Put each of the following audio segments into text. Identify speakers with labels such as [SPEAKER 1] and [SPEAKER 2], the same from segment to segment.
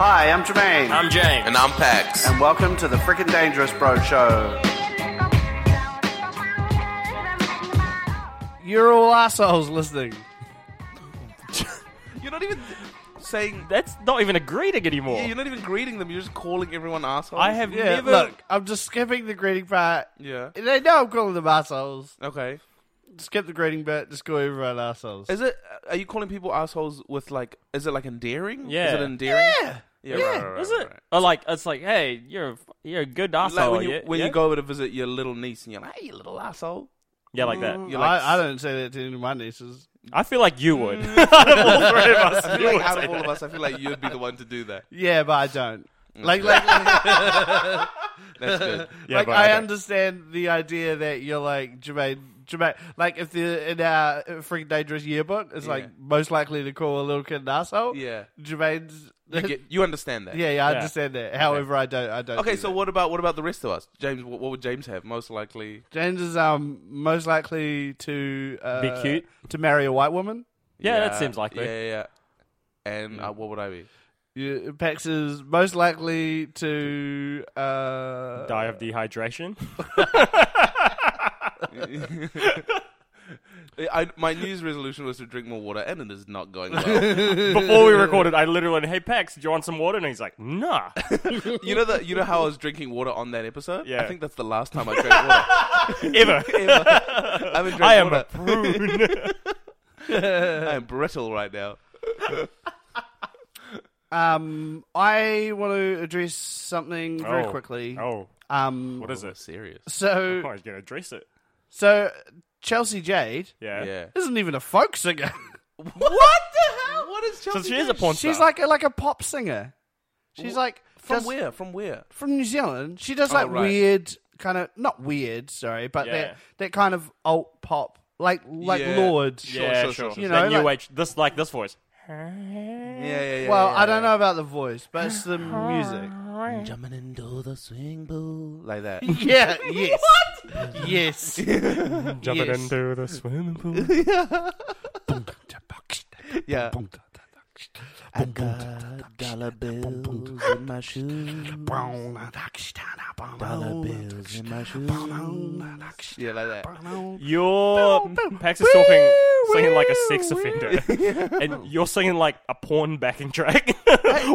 [SPEAKER 1] Hi, I'm Jermaine.
[SPEAKER 2] I'm James.
[SPEAKER 3] And I'm Pax.
[SPEAKER 1] and welcome to the Frickin' Dangerous Bro Show.
[SPEAKER 4] You're all assholes listening. you're not even saying.
[SPEAKER 2] That's not even a greeting anymore.
[SPEAKER 4] Yeah, you're not even greeting them. You're just calling everyone assholes.
[SPEAKER 2] I have
[SPEAKER 4] yeah,
[SPEAKER 2] never-
[SPEAKER 5] Look, I'm just skipping the greeting part.
[SPEAKER 4] Yeah.
[SPEAKER 5] They know I'm calling them assholes.
[SPEAKER 4] Okay.
[SPEAKER 5] Skip the greeting bit, just call everyone assholes.
[SPEAKER 4] Is it? Are you calling people assholes with like? Is it like endearing?
[SPEAKER 2] Yeah.
[SPEAKER 4] Is it endearing?
[SPEAKER 5] Yeah.
[SPEAKER 4] Yeah. right, right, right,
[SPEAKER 2] Is it?
[SPEAKER 4] right.
[SPEAKER 2] Or like it's like, hey, you're a, f- you're a good asshole.
[SPEAKER 4] Like when you
[SPEAKER 2] yeah,
[SPEAKER 4] when
[SPEAKER 2] yeah?
[SPEAKER 4] you go over to visit your little niece and you're like, hey, you little asshole.
[SPEAKER 2] yeah, like that.
[SPEAKER 4] You're like,
[SPEAKER 5] I, I don't say that to any of my nieces.
[SPEAKER 2] I feel like you would. Out of all three of us, you
[SPEAKER 4] I feel Mm. like
[SPEAKER 2] would
[SPEAKER 4] out
[SPEAKER 2] say
[SPEAKER 4] of all
[SPEAKER 2] that.
[SPEAKER 4] of us, I feel like you'd be the one to do that.
[SPEAKER 5] Yeah, but I don't.
[SPEAKER 4] Mm.
[SPEAKER 5] Like, like, like,
[SPEAKER 4] That's good.
[SPEAKER 2] Yeah,
[SPEAKER 5] like
[SPEAKER 2] but
[SPEAKER 5] I
[SPEAKER 2] don't-
[SPEAKER 5] understand the idea that you're like Jermaine. Jermaine, like if the in our freaking dangerous yearbook, it's
[SPEAKER 4] Yeah.
[SPEAKER 5] like most likely to call a little kid an asshole.
[SPEAKER 4] Yeah.
[SPEAKER 5] Jermaine's.
[SPEAKER 4] You, get, you understand that.
[SPEAKER 5] yeah, yeah, I
[SPEAKER 2] Yeah.
[SPEAKER 5] understand that. However, I don't. I don't.
[SPEAKER 4] Okay,
[SPEAKER 5] do
[SPEAKER 4] so
[SPEAKER 5] that.
[SPEAKER 4] what about what about the rest of us, James? What, what would James have most likely?
[SPEAKER 5] James is um most likely to uh,
[SPEAKER 2] Be cute.
[SPEAKER 5] to marry a white woman.
[SPEAKER 2] Yeah, that seems likely.
[SPEAKER 4] Yeah, yeah. yeah. And uh, what would I be?
[SPEAKER 5] You, Pax is most likely to uh,
[SPEAKER 2] Die of dehydration.
[SPEAKER 4] I, my news resolution was to drink more water, and it is not going well.
[SPEAKER 2] Before we recorded, I literally went, "Hey Pax, do you want some water?" And he's like, "Nah."
[SPEAKER 4] you know that you know how I was drinking water on that episode.
[SPEAKER 2] Yeah.
[SPEAKER 4] I think that's the last time I drank water.
[SPEAKER 2] Ever.
[SPEAKER 4] I haven't drank
[SPEAKER 2] I am a
[SPEAKER 4] water.
[SPEAKER 2] prune.
[SPEAKER 4] I am brittle right now.
[SPEAKER 5] Um, I want to address something very
[SPEAKER 2] Oh.
[SPEAKER 5] quickly.
[SPEAKER 2] Oh,
[SPEAKER 5] Um,
[SPEAKER 2] what is it?
[SPEAKER 4] Serious.
[SPEAKER 2] Oh,
[SPEAKER 5] so
[SPEAKER 2] he's gonna dress it.
[SPEAKER 5] so Chelsea Jade
[SPEAKER 2] Yeah.
[SPEAKER 4] Yeah.
[SPEAKER 5] isn't even a folk singer.
[SPEAKER 4] What the hell? What is
[SPEAKER 2] So
[SPEAKER 4] Chelsea?
[SPEAKER 2] she is a porn star.
[SPEAKER 5] She's like a, like a pop singer. She's like
[SPEAKER 4] from
[SPEAKER 5] does-
[SPEAKER 4] where? From where?
[SPEAKER 5] From New Zealand. She does like
[SPEAKER 4] right.
[SPEAKER 5] weird kind of not weird, sorry, but
[SPEAKER 2] Oh, Yeah.
[SPEAKER 5] that that kind of alt pop like like
[SPEAKER 4] Yeah.
[SPEAKER 5] Lord.
[SPEAKER 2] yeah,
[SPEAKER 4] sure,
[SPEAKER 2] sure,
[SPEAKER 4] sure, sure.
[SPEAKER 5] You
[SPEAKER 2] That
[SPEAKER 5] know,
[SPEAKER 2] new
[SPEAKER 5] like-
[SPEAKER 2] age. This like this voice.
[SPEAKER 4] Yeah, yeah, yeah.
[SPEAKER 5] Well,
[SPEAKER 4] yeah,
[SPEAKER 5] I don't know about the voice, but it's the music.
[SPEAKER 4] yeah. Jumping into the swing pool like that.
[SPEAKER 5] Yeah. Yes. What? Yes.
[SPEAKER 2] Jumping
[SPEAKER 5] Yes.
[SPEAKER 2] into the swimming pool.
[SPEAKER 4] yeah. Yeah, like that.
[SPEAKER 2] Your Pax is talking, singing like a sex offender, and you're singing like a porn backing track. I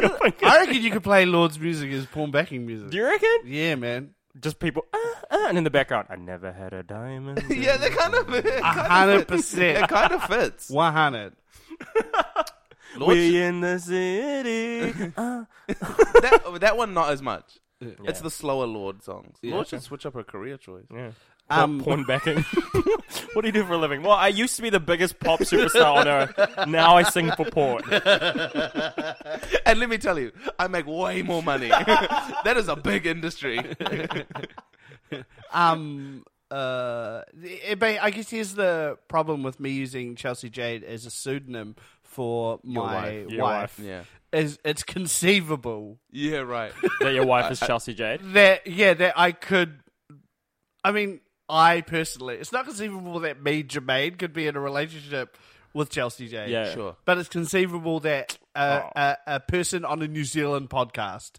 [SPEAKER 2] don't.
[SPEAKER 5] I reckon you could play Lord's music as porn backing music.
[SPEAKER 2] Do you reckon?
[SPEAKER 5] yeah, man.
[SPEAKER 2] Just people, uh, uh, and in the background, I never had a diamond.
[SPEAKER 4] Yeah, that kind of it
[SPEAKER 5] A hundred percent.
[SPEAKER 4] kind of fits.
[SPEAKER 5] One hundred.
[SPEAKER 2] We in the city.
[SPEAKER 4] that, that one not as much. It's the slower Lord songs. Lord should switch up her career choice.
[SPEAKER 2] yeah.
[SPEAKER 5] Um,
[SPEAKER 2] Porn backing. what do you do for a living? Well, I used to be the biggest pop superstar on earth. Now I sing for porn.
[SPEAKER 4] And let me tell you, I make way more money. that is a big industry.
[SPEAKER 5] um. Uh. It, ba- I guess here's the problem with me using Chelsea Jade as a pseudonym for my
[SPEAKER 2] Your
[SPEAKER 5] wife.
[SPEAKER 2] wife.
[SPEAKER 4] yeah.
[SPEAKER 5] Is it's conceivable
[SPEAKER 4] Yeah, right.
[SPEAKER 2] That your wife is Chelsea Jade.
[SPEAKER 5] that yeah that I could. I mean, I personally, it's not conceivable that me Jermaine could be in a relationship with Chelsea Jade.
[SPEAKER 2] Yeah.
[SPEAKER 4] Sure.
[SPEAKER 5] But it's conceivable that a,
[SPEAKER 2] Oh.
[SPEAKER 5] a, a person on a New Zealand podcast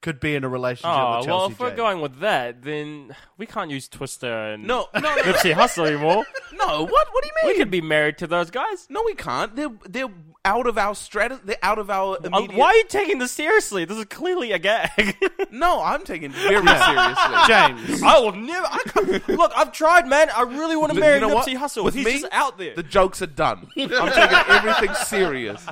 [SPEAKER 5] could be in a relationship
[SPEAKER 2] Oh,
[SPEAKER 5] with Chelsea
[SPEAKER 2] well, if we're
[SPEAKER 5] Jade.
[SPEAKER 2] going with that, then we can't use Twister and
[SPEAKER 4] No, no, no.
[SPEAKER 2] Nipsey Hussle anymore.
[SPEAKER 4] No, what? What do you mean?
[SPEAKER 2] We could be married to those guys.
[SPEAKER 4] No, we can't. They're they're out of our stratus. They're out of our.
[SPEAKER 2] Uh,
[SPEAKER 4] Immediate-
[SPEAKER 2] Why are you taking this seriously? This is clearly a gag.
[SPEAKER 4] No, I'm taking it very seriously.
[SPEAKER 5] James.
[SPEAKER 2] I will never. I can't, look, I've tried, man. I really want to marry
[SPEAKER 4] know what?
[SPEAKER 2] Nipsey Hussle.
[SPEAKER 4] With
[SPEAKER 2] He's
[SPEAKER 4] me,
[SPEAKER 2] just out there.
[SPEAKER 4] The jokes are done. I'm taking everything serious.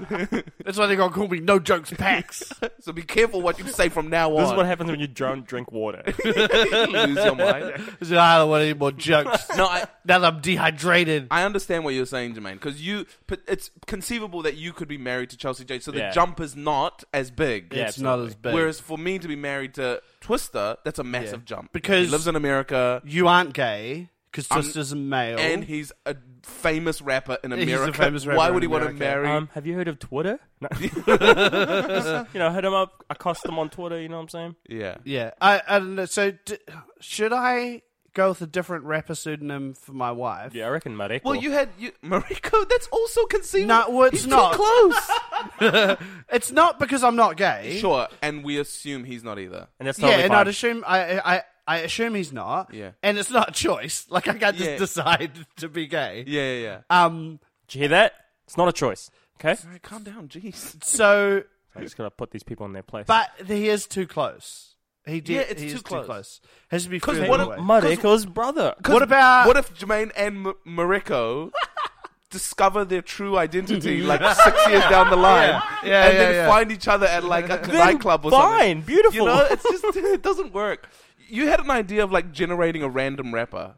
[SPEAKER 5] That's why they're gonna call me no jokes Pax.
[SPEAKER 4] So be careful what you say from now on.
[SPEAKER 2] this is what happens when you don't drink water.
[SPEAKER 4] Lose your mind.
[SPEAKER 5] I don't want any more jokes.
[SPEAKER 4] No, I,
[SPEAKER 5] Now that I'm dehydrated.
[SPEAKER 4] I understand what you're saying, Jermaine, because you. but It's conceivable that you could be married to Chelsea J. So the
[SPEAKER 2] Yeah.
[SPEAKER 4] jump is not as big.
[SPEAKER 2] Yeah,
[SPEAKER 5] it's not as big.
[SPEAKER 4] Whereas for me to be married to Twister, that's a massive jump.
[SPEAKER 5] Because-
[SPEAKER 4] he lives in America
[SPEAKER 5] you aren't gay because Twister's a male.
[SPEAKER 4] and he's a famous rapper in
[SPEAKER 5] he's a
[SPEAKER 4] America.
[SPEAKER 5] famous rapper
[SPEAKER 4] Why
[SPEAKER 5] in
[SPEAKER 4] would he want to
[SPEAKER 5] America.
[SPEAKER 4] marry?
[SPEAKER 2] Um, have you heard of Twitter? No. you know, hit him up, accost them on Twitter. You know what I'm saying?
[SPEAKER 4] yeah.
[SPEAKER 5] yeah, I, I don't know. So d- should I go with a different rapper pseudonym for my wife?
[SPEAKER 2] Yeah, I reckon, Marek.
[SPEAKER 4] Well, you had you, Mariko. That's also conceivable.
[SPEAKER 5] No, well, it's
[SPEAKER 4] He's too
[SPEAKER 5] not.
[SPEAKER 4] close.
[SPEAKER 5] It's not because I'm not gay.
[SPEAKER 4] sure, and we assume he's not either.
[SPEAKER 2] and that's
[SPEAKER 5] Yeah,
[SPEAKER 2] totally
[SPEAKER 5] and
[SPEAKER 2] fine.
[SPEAKER 5] I'd assume I I. I assume he's not.
[SPEAKER 4] Yeah.
[SPEAKER 5] And it's not a choice. Like I can't just
[SPEAKER 4] Yeah.
[SPEAKER 5] decide to be gay.
[SPEAKER 4] Yeah, yeah, yeah.
[SPEAKER 5] Um
[SPEAKER 2] Did you hear that? It's not a choice. Okay,
[SPEAKER 4] All right, calm down, jeez.
[SPEAKER 5] so
[SPEAKER 2] I just gotta put these people in their place.
[SPEAKER 5] but he is too close. He did
[SPEAKER 4] Yeah, it's
[SPEAKER 5] he
[SPEAKER 4] too
[SPEAKER 5] is
[SPEAKER 4] close.
[SPEAKER 5] too close. Has to be
[SPEAKER 4] 'Cause
[SPEAKER 5] further
[SPEAKER 4] what a-
[SPEAKER 5] away.
[SPEAKER 2] Mareko's brother.
[SPEAKER 5] What about
[SPEAKER 4] What if Jermaine and M- Mariko discover their true identity like six years down the line,
[SPEAKER 5] Yeah,
[SPEAKER 4] and
[SPEAKER 5] yeah,
[SPEAKER 4] then
[SPEAKER 5] yeah.
[SPEAKER 4] find each other at like a nightclub or
[SPEAKER 2] fine,
[SPEAKER 4] something?
[SPEAKER 2] beautiful.
[SPEAKER 4] You know, it's just it doesn't work. You had an idea of like generating a random rapper.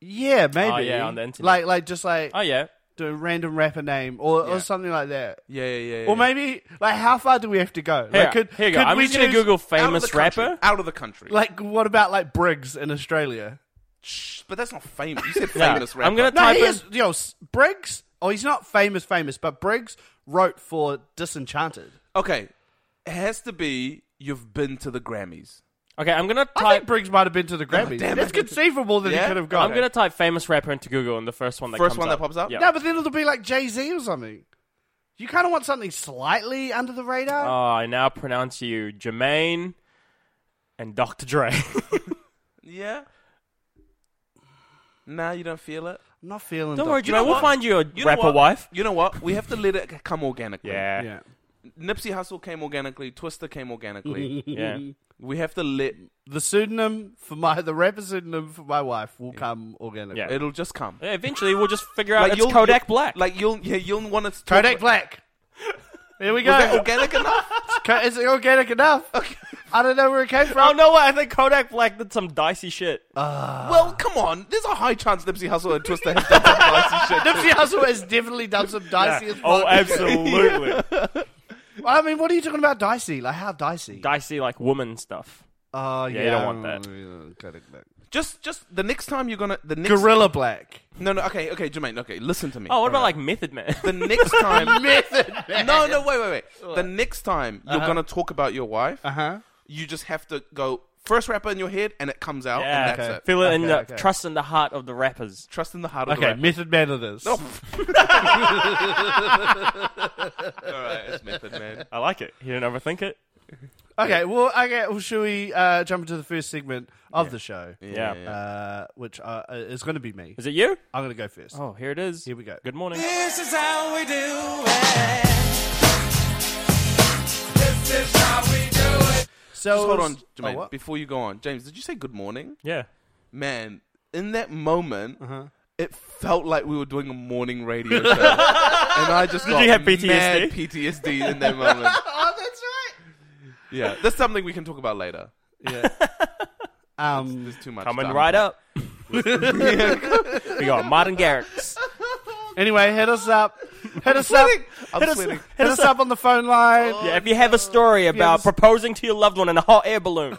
[SPEAKER 5] Yeah,
[SPEAKER 4] Oh,
[SPEAKER 5] maybe.
[SPEAKER 2] yeah, on the internet.
[SPEAKER 5] Like, like just like
[SPEAKER 2] Oh yeah.
[SPEAKER 5] do a random rapper name or,
[SPEAKER 4] Yeah.
[SPEAKER 5] or something like that.
[SPEAKER 4] Yeah, yeah, yeah.
[SPEAKER 5] Or maybe like how far do we have to go?
[SPEAKER 2] Here,
[SPEAKER 5] like, could,
[SPEAKER 2] here you go.
[SPEAKER 5] could
[SPEAKER 2] I'm
[SPEAKER 5] we
[SPEAKER 2] just gonna
[SPEAKER 5] choose-
[SPEAKER 2] Google
[SPEAKER 4] Out of the
[SPEAKER 2] famous
[SPEAKER 4] country.
[SPEAKER 2] rapper.
[SPEAKER 4] out of the country.
[SPEAKER 5] Like, what about like Briggs in Australia?
[SPEAKER 4] Shh, but that's not famous. You said
[SPEAKER 2] Yeah.
[SPEAKER 4] famous rapper.
[SPEAKER 2] I'm gonna
[SPEAKER 5] No,
[SPEAKER 2] type
[SPEAKER 5] he
[SPEAKER 2] in.
[SPEAKER 5] is. Yo, S- Briggs. Oh, he's not famous, famous, but Briggs wrote for Disenchanted.
[SPEAKER 4] Okay, it has to be you've been to the Grammys.
[SPEAKER 2] Okay, I'm gonna
[SPEAKER 5] I think
[SPEAKER 2] type.
[SPEAKER 5] Briggs might have been to the Grammys.
[SPEAKER 4] damn
[SPEAKER 5] That's
[SPEAKER 4] it.
[SPEAKER 5] conceivable that
[SPEAKER 4] Yeah?
[SPEAKER 5] he could have
[SPEAKER 2] I'm
[SPEAKER 5] gone.
[SPEAKER 2] gonna type famous rapper into Google, and the first one that
[SPEAKER 4] First
[SPEAKER 2] comes
[SPEAKER 4] one that
[SPEAKER 2] up.
[SPEAKER 4] pops up?
[SPEAKER 2] Yeah.
[SPEAKER 5] No, but then it'll be like Jay Z or something. You kind of want something slightly under the radar.
[SPEAKER 2] Oh, I now pronounce you Jermaine and Dr. Dre.
[SPEAKER 4] Yeah. Nah, you don't feel it.
[SPEAKER 5] I'm not feeling.
[SPEAKER 2] Don't worry,
[SPEAKER 5] Dr.
[SPEAKER 2] Jermaine. We'll
[SPEAKER 4] what?
[SPEAKER 2] find you a
[SPEAKER 4] You know
[SPEAKER 2] rapper
[SPEAKER 4] what?
[SPEAKER 2] wife.
[SPEAKER 4] You know what? We have to let it come organically.
[SPEAKER 2] Yeah.
[SPEAKER 5] Yeah.
[SPEAKER 4] Nipsey Hussle came organically. Twister came organically.
[SPEAKER 2] Yeah.
[SPEAKER 4] we have to let.
[SPEAKER 5] The pseudonym for my the rapper pseudonym for my wife will come organically.
[SPEAKER 2] Yeah.
[SPEAKER 4] It'll just come.
[SPEAKER 2] Yeah, Eventually, we'll just figure out it's Kodak Black.
[SPEAKER 4] Like you'll yeah you'll want to
[SPEAKER 5] Kodak Black. Here we
[SPEAKER 4] Is that
[SPEAKER 5] go.
[SPEAKER 4] organic enough?
[SPEAKER 5] Co- Is it organic enough? I don't know where it came
[SPEAKER 2] oh
[SPEAKER 5] from.
[SPEAKER 2] no, what? I think Kodak Black did some dicey shit.
[SPEAKER 4] well, come on. There's a high chance Nipsey Hussle and Twister have done some dicey shit.
[SPEAKER 5] Nipsey Hussle has definitely done some dicey. as
[SPEAKER 2] oh,
[SPEAKER 5] fuck.
[SPEAKER 2] absolutely,
[SPEAKER 5] I mean, what are you talking about, dicey? Like how dicey?
[SPEAKER 2] dicey like woman stuff.
[SPEAKER 5] Oh yeah,
[SPEAKER 2] you don't want that.
[SPEAKER 5] Kodak Black.
[SPEAKER 4] Just just the next time you're gonna the next
[SPEAKER 5] Gorilla Black.
[SPEAKER 4] no no okay okay Jermaine okay listen to me.
[SPEAKER 2] Oh, what about
[SPEAKER 4] Alright.
[SPEAKER 2] like Method Man?
[SPEAKER 4] the next time?
[SPEAKER 5] Method Man.
[SPEAKER 4] no no wait wait wait. The next time you're
[SPEAKER 2] Uh-huh.
[SPEAKER 4] gonna talk about your wife,
[SPEAKER 5] Uh huh.
[SPEAKER 4] you just have to go first rapper in your head and it comes out
[SPEAKER 2] yeah,
[SPEAKER 4] and that's it.
[SPEAKER 2] feel it in
[SPEAKER 5] Okay,
[SPEAKER 2] the
[SPEAKER 5] okay.
[SPEAKER 2] trust in the heart of the rappers.
[SPEAKER 4] Trust in the heart of the
[SPEAKER 5] Okay,
[SPEAKER 4] rapper.
[SPEAKER 5] Method Man it is.
[SPEAKER 4] All right, it's method man.
[SPEAKER 2] I like it. You didn't overthink it.
[SPEAKER 5] Okay, well, okay, well, should we uh, jump into the first segment of the show?
[SPEAKER 2] Yeah.
[SPEAKER 5] Uh, which uh, is going to be me.
[SPEAKER 2] Is it you?
[SPEAKER 5] I'm going to go first.
[SPEAKER 2] Oh, here it is.
[SPEAKER 5] Here we go.
[SPEAKER 2] Good morning.
[SPEAKER 3] This is how we do it. This is how we do it.
[SPEAKER 5] So
[SPEAKER 4] Just hold on, Jermaine.
[SPEAKER 5] Oh, what?
[SPEAKER 4] before you go on, James, did you say good morning?
[SPEAKER 2] Yeah.
[SPEAKER 4] Man, in that moment,
[SPEAKER 2] Uh-huh.
[SPEAKER 4] it felt like we were doing a morning radio show, and I just got
[SPEAKER 2] you have
[SPEAKER 4] mad
[SPEAKER 2] PTSD?
[SPEAKER 4] PTSD in that moment.
[SPEAKER 5] oh, that's right.
[SPEAKER 4] yeah, that's something we can talk about later.
[SPEAKER 5] Um,
[SPEAKER 4] There's too much
[SPEAKER 2] Coming
[SPEAKER 4] done.
[SPEAKER 2] right up. we got Martin Garrix.
[SPEAKER 5] anyway, hit us up. Hit us up. Hit
[SPEAKER 4] I'm
[SPEAKER 5] us,
[SPEAKER 4] sweating.
[SPEAKER 5] hit us up Oh. on the phone line.
[SPEAKER 2] Yeah, if you have a story about proposing to your loved one in a hot air balloon.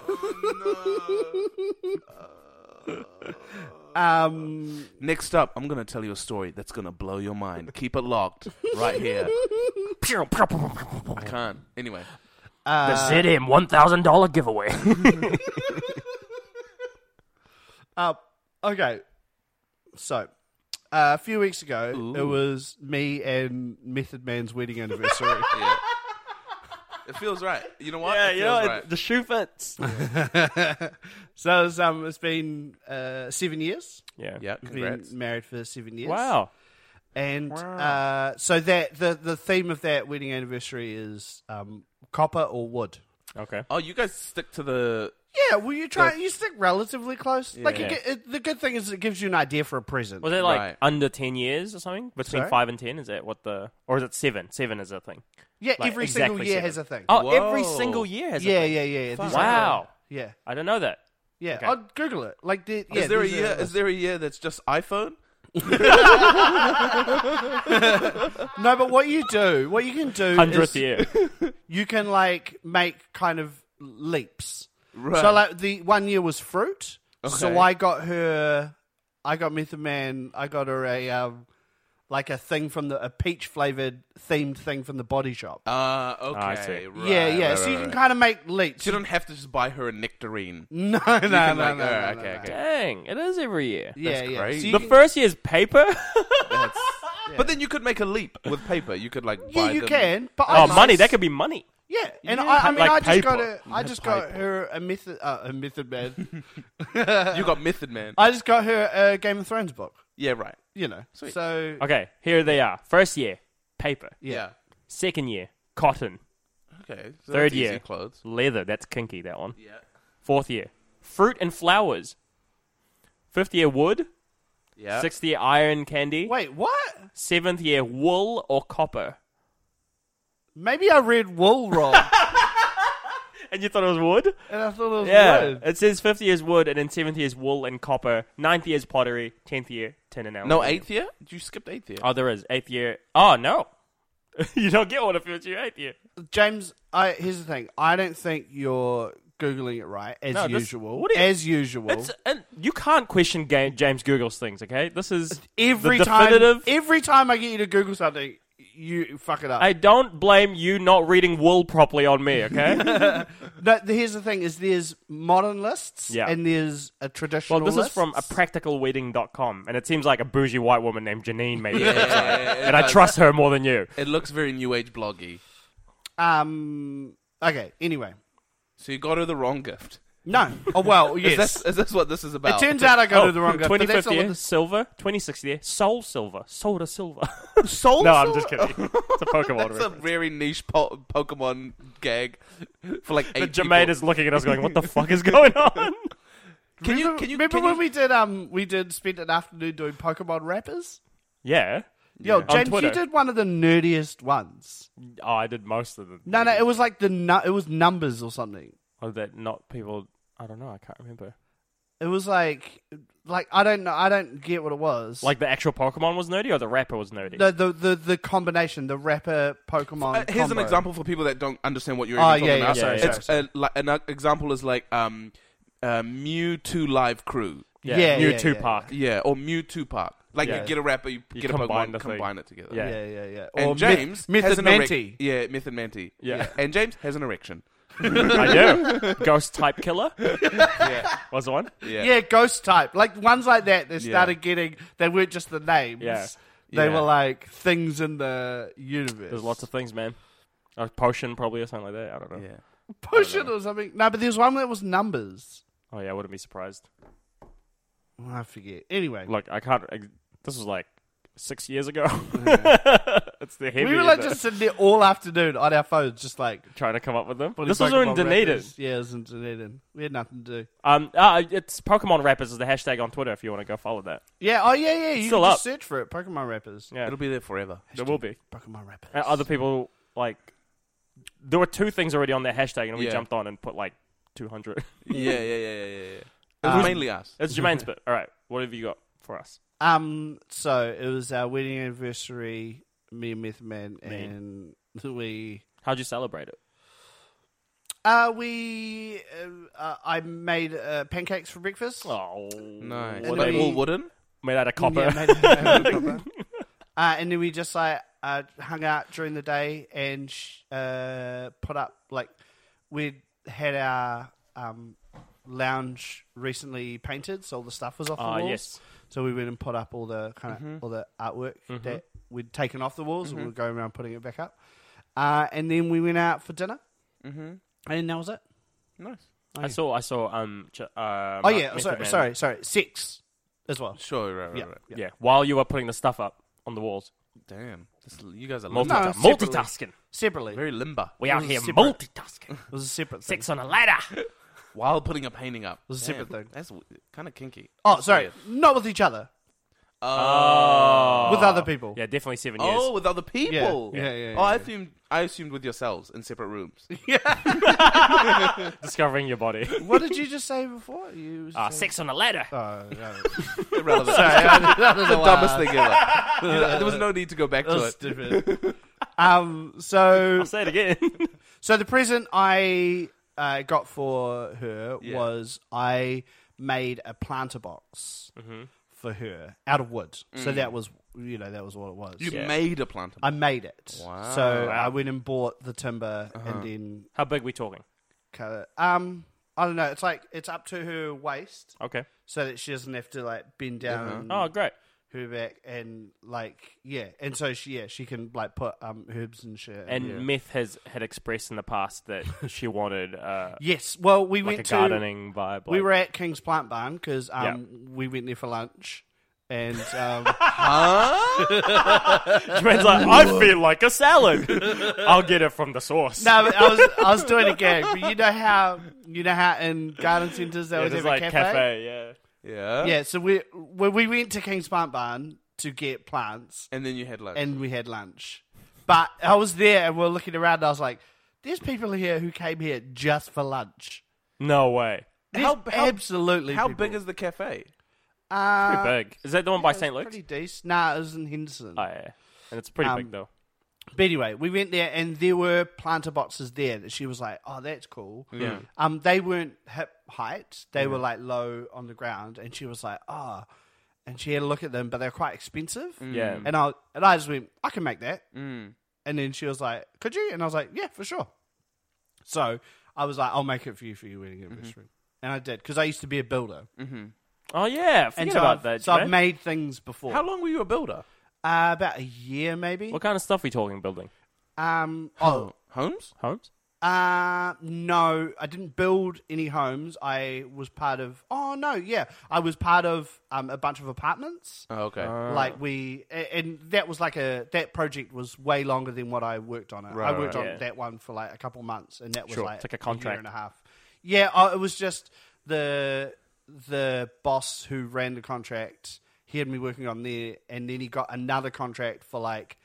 [SPEAKER 5] Um,
[SPEAKER 4] Next up, I'm gonna tell you a story that's gonna blow your mind. Keep it locked right here. I can't. Anyway,
[SPEAKER 2] the ZM $1,000 giveaway.
[SPEAKER 5] uh, okay. So, uh, a few weeks ago, it was me and Method Man's wedding anniversary.
[SPEAKER 4] it feels right. You know what?
[SPEAKER 2] yeah,
[SPEAKER 4] it
[SPEAKER 2] you
[SPEAKER 4] feels
[SPEAKER 2] know, it-
[SPEAKER 4] right.
[SPEAKER 2] the shoe fits.
[SPEAKER 5] so it's, um, it's been uh, seven years.
[SPEAKER 2] Yeah.
[SPEAKER 4] yeah,
[SPEAKER 5] Been
[SPEAKER 4] congrats.
[SPEAKER 5] married for seven years.
[SPEAKER 2] Wow.
[SPEAKER 5] And uh, so that the the theme of that wedding anniversary is um, copper or wood.
[SPEAKER 2] Okay.
[SPEAKER 4] Oh, you guys stick to the.
[SPEAKER 5] Yeah, well, you try. You stick relatively close. Like
[SPEAKER 2] Yeah.
[SPEAKER 5] it, ge- it, the good thing is, it gives you an idea for a present.
[SPEAKER 2] Was it like
[SPEAKER 4] Right.
[SPEAKER 2] under ten years or something? Between
[SPEAKER 5] Sorry?
[SPEAKER 2] five and ten? Is that what the or is it seven? Seven is a thing.
[SPEAKER 5] yeah,
[SPEAKER 2] Like,
[SPEAKER 5] every
[SPEAKER 2] exactly
[SPEAKER 5] single year
[SPEAKER 2] seven.
[SPEAKER 5] has a thing.
[SPEAKER 2] Oh, every
[SPEAKER 4] Whoa.
[SPEAKER 2] single year has
[SPEAKER 5] yeah,
[SPEAKER 2] a thing.
[SPEAKER 5] yeah, yeah, yeah. These are-
[SPEAKER 2] Wow.
[SPEAKER 5] Yeah,
[SPEAKER 2] I don't know that.
[SPEAKER 5] yeah.
[SPEAKER 2] Okay.
[SPEAKER 5] I'll Google it. Like, the, yeah,
[SPEAKER 4] is there a
[SPEAKER 5] these are-
[SPEAKER 4] year? Is there a year that's just iPhone?
[SPEAKER 5] No, but what you do, what you can do, is
[SPEAKER 2] Hundredth year.
[SPEAKER 5] you can like make kind of leaps.
[SPEAKER 4] Right.
[SPEAKER 5] So like the one year was fruit.
[SPEAKER 4] Okay.
[SPEAKER 5] So I got her, I got Method Man, I got her a um, like a thing from the a peach flavored themed thing from the Body Shop.
[SPEAKER 4] Uh, okay.
[SPEAKER 2] Ah, I see.
[SPEAKER 4] Right,
[SPEAKER 5] yeah, yeah.
[SPEAKER 4] right,
[SPEAKER 5] so
[SPEAKER 4] right,
[SPEAKER 5] you can
[SPEAKER 4] right.
[SPEAKER 5] kind of make leaps.
[SPEAKER 4] So you don't have to just buy her a nectarine.
[SPEAKER 5] no, no, no,
[SPEAKER 4] Like,
[SPEAKER 5] no,
[SPEAKER 4] oh,
[SPEAKER 5] no,
[SPEAKER 4] okay,
[SPEAKER 5] no,
[SPEAKER 4] okay,
[SPEAKER 5] no.
[SPEAKER 4] okay.
[SPEAKER 2] Dang, it is every year.
[SPEAKER 5] Yeah, yeah.
[SPEAKER 4] crazy.
[SPEAKER 5] So you
[SPEAKER 2] The
[SPEAKER 5] can-
[SPEAKER 2] first year's paper.
[SPEAKER 4] But then you could make a leap with paper. You could like
[SPEAKER 5] yeah,
[SPEAKER 4] buy
[SPEAKER 5] you
[SPEAKER 4] them-
[SPEAKER 5] can. But I
[SPEAKER 2] oh,
[SPEAKER 5] just-
[SPEAKER 2] money. That could be money.
[SPEAKER 5] Yeah, and
[SPEAKER 4] Yeah.
[SPEAKER 5] I, I mean,
[SPEAKER 2] Like
[SPEAKER 5] I just
[SPEAKER 2] paper.
[SPEAKER 5] got a, I
[SPEAKER 2] Yeah,
[SPEAKER 5] just got
[SPEAKER 2] paper.
[SPEAKER 5] her a method, uh, a method man.
[SPEAKER 4] You got Method Man.
[SPEAKER 5] I just got her a Game of Thrones book.
[SPEAKER 4] yeah, right.
[SPEAKER 5] You know, so
[SPEAKER 2] Okay, here they are. First year, paper.
[SPEAKER 4] Yeah.
[SPEAKER 2] Second year, cotton.
[SPEAKER 4] Okay. so
[SPEAKER 2] Third
[SPEAKER 4] that's easy
[SPEAKER 2] year.
[SPEAKER 4] clothes.
[SPEAKER 2] Leather. That's kinky. That one.
[SPEAKER 4] Yeah.
[SPEAKER 2] Fourth year, fruit and flowers. Fifth year, wood.
[SPEAKER 4] Yeah.
[SPEAKER 2] Sixth year, iron candy.
[SPEAKER 5] wait, what?
[SPEAKER 2] Seventh year, wool or copper.
[SPEAKER 5] Maybe I read wool wrong,
[SPEAKER 2] And you thought it was wood?
[SPEAKER 5] and I thought it was
[SPEAKER 2] Yeah.
[SPEAKER 5] wood.
[SPEAKER 2] It says fifth year is wood, and then seventh year is wool and copper. Ninth year is pottery. Tenth year, tin and aluminium.
[SPEAKER 4] No, eighth year? You skipped eighth
[SPEAKER 5] Uh,
[SPEAKER 4] year.
[SPEAKER 2] Oh, there is eighth year. Oh no, you don't get one if it's your eighth year.
[SPEAKER 5] James, I, here's the thing. I don't think you're googling it right as
[SPEAKER 2] No, this-
[SPEAKER 5] usual.
[SPEAKER 2] what do you-
[SPEAKER 5] as usual,
[SPEAKER 2] It's and you can't question Ga- James Google's things. Okay, this is
[SPEAKER 5] every
[SPEAKER 2] the
[SPEAKER 5] time.
[SPEAKER 2] definitive.
[SPEAKER 5] Every time I get you to Google something, you fuck it up.
[SPEAKER 2] I don't blame you not reading wool properly on me. Okay,
[SPEAKER 5] no, th- here's the thing: is there's modern lists
[SPEAKER 2] Yeah.
[SPEAKER 5] and there's a traditional.
[SPEAKER 2] well, this is from a
[SPEAKER 5] lists.
[SPEAKER 2] practicalwedding.com, and it seems like a bougie white woman named Janine made it.
[SPEAKER 4] yeah,
[SPEAKER 2] and I trust her more than you.
[SPEAKER 4] It looks very new age bloggy.
[SPEAKER 5] um. Okay. Anyway,
[SPEAKER 4] So you got her the wrong gift.
[SPEAKER 5] no. Oh well.
[SPEAKER 4] Is
[SPEAKER 5] Yes.
[SPEAKER 4] this, is this what this is
[SPEAKER 5] It
[SPEAKER 4] about?
[SPEAKER 5] turns out I got
[SPEAKER 2] Oh,
[SPEAKER 5] it the wrong guy. but that's not
[SPEAKER 2] 25th
[SPEAKER 5] what
[SPEAKER 2] year,
[SPEAKER 5] this-
[SPEAKER 2] silver. 26th year, soul silver. Soda silver.
[SPEAKER 5] Soul
[SPEAKER 2] no, I'm
[SPEAKER 5] Silver?
[SPEAKER 2] just kidding. It's a Pokemon
[SPEAKER 4] That's a
[SPEAKER 2] reference.
[SPEAKER 4] very niche po- Pokemon gag for like eight
[SPEAKER 2] But Jermaine
[SPEAKER 4] people.
[SPEAKER 2] is looking at us going, what the fuck is going on?
[SPEAKER 4] Can you,
[SPEAKER 5] Remember-
[SPEAKER 4] can you,
[SPEAKER 5] remember
[SPEAKER 4] can
[SPEAKER 5] when
[SPEAKER 4] you-
[SPEAKER 5] we did um we did spend an afternoon doing Pokemon rappers?
[SPEAKER 2] Yeah.
[SPEAKER 5] Yo, James,
[SPEAKER 2] Twitter.
[SPEAKER 5] you did one of the nerdiest ones.
[SPEAKER 2] Oh, I did most of them.
[SPEAKER 5] No, no, it was like the nu- it was numbers or something.
[SPEAKER 2] Or that not people. I don't know. I can't remember.
[SPEAKER 5] It was like like I don't know, I don't get what it was.
[SPEAKER 2] Like the actual Pokemon was nerdy or the rapper was nerdy?
[SPEAKER 5] the the the, the combination, the rapper Pokemon.
[SPEAKER 4] Uh, here's an
[SPEAKER 5] combo.
[SPEAKER 4] example for people that don't understand what you're
[SPEAKER 5] Oh,
[SPEAKER 4] even talking
[SPEAKER 5] yeah, yeah,
[SPEAKER 4] about.
[SPEAKER 2] yeah, yeah,
[SPEAKER 4] it's uh, like, an uh, example is like um, uh, Mewtwo Live Crew.
[SPEAKER 2] yeah.
[SPEAKER 5] yeah,
[SPEAKER 2] New
[SPEAKER 5] yeah,
[SPEAKER 2] two
[SPEAKER 5] yeah.
[SPEAKER 2] Park.
[SPEAKER 4] Yeah, or Mewtwo Park. Like
[SPEAKER 2] Yeah.
[SPEAKER 4] you get a rapper, you,
[SPEAKER 2] You
[SPEAKER 4] get a
[SPEAKER 2] combine
[SPEAKER 4] Pokemon,
[SPEAKER 2] the thing.
[SPEAKER 4] combine it together.
[SPEAKER 2] Yeah.
[SPEAKER 5] Yeah, yeah, yeah.
[SPEAKER 4] And
[SPEAKER 5] Or
[SPEAKER 4] James
[SPEAKER 5] Myth-
[SPEAKER 4] has
[SPEAKER 5] Method
[SPEAKER 4] an
[SPEAKER 5] Manti.
[SPEAKER 4] erec- yeah, Method Manti.
[SPEAKER 2] Yeah.
[SPEAKER 4] and James has an erection.
[SPEAKER 2] I do. Ghost type killer. Was the one?
[SPEAKER 5] yeah. ghost type. Like ones like that they started getting they weren't just the names.
[SPEAKER 2] Yeah.
[SPEAKER 5] They
[SPEAKER 4] Yeah.
[SPEAKER 5] were like things in the universe.
[SPEAKER 2] There's lots of things, man. A potion, probably, or something like that. I don't know.
[SPEAKER 4] Yeah.
[SPEAKER 5] potion or something. No, but there's one that was numbers.
[SPEAKER 2] Oh, yeah. I wouldn't be surprised.
[SPEAKER 5] Oh, I forget. Anyway,
[SPEAKER 2] Look, I can't. I, this was like six years ago. it's the heavy.
[SPEAKER 5] we were like
[SPEAKER 2] the-
[SPEAKER 5] just sitting there all afternoon on our phones, just like.
[SPEAKER 2] trying to come up with them.
[SPEAKER 5] putting
[SPEAKER 2] This was all in
[SPEAKER 5] Pokemon
[SPEAKER 2] Dunedin.
[SPEAKER 5] records. Yeah, it was in Dunedin. We had nothing to do.
[SPEAKER 2] Um, uh, it's Pokemon Rappers is the hashtag on Twitter if you want to go follow that.
[SPEAKER 5] Yeah. Oh, yeah, yeah. You
[SPEAKER 2] Still
[SPEAKER 5] can
[SPEAKER 2] up.
[SPEAKER 5] just search for it. Pokemon rappers.
[SPEAKER 2] Yeah,
[SPEAKER 4] It'll be there forever.
[SPEAKER 2] there will be.
[SPEAKER 5] Pokemon rappers.
[SPEAKER 2] And other people like there were two things already on that hashtag, and we
[SPEAKER 4] Yeah.
[SPEAKER 2] jumped on and put like two hundred.
[SPEAKER 4] yeah, yeah, yeah, yeah, yeah.
[SPEAKER 5] Uh,
[SPEAKER 4] yeah. It was mainly us.
[SPEAKER 2] it's Jermaine's bit. All right, what have you got for us?
[SPEAKER 5] Um. So it was our wedding anniversary. Me and Meth Man and we.
[SPEAKER 2] How'd you celebrate it?
[SPEAKER 5] Uh, we. Uh, uh, I made uh, pancakes for breakfast.
[SPEAKER 2] Oh,
[SPEAKER 4] Nice.
[SPEAKER 5] And
[SPEAKER 4] But
[SPEAKER 5] we-
[SPEAKER 4] all wooden.
[SPEAKER 2] made out of copper.
[SPEAKER 5] Yeah, made- uh, and then we just like uh, hung out during the day and sh- uh, put up like we'd had our um, lounge recently painted, so all the stuff was off
[SPEAKER 2] Ah,
[SPEAKER 5] the walls.
[SPEAKER 2] yes. Mm-hmm.
[SPEAKER 5] So we went and put up all the kind of all the artwork that we'd taken off the walls, and we were going around putting it back up. Uh, and then we went out for dinner, mm-hmm. and that was it.
[SPEAKER 4] Nice.
[SPEAKER 2] I saw. I saw. Um. Ch- uh,
[SPEAKER 5] Oh
[SPEAKER 2] Mark
[SPEAKER 5] yeah,
[SPEAKER 2] Method
[SPEAKER 5] sorry,
[SPEAKER 2] Man.
[SPEAKER 5] sorry, sorry, six as well.
[SPEAKER 4] Sure. Right. Right.
[SPEAKER 5] Yeah.
[SPEAKER 4] Right.
[SPEAKER 2] Yeah. While you were putting the stuff up, on the walls.
[SPEAKER 4] Damn, this, you guys are limber.
[SPEAKER 2] Multita-
[SPEAKER 5] separately.
[SPEAKER 2] multitasking.
[SPEAKER 5] Separately.
[SPEAKER 4] very limber.
[SPEAKER 2] We out
[SPEAKER 5] was
[SPEAKER 2] here
[SPEAKER 5] separate.
[SPEAKER 2] multitasking.
[SPEAKER 5] it was a separate thing.
[SPEAKER 2] Six on a ladder.
[SPEAKER 4] While putting a painting up,
[SPEAKER 5] was a
[SPEAKER 4] Damn,
[SPEAKER 5] separate thing.
[SPEAKER 4] That's kind of kinky.
[SPEAKER 5] Oh,
[SPEAKER 4] That's
[SPEAKER 5] sorry.
[SPEAKER 4] weird.
[SPEAKER 5] Not with each other.
[SPEAKER 2] Oh.
[SPEAKER 5] With other people.
[SPEAKER 2] Yeah, definitely seven years.
[SPEAKER 4] Oh, with other people.
[SPEAKER 5] Yeah, yeah, yeah,
[SPEAKER 4] oh, I
[SPEAKER 5] yeah.
[SPEAKER 4] assumed I assumed with yourselves in separate rooms.
[SPEAKER 2] Discovering your body.
[SPEAKER 5] What did you just say before? You
[SPEAKER 4] Ah.
[SPEAKER 2] Uh, six on a ladder.
[SPEAKER 5] Oh, no.
[SPEAKER 4] Irrelevant.
[SPEAKER 5] that was
[SPEAKER 4] the dumbest thing ever. You know, there was no need to go back
[SPEAKER 5] That
[SPEAKER 4] to
[SPEAKER 5] was
[SPEAKER 4] it.
[SPEAKER 5] stupid. um, so,
[SPEAKER 2] I'll say it again.
[SPEAKER 5] so the present I uh, got for her
[SPEAKER 4] Yeah.
[SPEAKER 5] was I made a planter box
[SPEAKER 4] Mm-hmm.
[SPEAKER 5] for her out of wood. So that was, you know, that was what it was.
[SPEAKER 4] Mm. You
[SPEAKER 2] Yeah.
[SPEAKER 4] made a plant.
[SPEAKER 5] I made it.
[SPEAKER 4] Wow. Uh-huh.
[SPEAKER 5] So I went and bought the timber and then
[SPEAKER 2] How big we talking?
[SPEAKER 5] cut it. Um, I don't know. It's like it's up to her waist,
[SPEAKER 2] Okay.
[SPEAKER 5] so that she doesn't have to like bend down
[SPEAKER 2] Oh, great.
[SPEAKER 5] her back and like yeah, and so she yeah she can like put um herbs and shit.
[SPEAKER 2] And Meth has had expressed in the past that she wanted uh,
[SPEAKER 5] yes, well we
[SPEAKER 2] like a
[SPEAKER 5] went to
[SPEAKER 2] gardening vibe.
[SPEAKER 5] we
[SPEAKER 2] like-
[SPEAKER 5] were at King's Plant Barn because um we went there for lunch and um
[SPEAKER 2] Man's like, I feel like a salad. I'll get it from the source.
[SPEAKER 5] no but I was I was doing a gag, but you know how you know how in garden centres they
[SPEAKER 2] it
[SPEAKER 5] always
[SPEAKER 2] is
[SPEAKER 5] have
[SPEAKER 2] like
[SPEAKER 5] a
[SPEAKER 2] cafe. yeah.
[SPEAKER 4] Yeah.
[SPEAKER 5] Yeah, so we when we went to King's Plant Barn to get plants,
[SPEAKER 4] And then you had lunch.
[SPEAKER 5] and we had lunch. But I was there and we are looking around. and I was like, "There's people here who came here just for lunch."
[SPEAKER 2] No way.
[SPEAKER 4] how how,
[SPEAKER 5] Absolutely.
[SPEAKER 4] how
[SPEAKER 5] people.
[SPEAKER 4] big is the cafe?
[SPEAKER 5] Uh,
[SPEAKER 2] Pretty big. Is that the one by
[SPEAKER 5] it
[SPEAKER 2] St.
[SPEAKER 5] was
[SPEAKER 2] Luke's?
[SPEAKER 5] Pretty decent. Nah, it was in Henderson.
[SPEAKER 2] Oh, yeah. And it's pretty
[SPEAKER 5] Um,
[SPEAKER 2] big, though.
[SPEAKER 5] But anyway, we went there and there were planter boxes there that she was like, "Oh, that's cool."
[SPEAKER 4] Yeah.
[SPEAKER 5] Um, they weren't hip height; they were like low on the ground, and she was like, "Ah." And she had a look at them, but they're quite expensive.
[SPEAKER 2] Yeah.
[SPEAKER 5] And I and I just went, I can make that. And then she was like, Could you? And I was like, Yeah, for sure. So I was like, I'll make it for you for your wedding anniversary. And I did because I used to be a builder.
[SPEAKER 2] Oh, yeah. Forget
[SPEAKER 5] And so,
[SPEAKER 2] about
[SPEAKER 5] I've,
[SPEAKER 2] that.
[SPEAKER 5] so I've
[SPEAKER 2] Jermaine.
[SPEAKER 5] made things before.
[SPEAKER 4] How long were you a builder?
[SPEAKER 5] Uh, about a year maybe.
[SPEAKER 2] What kind of stuff are we talking building?
[SPEAKER 5] Um. Oh.
[SPEAKER 4] Homes?
[SPEAKER 2] Homes?
[SPEAKER 5] Uh. No, I didn't build any homes. I was part of. Oh no. Yeah, I was part of um, a bunch of apartments.
[SPEAKER 4] Oh, okay.
[SPEAKER 2] Uh.
[SPEAKER 5] like we a- and that was like a that project was way longer than what I worked on it. I worked
[SPEAKER 2] right.
[SPEAKER 5] on
[SPEAKER 2] Yeah.
[SPEAKER 5] that one for like a couple months, and that was
[SPEAKER 2] Sure.
[SPEAKER 5] like
[SPEAKER 2] It's like a
[SPEAKER 5] year
[SPEAKER 2] contract.
[SPEAKER 5] and a half. Yeah, oh, it was just the the boss who ran the contract. He had me working on there, and then he got another contract for like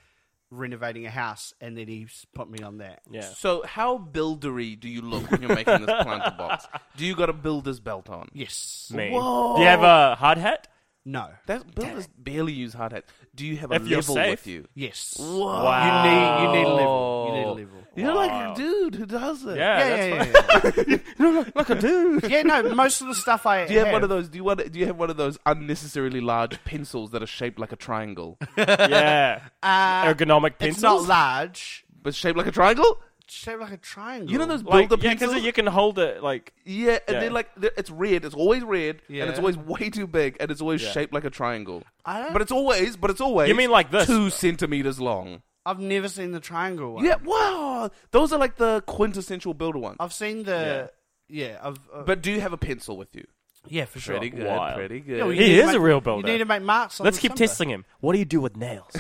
[SPEAKER 5] renovating a house, and then he s- put me on that.
[SPEAKER 2] Yeah.
[SPEAKER 4] so how buildery do you look when you're making this planter box? Do you got a builder's belt on?
[SPEAKER 5] Yes.
[SPEAKER 2] Mean. Do you have a hard hat?
[SPEAKER 5] No.
[SPEAKER 4] That's builders barely use hard hats. Do you have a
[SPEAKER 2] If you're
[SPEAKER 4] level
[SPEAKER 2] safe.
[SPEAKER 4] with you?
[SPEAKER 5] Yes.
[SPEAKER 2] Wow.
[SPEAKER 5] You need you need a level. You need a level.
[SPEAKER 4] You're like a dude who does it.
[SPEAKER 2] Yeah,
[SPEAKER 5] Yeah,
[SPEAKER 2] that's
[SPEAKER 5] yeah,
[SPEAKER 2] fine.
[SPEAKER 5] yeah, yeah.
[SPEAKER 4] like a dude.
[SPEAKER 5] yeah, no, most of the stuff I
[SPEAKER 4] Do you have,
[SPEAKER 5] have
[SPEAKER 4] one of those? Do you want? Do you have one of those unnecessarily large pencils that are shaped like a triangle?
[SPEAKER 2] Yeah. Ergonomic
[SPEAKER 5] Uh, It's
[SPEAKER 2] pencils.
[SPEAKER 5] not large.
[SPEAKER 4] but shaped like a triangle?
[SPEAKER 5] shaped like a triangle.
[SPEAKER 4] You know those
[SPEAKER 2] Like,
[SPEAKER 4] builder
[SPEAKER 2] yeah,
[SPEAKER 4] pencils?
[SPEAKER 2] because you can hold it like.
[SPEAKER 4] yeah, and
[SPEAKER 2] Yeah.
[SPEAKER 4] they're like they're, it's red. It's always red, and
[SPEAKER 5] Yeah.
[SPEAKER 4] it's always way too big, and it's always shaped like a triangle.
[SPEAKER 5] I don't-
[SPEAKER 4] But it's always, but it's always.
[SPEAKER 2] You mean like this?
[SPEAKER 4] Two centimeters long.
[SPEAKER 5] I've never seen the triangle one.
[SPEAKER 4] Yeah. Wow. Those are like the quintessential builder ones.
[SPEAKER 5] I've seen the yeah. I've uh,
[SPEAKER 4] But do you have a pencil with you?
[SPEAKER 5] yeah, for sure.
[SPEAKER 4] Pretty good.
[SPEAKER 2] Wild.
[SPEAKER 4] Pretty good.
[SPEAKER 5] Yeah, well, you
[SPEAKER 2] He
[SPEAKER 5] need to
[SPEAKER 2] is a
[SPEAKER 5] make-
[SPEAKER 2] real
[SPEAKER 5] You need
[SPEAKER 2] builder.
[SPEAKER 5] to make marks. On
[SPEAKER 2] Let's
[SPEAKER 5] the
[SPEAKER 2] keep
[SPEAKER 5] timber.
[SPEAKER 2] testing him. What do you do with nails?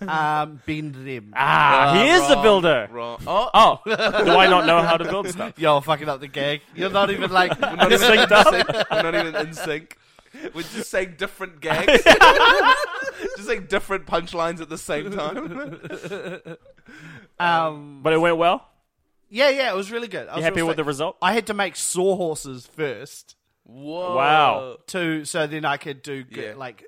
[SPEAKER 5] Um, bend them.
[SPEAKER 2] Ah, he is a builder.
[SPEAKER 4] Wrong. Oh,
[SPEAKER 2] Oh, do I not know how to build stuff?
[SPEAKER 5] You're fucking up the gag. You're not even like.
[SPEAKER 4] not even
[SPEAKER 2] Synced
[SPEAKER 4] in
[SPEAKER 2] up.
[SPEAKER 4] sync. We're not even in sync. We're just saying different gags. just saying different punchlines at the same time.
[SPEAKER 5] um,
[SPEAKER 2] But it went well.
[SPEAKER 5] yeah, yeah, it was really good. I was
[SPEAKER 2] You happy
[SPEAKER 5] real
[SPEAKER 2] with the
[SPEAKER 5] psyched.
[SPEAKER 2] result?
[SPEAKER 5] I had to make sawhorses first
[SPEAKER 4] Whoa.
[SPEAKER 2] Wow.
[SPEAKER 5] to so then I could do good,
[SPEAKER 4] Yeah.
[SPEAKER 5] like.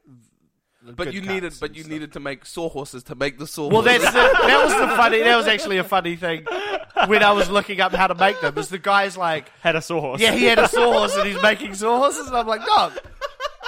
[SPEAKER 5] the
[SPEAKER 4] But
[SPEAKER 5] good
[SPEAKER 4] you needed,
[SPEAKER 5] cuts
[SPEAKER 4] but
[SPEAKER 5] and
[SPEAKER 4] you
[SPEAKER 5] stuff.
[SPEAKER 4] needed to make sawhorses to make the sawhorses.
[SPEAKER 5] Well, that's the, that was the funny. That was actually a funny thing when I was looking up how to make them. Is the guy's like,
[SPEAKER 2] Had a sawhorse.
[SPEAKER 5] Yeah, he had a sawhorse and he's making sawhorses. And I'm like, dog,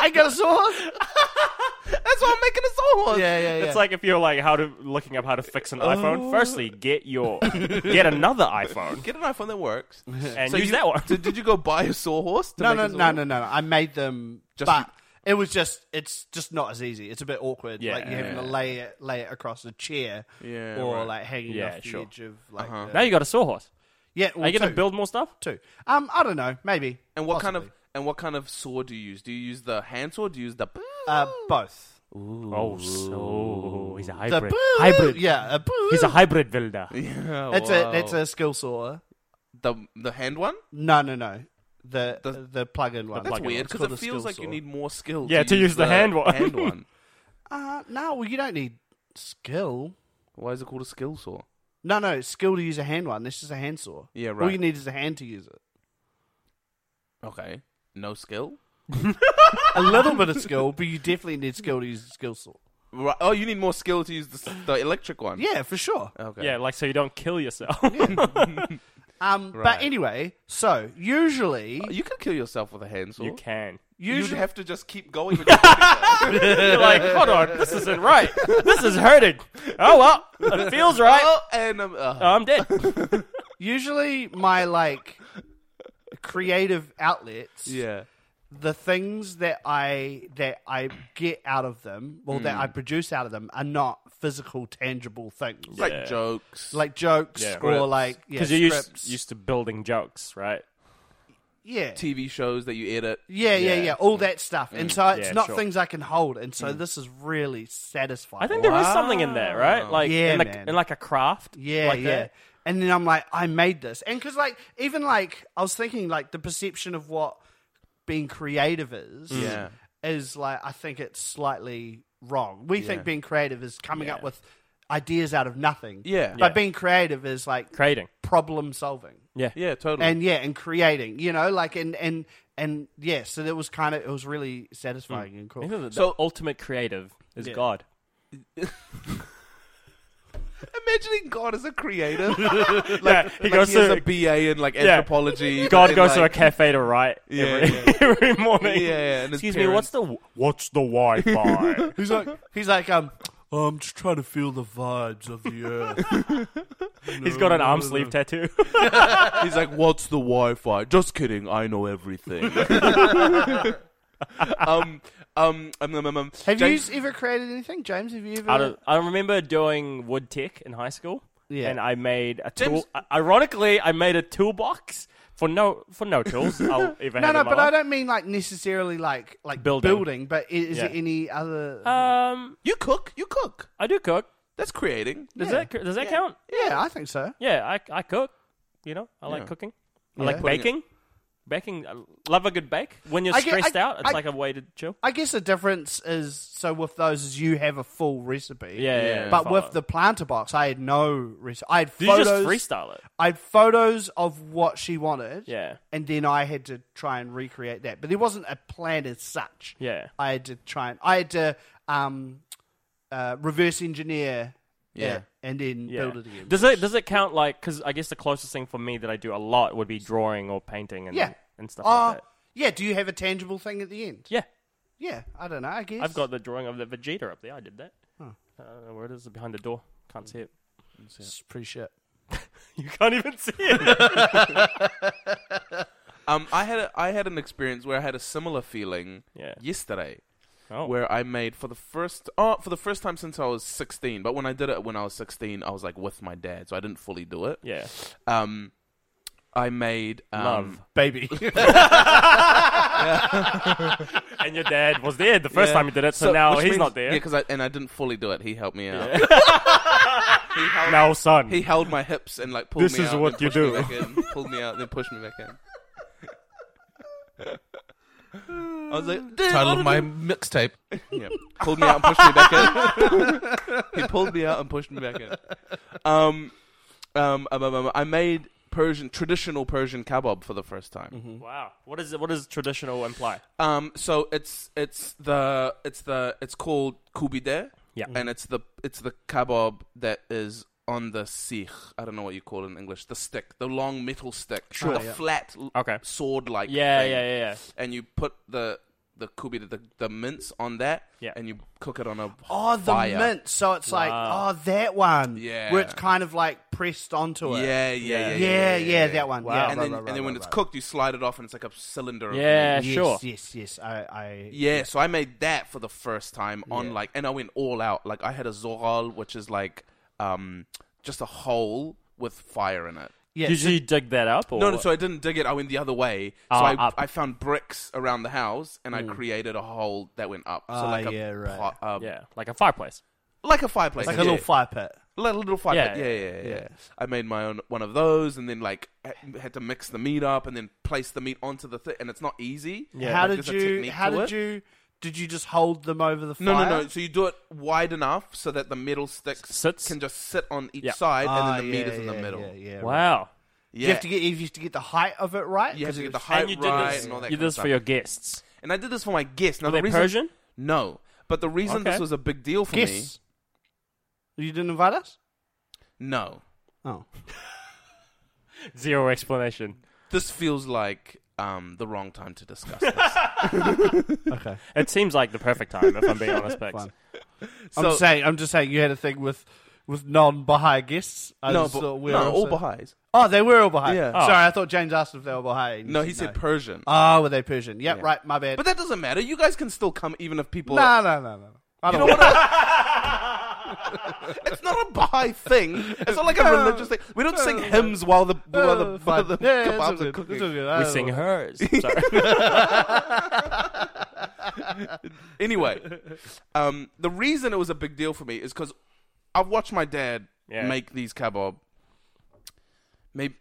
[SPEAKER 5] I ain't got a sawhorse.
[SPEAKER 4] that's why I'm making a sawhorse.
[SPEAKER 5] Yeah, yeah, yeah. Oh.
[SPEAKER 2] It's like if you're like how to looking up how to fix an iPhone. Firstly, get your get another iPhone
[SPEAKER 4] Get an iPhone that works.
[SPEAKER 2] and
[SPEAKER 4] So
[SPEAKER 2] use
[SPEAKER 4] you-
[SPEAKER 2] that one.
[SPEAKER 4] So did you go buy a sawhorse? To
[SPEAKER 5] no,
[SPEAKER 4] make
[SPEAKER 5] no,
[SPEAKER 4] a
[SPEAKER 5] no,
[SPEAKER 4] sawhorse?
[SPEAKER 5] no, no, no. I made them,
[SPEAKER 4] Just-
[SPEAKER 5] but it was just, it's just not as easy. It's a bit awkward.
[SPEAKER 2] Yeah.
[SPEAKER 5] like you're having to lay it, lay it across a chair,
[SPEAKER 4] Yeah,
[SPEAKER 5] or
[SPEAKER 4] right.
[SPEAKER 5] like hanging
[SPEAKER 2] Yeah,
[SPEAKER 5] off the
[SPEAKER 2] sure. Uh-huh.
[SPEAKER 5] edge of like. the-
[SPEAKER 2] Now you got a sawhorse.
[SPEAKER 5] yeah, well,
[SPEAKER 2] Are you going
[SPEAKER 5] two.
[SPEAKER 2] to build more stuff?
[SPEAKER 5] two? Um, I don't know, maybe.
[SPEAKER 4] And what kind
[SPEAKER 5] possibly.
[SPEAKER 4] of and what kind of saw do you use? Do you use the hand saw? Do you use the
[SPEAKER 5] Uh, both.
[SPEAKER 2] Oh, so he's a
[SPEAKER 5] The
[SPEAKER 2] hybrid.
[SPEAKER 5] boo-
[SPEAKER 2] Hybrid.
[SPEAKER 5] Yeah, a boo-
[SPEAKER 2] He's a hybrid builder.
[SPEAKER 4] Yeah,
[SPEAKER 5] That's a that's
[SPEAKER 4] wow.
[SPEAKER 5] a skill saw.
[SPEAKER 4] the the hand one.
[SPEAKER 5] No, no, no. The
[SPEAKER 4] The-
[SPEAKER 5] the, plug-in one.
[SPEAKER 4] That's
[SPEAKER 2] plug-in
[SPEAKER 4] weird
[SPEAKER 5] It's
[SPEAKER 4] because
[SPEAKER 5] called
[SPEAKER 4] it
[SPEAKER 5] a
[SPEAKER 4] feels
[SPEAKER 5] skill
[SPEAKER 4] like you
[SPEAKER 5] saw.
[SPEAKER 4] need more skill.
[SPEAKER 2] Yeah, to use the hand one.
[SPEAKER 4] hand one.
[SPEAKER 5] Uh, no, well, you don't need skill.
[SPEAKER 4] Why is it called a skill saw?
[SPEAKER 5] No, no, skill to use a hand one. This is a hand saw.
[SPEAKER 4] Yeah,
[SPEAKER 5] All
[SPEAKER 4] right.
[SPEAKER 5] you need is a hand to use it.
[SPEAKER 4] Okay, no skill.
[SPEAKER 5] A little bit of skill, but you definitely need skill to use a skill saw.
[SPEAKER 4] Right. Oh, you need more skill to use the, s- the electric one.
[SPEAKER 5] Yeah, for sure.
[SPEAKER 4] Okay.
[SPEAKER 2] Yeah, like so you don't kill yourself.
[SPEAKER 5] Um,
[SPEAKER 4] Right.
[SPEAKER 5] but anyway, so usually,
[SPEAKER 4] Oh, You can kill yourself with a hand saw.
[SPEAKER 2] you can.
[SPEAKER 4] You'd
[SPEAKER 5] usually,
[SPEAKER 4] have to just keep going. With your
[SPEAKER 2] You're like, hold on, this isn't right. This is hurting. Oh well, it feels right.
[SPEAKER 4] oh, and um, uh,
[SPEAKER 2] I'm dead.
[SPEAKER 5] usually my like creative outlets.
[SPEAKER 4] yeah.
[SPEAKER 5] the things that I that I get out of them or that I produce out of them are not physical, tangible things
[SPEAKER 4] It's like jokes.
[SPEAKER 5] like jokes
[SPEAKER 2] Yeah.
[SPEAKER 5] or
[SPEAKER 2] Scripts.
[SPEAKER 5] like yeah,
[SPEAKER 2] Because you're used,
[SPEAKER 5] scripts.
[SPEAKER 2] used to building jokes, right?
[SPEAKER 5] yeah.
[SPEAKER 4] TV shows that you edit.
[SPEAKER 5] yeah, yeah,
[SPEAKER 2] Yeah. Mm.
[SPEAKER 5] yeah, all that stuff, and so it's
[SPEAKER 2] Yeah,
[SPEAKER 5] not
[SPEAKER 2] sure. Mm.
[SPEAKER 5] things I can hold, and so this is really satisfying.
[SPEAKER 2] I think there is something in there, right? Like
[SPEAKER 5] Yeah,
[SPEAKER 2] in, the,
[SPEAKER 5] man.
[SPEAKER 2] in like a craft.
[SPEAKER 5] Yeah,
[SPEAKER 2] like
[SPEAKER 5] yeah.
[SPEAKER 2] that.
[SPEAKER 5] And then I'm like, I made this, and because like even like I was thinking like the perception of what being creative is,
[SPEAKER 2] Mm.
[SPEAKER 4] Yeah.
[SPEAKER 5] is like I think it's slightly wrong. We
[SPEAKER 4] Yeah.
[SPEAKER 5] think being creative is coming up with ideas out of nothing,
[SPEAKER 4] Yeah.
[SPEAKER 5] but
[SPEAKER 2] Yeah.
[SPEAKER 5] being creative is like
[SPEAKER 2] Creating.
[SPEAKER 5] problem solving,
[SPEAKER 2] Yeah.
[SPEAKER 4] Yeah,
[SPEAKER 2] Mm-hmm.
[SPEAKER 4] totally.
[SPEAKER 5] and yeah, and creating, you know, like and and and yeah, so that was kind of it was really satisfying
[SPEAKER 2] Mm.
[SPEAKER 5] and cool.
[SPEAKER 2] so ultimate creative is God.
[SPEAKER 4] Imagining God as a creator.
[SPEAKER 2] yeah, he
[SPEAKER 4] Like
[SPEAKER 2] goes
[SPEAKER 4] he has
[SPEAKER 2] to
[SPEAKER 4] a BA in like anthropology.
[SPEAKER 2] God
[SPEAKER 4] and,
[SPEAKER 2] goes to a
[SPEAKER 4] like,
[SPEAKER 2] cafe to write
[SPEAKER 4] Yeah,
[SPEAKER 2] every, every morning.
[SPEAKER 4] Yeah, yeah, and his
[SPEAKER 2] Excuse me, what's the what's the Wi-Fi?
[SPEAKER 5] He's like, he's like, um, I'm just trying to feel the vibes of the earth.
[SPEAKER 2] He's got an arm sleeve tattoo.
[SPEAKER 4] He's like, what's the Wi-Fi? Just kidding. I know everything. um, um, um, um, um, um,
[SPEAKER 5] Have
[SPEAKER 4] James-
[SPEAKER 5] you ever created anything, James? Have you ever?
[SPEAKER 2] I, don't, I remember doing wood tech in high school.
[SPEAKER 5] Yeah.
[SPEAKER 2] And I made a tool.
[SPEAKER 4] James-
[SPEAKER 2] I- Ironically, I made a toolbox for no for no tools I'll ever
[SPEAKER 5] no,
[SPEAKER 2] have.
[SPEAKER 5] no,
[SPEAKER 2] in my
[SPEAKER 5] but I
[SPEAKER 2] life.
[SPEAKER 5] don't mean like necessarily like like
[SPEAKER 2] Building.
[SPEAKER 5] building. but i- is
[SPEAKER 2] Yeah.
[SPEAKER 5] it any other?
[SPEAKER 2] Um,
[SPEAKER 4] You cook. You cook.
[SPEAKER 2] I do cook.
[SPEAKER 4] That's creating.
[SPEAKER 2] Does
[SPEAKER 5] Yeah.
[SPEAKER 2] that does that count?
[SPEAKER 5] yeah, I think so.
[SPEAKER 2] Yeah, I I cook. You know, I like cooking. I like
[SPEAKER 4] Putting it-
[SPEAKER 2] baking. Baking, I love a good bake. When you're
[SPEAKER 5] I get- I-
[SPEAKER 2] stressed out, it's
[SPEAKER 5] I-
[SPEAKER 2] like a way to chill.
[SPEAKER 5] I guess the difference is so with those is you have a full recipe.
[SPEAKER 2] Yeah, yeah, yeah.
[SPEAKER 5] But
[SPEAKER 2] follow.
[SPEAKER 5] with the planter box, I had no recipe. I had
[SPEAKER 2] Did
[SPEAKER 5] photos.
[SPEAKER 2] you just freestyle it?
[SPEAKER 5] I had photos of what she wanted.
[SPEAKER 2] Yeah.
[SPEAKER 5] And then I had to try and recreate that, but there wasn't a plan as such.
[SPEAKER 2] Yeah.
[SPEAKER 5] I had to try and I had to um, uh, reverse engineer.
[SPEAKER 4] Yeah.
[SPEAKER 5] it and then
[SPEAKER 2] Yeah.
[SPEAKER 5] build it again.
[SPEAKER 2] Does it does it count like because I guess the closest thing for me that I do a lot would be drawing or painting and
[SPEAKER 5] Yeah.
[SPEAKER 2] and stuff
[SPEAKER 5] Oh,
[SPEAKER 2] like that.
[SPEAKER 5] yeah. Do you have a tangible thing at the end?
[SPEAKER 2] Yeah,
[SPEAKER 5] Yeah, I don't know. I guess
[SPEAKER 2] I've got the drawing of the Vegeta up there. I did that. I don't know where it is. It's behind the door. Can't see it.
[SPEAKER 5] It's pretty shit.
[SPEAKER 2] You can't even see it.
[SPEAKER 4] Um, I had a, I had an experience where I had a similar feeling
[SPEAKER 2] Yeah.
[SPEAKER 4] yesterday,
[SPEAKER 2] Oh.
[SPEAKER 4] where I made for the first oh for the first time since I was sixteen. But when I did it when I was sixteen, I was like with my dad, so I didn't fully do it.
[SPEAKER 2] Yeah.
[SPEAKER 4] Um, I made um,
[SPEAKER 2] Love.
[SPEAKER 5] Baby.
[SPEAKER 2] And your dad was there the first time you did it, so, now
[SPEAKER 4] which
[SPEAKER 2] he's
[SPEAKER 4] means-
[SPEAKER 2] not there.
[SPEAKER 4] Yeah, because I and I didn't fully do it. He helped me out.
[SPEAKER 2] now, son.
[SPEAKER 4] He held my hips and like pulled
[SPEAKER 2] This
[SPEAKER 4] me out.
[SPEAKER 2] is what
[SPEAKER 4] then
[SPEAKER 2] you
[SPEAKER 4] pushed
[SPEAKER 2] do.
[SPEAKER 4] me back in, pulled me out, then pushed me back in. I was like, "Dude,
[SPEAKER 6] Title of my mixtape.
[SPEAKER 4] Yeah. Pulled me out and pushed me back in. he pulled me out and pushed me back in. Um, um, um, um, um, I made Persian traditional Persian kebab for the first time.
[SPEAKER 2] Mm-hmm. wow. What is it? What does traditional imply?
[SPEAKER 4] Um, so it's it's the it's the it's called kubide.
[SPEAKER 2] Yeah.
[SPEAKER 4] And it's the it's the kebab that is on the sikh. I don't know what you call it in English. The stick, the long metal stick, the flat,
[SPEAKER 2] Okay.
[SPEAKER 4] sword like.
[SPEAKER 2] Yeah, yeah, yeah, yeah.
[SPEAKER 4] And you put the the kubide, the the mince on that.
[SPEAKER 2] Yeah.
[SPEAKER 4] And you cook it on a
[SPEAKER 5] oh, the
[SPEAKER 4] fire.
[SPEAKER 5] mint. So it's
[SPEAKER 2] Wow.
[SPEAKER 5] like, oh, that one.
[SPEAKER 4] Yeah.
[SPEAKER 5] Where it's kind of like pressed onto it.
[SPEAKER 4] Yeah, yeah, yeah,
[SPEAKER 5] Yeah,
[SPEAKER 4] yeah,
[SPEAKER 5] yeah, that one. Yeah.
[SPEAKER 4] And then, and then when it's cooked, you slide it off, and it's like a cylinder. of
[SPEAKER 2] Yeah,
[SPEAKER 4] meat.
[SPEAKER 5] yes,
[SPEAKER 2] sure.
[SPEAKER 5] yes, yes. I, I
[SPEAKER 4] yeah. So I made that for the first time on like, and I went all out. Like I had a zoral, which is like, um, just a hole with fire in it.
[SPEAKER 5] Yeah,
[SPEAKER 2] Did you dig that up? Or
[SPEAKER 4] No, no,
[SPEAKER 2] what?
[SPEAKER 4] so I didn't dig it. I went the other way.
[SPEAKER 2] Ah,
[SPEAKER 4] So I,
[SPEAKER 2] up.
[SPEAKER 4] I found bricks around the house and I created a hole that went up. So
[SPEAKER 5] Hmm. Ah,
[SPEAKER 4] like a
[SPEAKER 5] yeah, right.
[SPEAKER 4] pot- uh,
[SPEAKER 2] yeah, like a fireplace.
[SPEAKER 4] like a fireplace.
[SPEAKER 5] like
[SPEAKER 4] yeah.
[SPEAKER 5] a little fire pit.
[SPEAKER 4] Like a little fire
[SPEAKER 2] Yeah,
[SPEAKER 4] pit. Yeah, yeah, yeah, yeah. I made my own one of those and then like ha- had to mix the meat up and then place the meat onto the thing and it's not easy.
[SPEAKER 5] How
[SPEAKER 4] Like,
[SPEAKER 5] did
[SPEAKER 4] there's a
[SPEAKER 5] you?
[SPEAKER 4] technique
[SPEAKER 5] How
[SPEAKER 4] to
[SPEAKER 5] did
[SPEAKER 4] it.
[SPEAKER 5] you? Did you just hold them over the fire?
[SPEAKER 4] No, no, no. So you do it wide enough so that the metal sticks
[SPEAKER 2] Sits.
[SPEAKER 4] can just sit on each
[SPEAKER 2] Yeah.
[SPEAKER 4] side,
[SPEAKER 5] Ah,
[SPEAKER 4] and then the meat
[SPEAKER 5] yeah,
[SPEAKER 4] is in the
[SPEAKER 5] yeah,
[SPEAKER 4] middle.
[SPEAKER 5] Yeah, yeah, right.
[SPEAKER 2] Wow.
[SPEAKER 4] Yeah.
[SPEAKER 5] You have to get you have to get the height of it right.
[SPEAKER 4] You have to get the
[SPEAKER 5] height.
[SPEAKER 4] height
[SPEAKER 2] and you did
[SPEAKER 4] right
[SPEAKER 2] this.
[SPEAKER 4] and all that.
[SPEAKER 2] you
[SPEAKER 4] kind
[SPEAKER 2] did
[SPEAKER 4] of
[SPEAKER 2] this
[SPEAKER 4] stuff.
[SPEAKER 2] for your guests.
[SPEAKER 4] And I did this for my guests. Now
[SPEAKER 2] Were
[SPEAKER 4] the
[SPEAKER 2] they
[SPEAKER 4] reason,
[SPEAKER 2] Persian?
[SPEAKER 4] No, but the reason
[SPEAKER 2] Okay.
[SPEAKER 4] this was a big deal for me.
[SPEAKER 5] Guess. You didn't invite us?
[SPEAKER 4] No,
[SPEAKER 5] Oh.
[SPEAKER 2] Zero explanation.
[SPEAKER 4] this feels like um, the wrong time to discuss this.
[SPEAKER 5] Okay.
[SPEAKER 2] It seems like the perfect time, if I'm being honest, Bex.
[SPEAKER 5] Fine. I'm
[SPEAKER 4] So-
[SPEAKER 5] saying I'm just saying you had a thing with with non Baha'i guests. I
[SPEAKER 4] no,
[SPEAKER 5] just
[SPEAKER 4] but,
[SPEAKER 5] thought we
[SPEAKER 4] no,
[SPEAKER 5] were
[SPEAKER 4] all
[SPEAKER 5] also-
[SPEAKER 4] Baha'is.
[SPEAKER 5] Oh, they were all Baha'i.
[SPEAKER 4] Yeah.
[SPEAKER 2] Oh.
[SPEAKER 5] Sorry, I thought James asked if they were Baha'i.
[SPEAKER 4] No, he said Persian.
[SPEAKER 5] Oh, were they Persian? Yep,
[SPEAKER 4] Yeah.
[SPEAKER 5] right, my bad.
[SPEAKER 4] but that doesn't matter. You guys can still come, even if people.
[SPEAKER 5] no, no, no, no. I
[SPEAKER 4] You
[SPEAKER 5] don't
[SPEAKER 4] know
[SPEAKER 5] want
[SPEAKER 4] what? I- it's not a Baha'i thing. It's not like a religious thing. We don't sing hymns while the while
[SPEAKER 2] Oh,
[SPEAKER 4] the, while the
[SPEAKER 5] yeah, it's all
[SPEAKER 4] kebabs are
[SPEAKER 5] good. It's all
[SPEAKER 4] cooking.
[SPEAKER 5] good. I
[SPEAKER 2] We
[SPEAKER 5] don't
[SPEAKER 2] sing
[SPEAKER 4] Oh.
[SPEAKER 5] know.
[SPEAKER 2] hers. Sorry.
[SPEAKER 4] Anyway, um, the reason it was a big deal for me is because I've watched my dad
[SPEAKER 2] Yeah.
[SPEAKER 4] make these kebab, maybe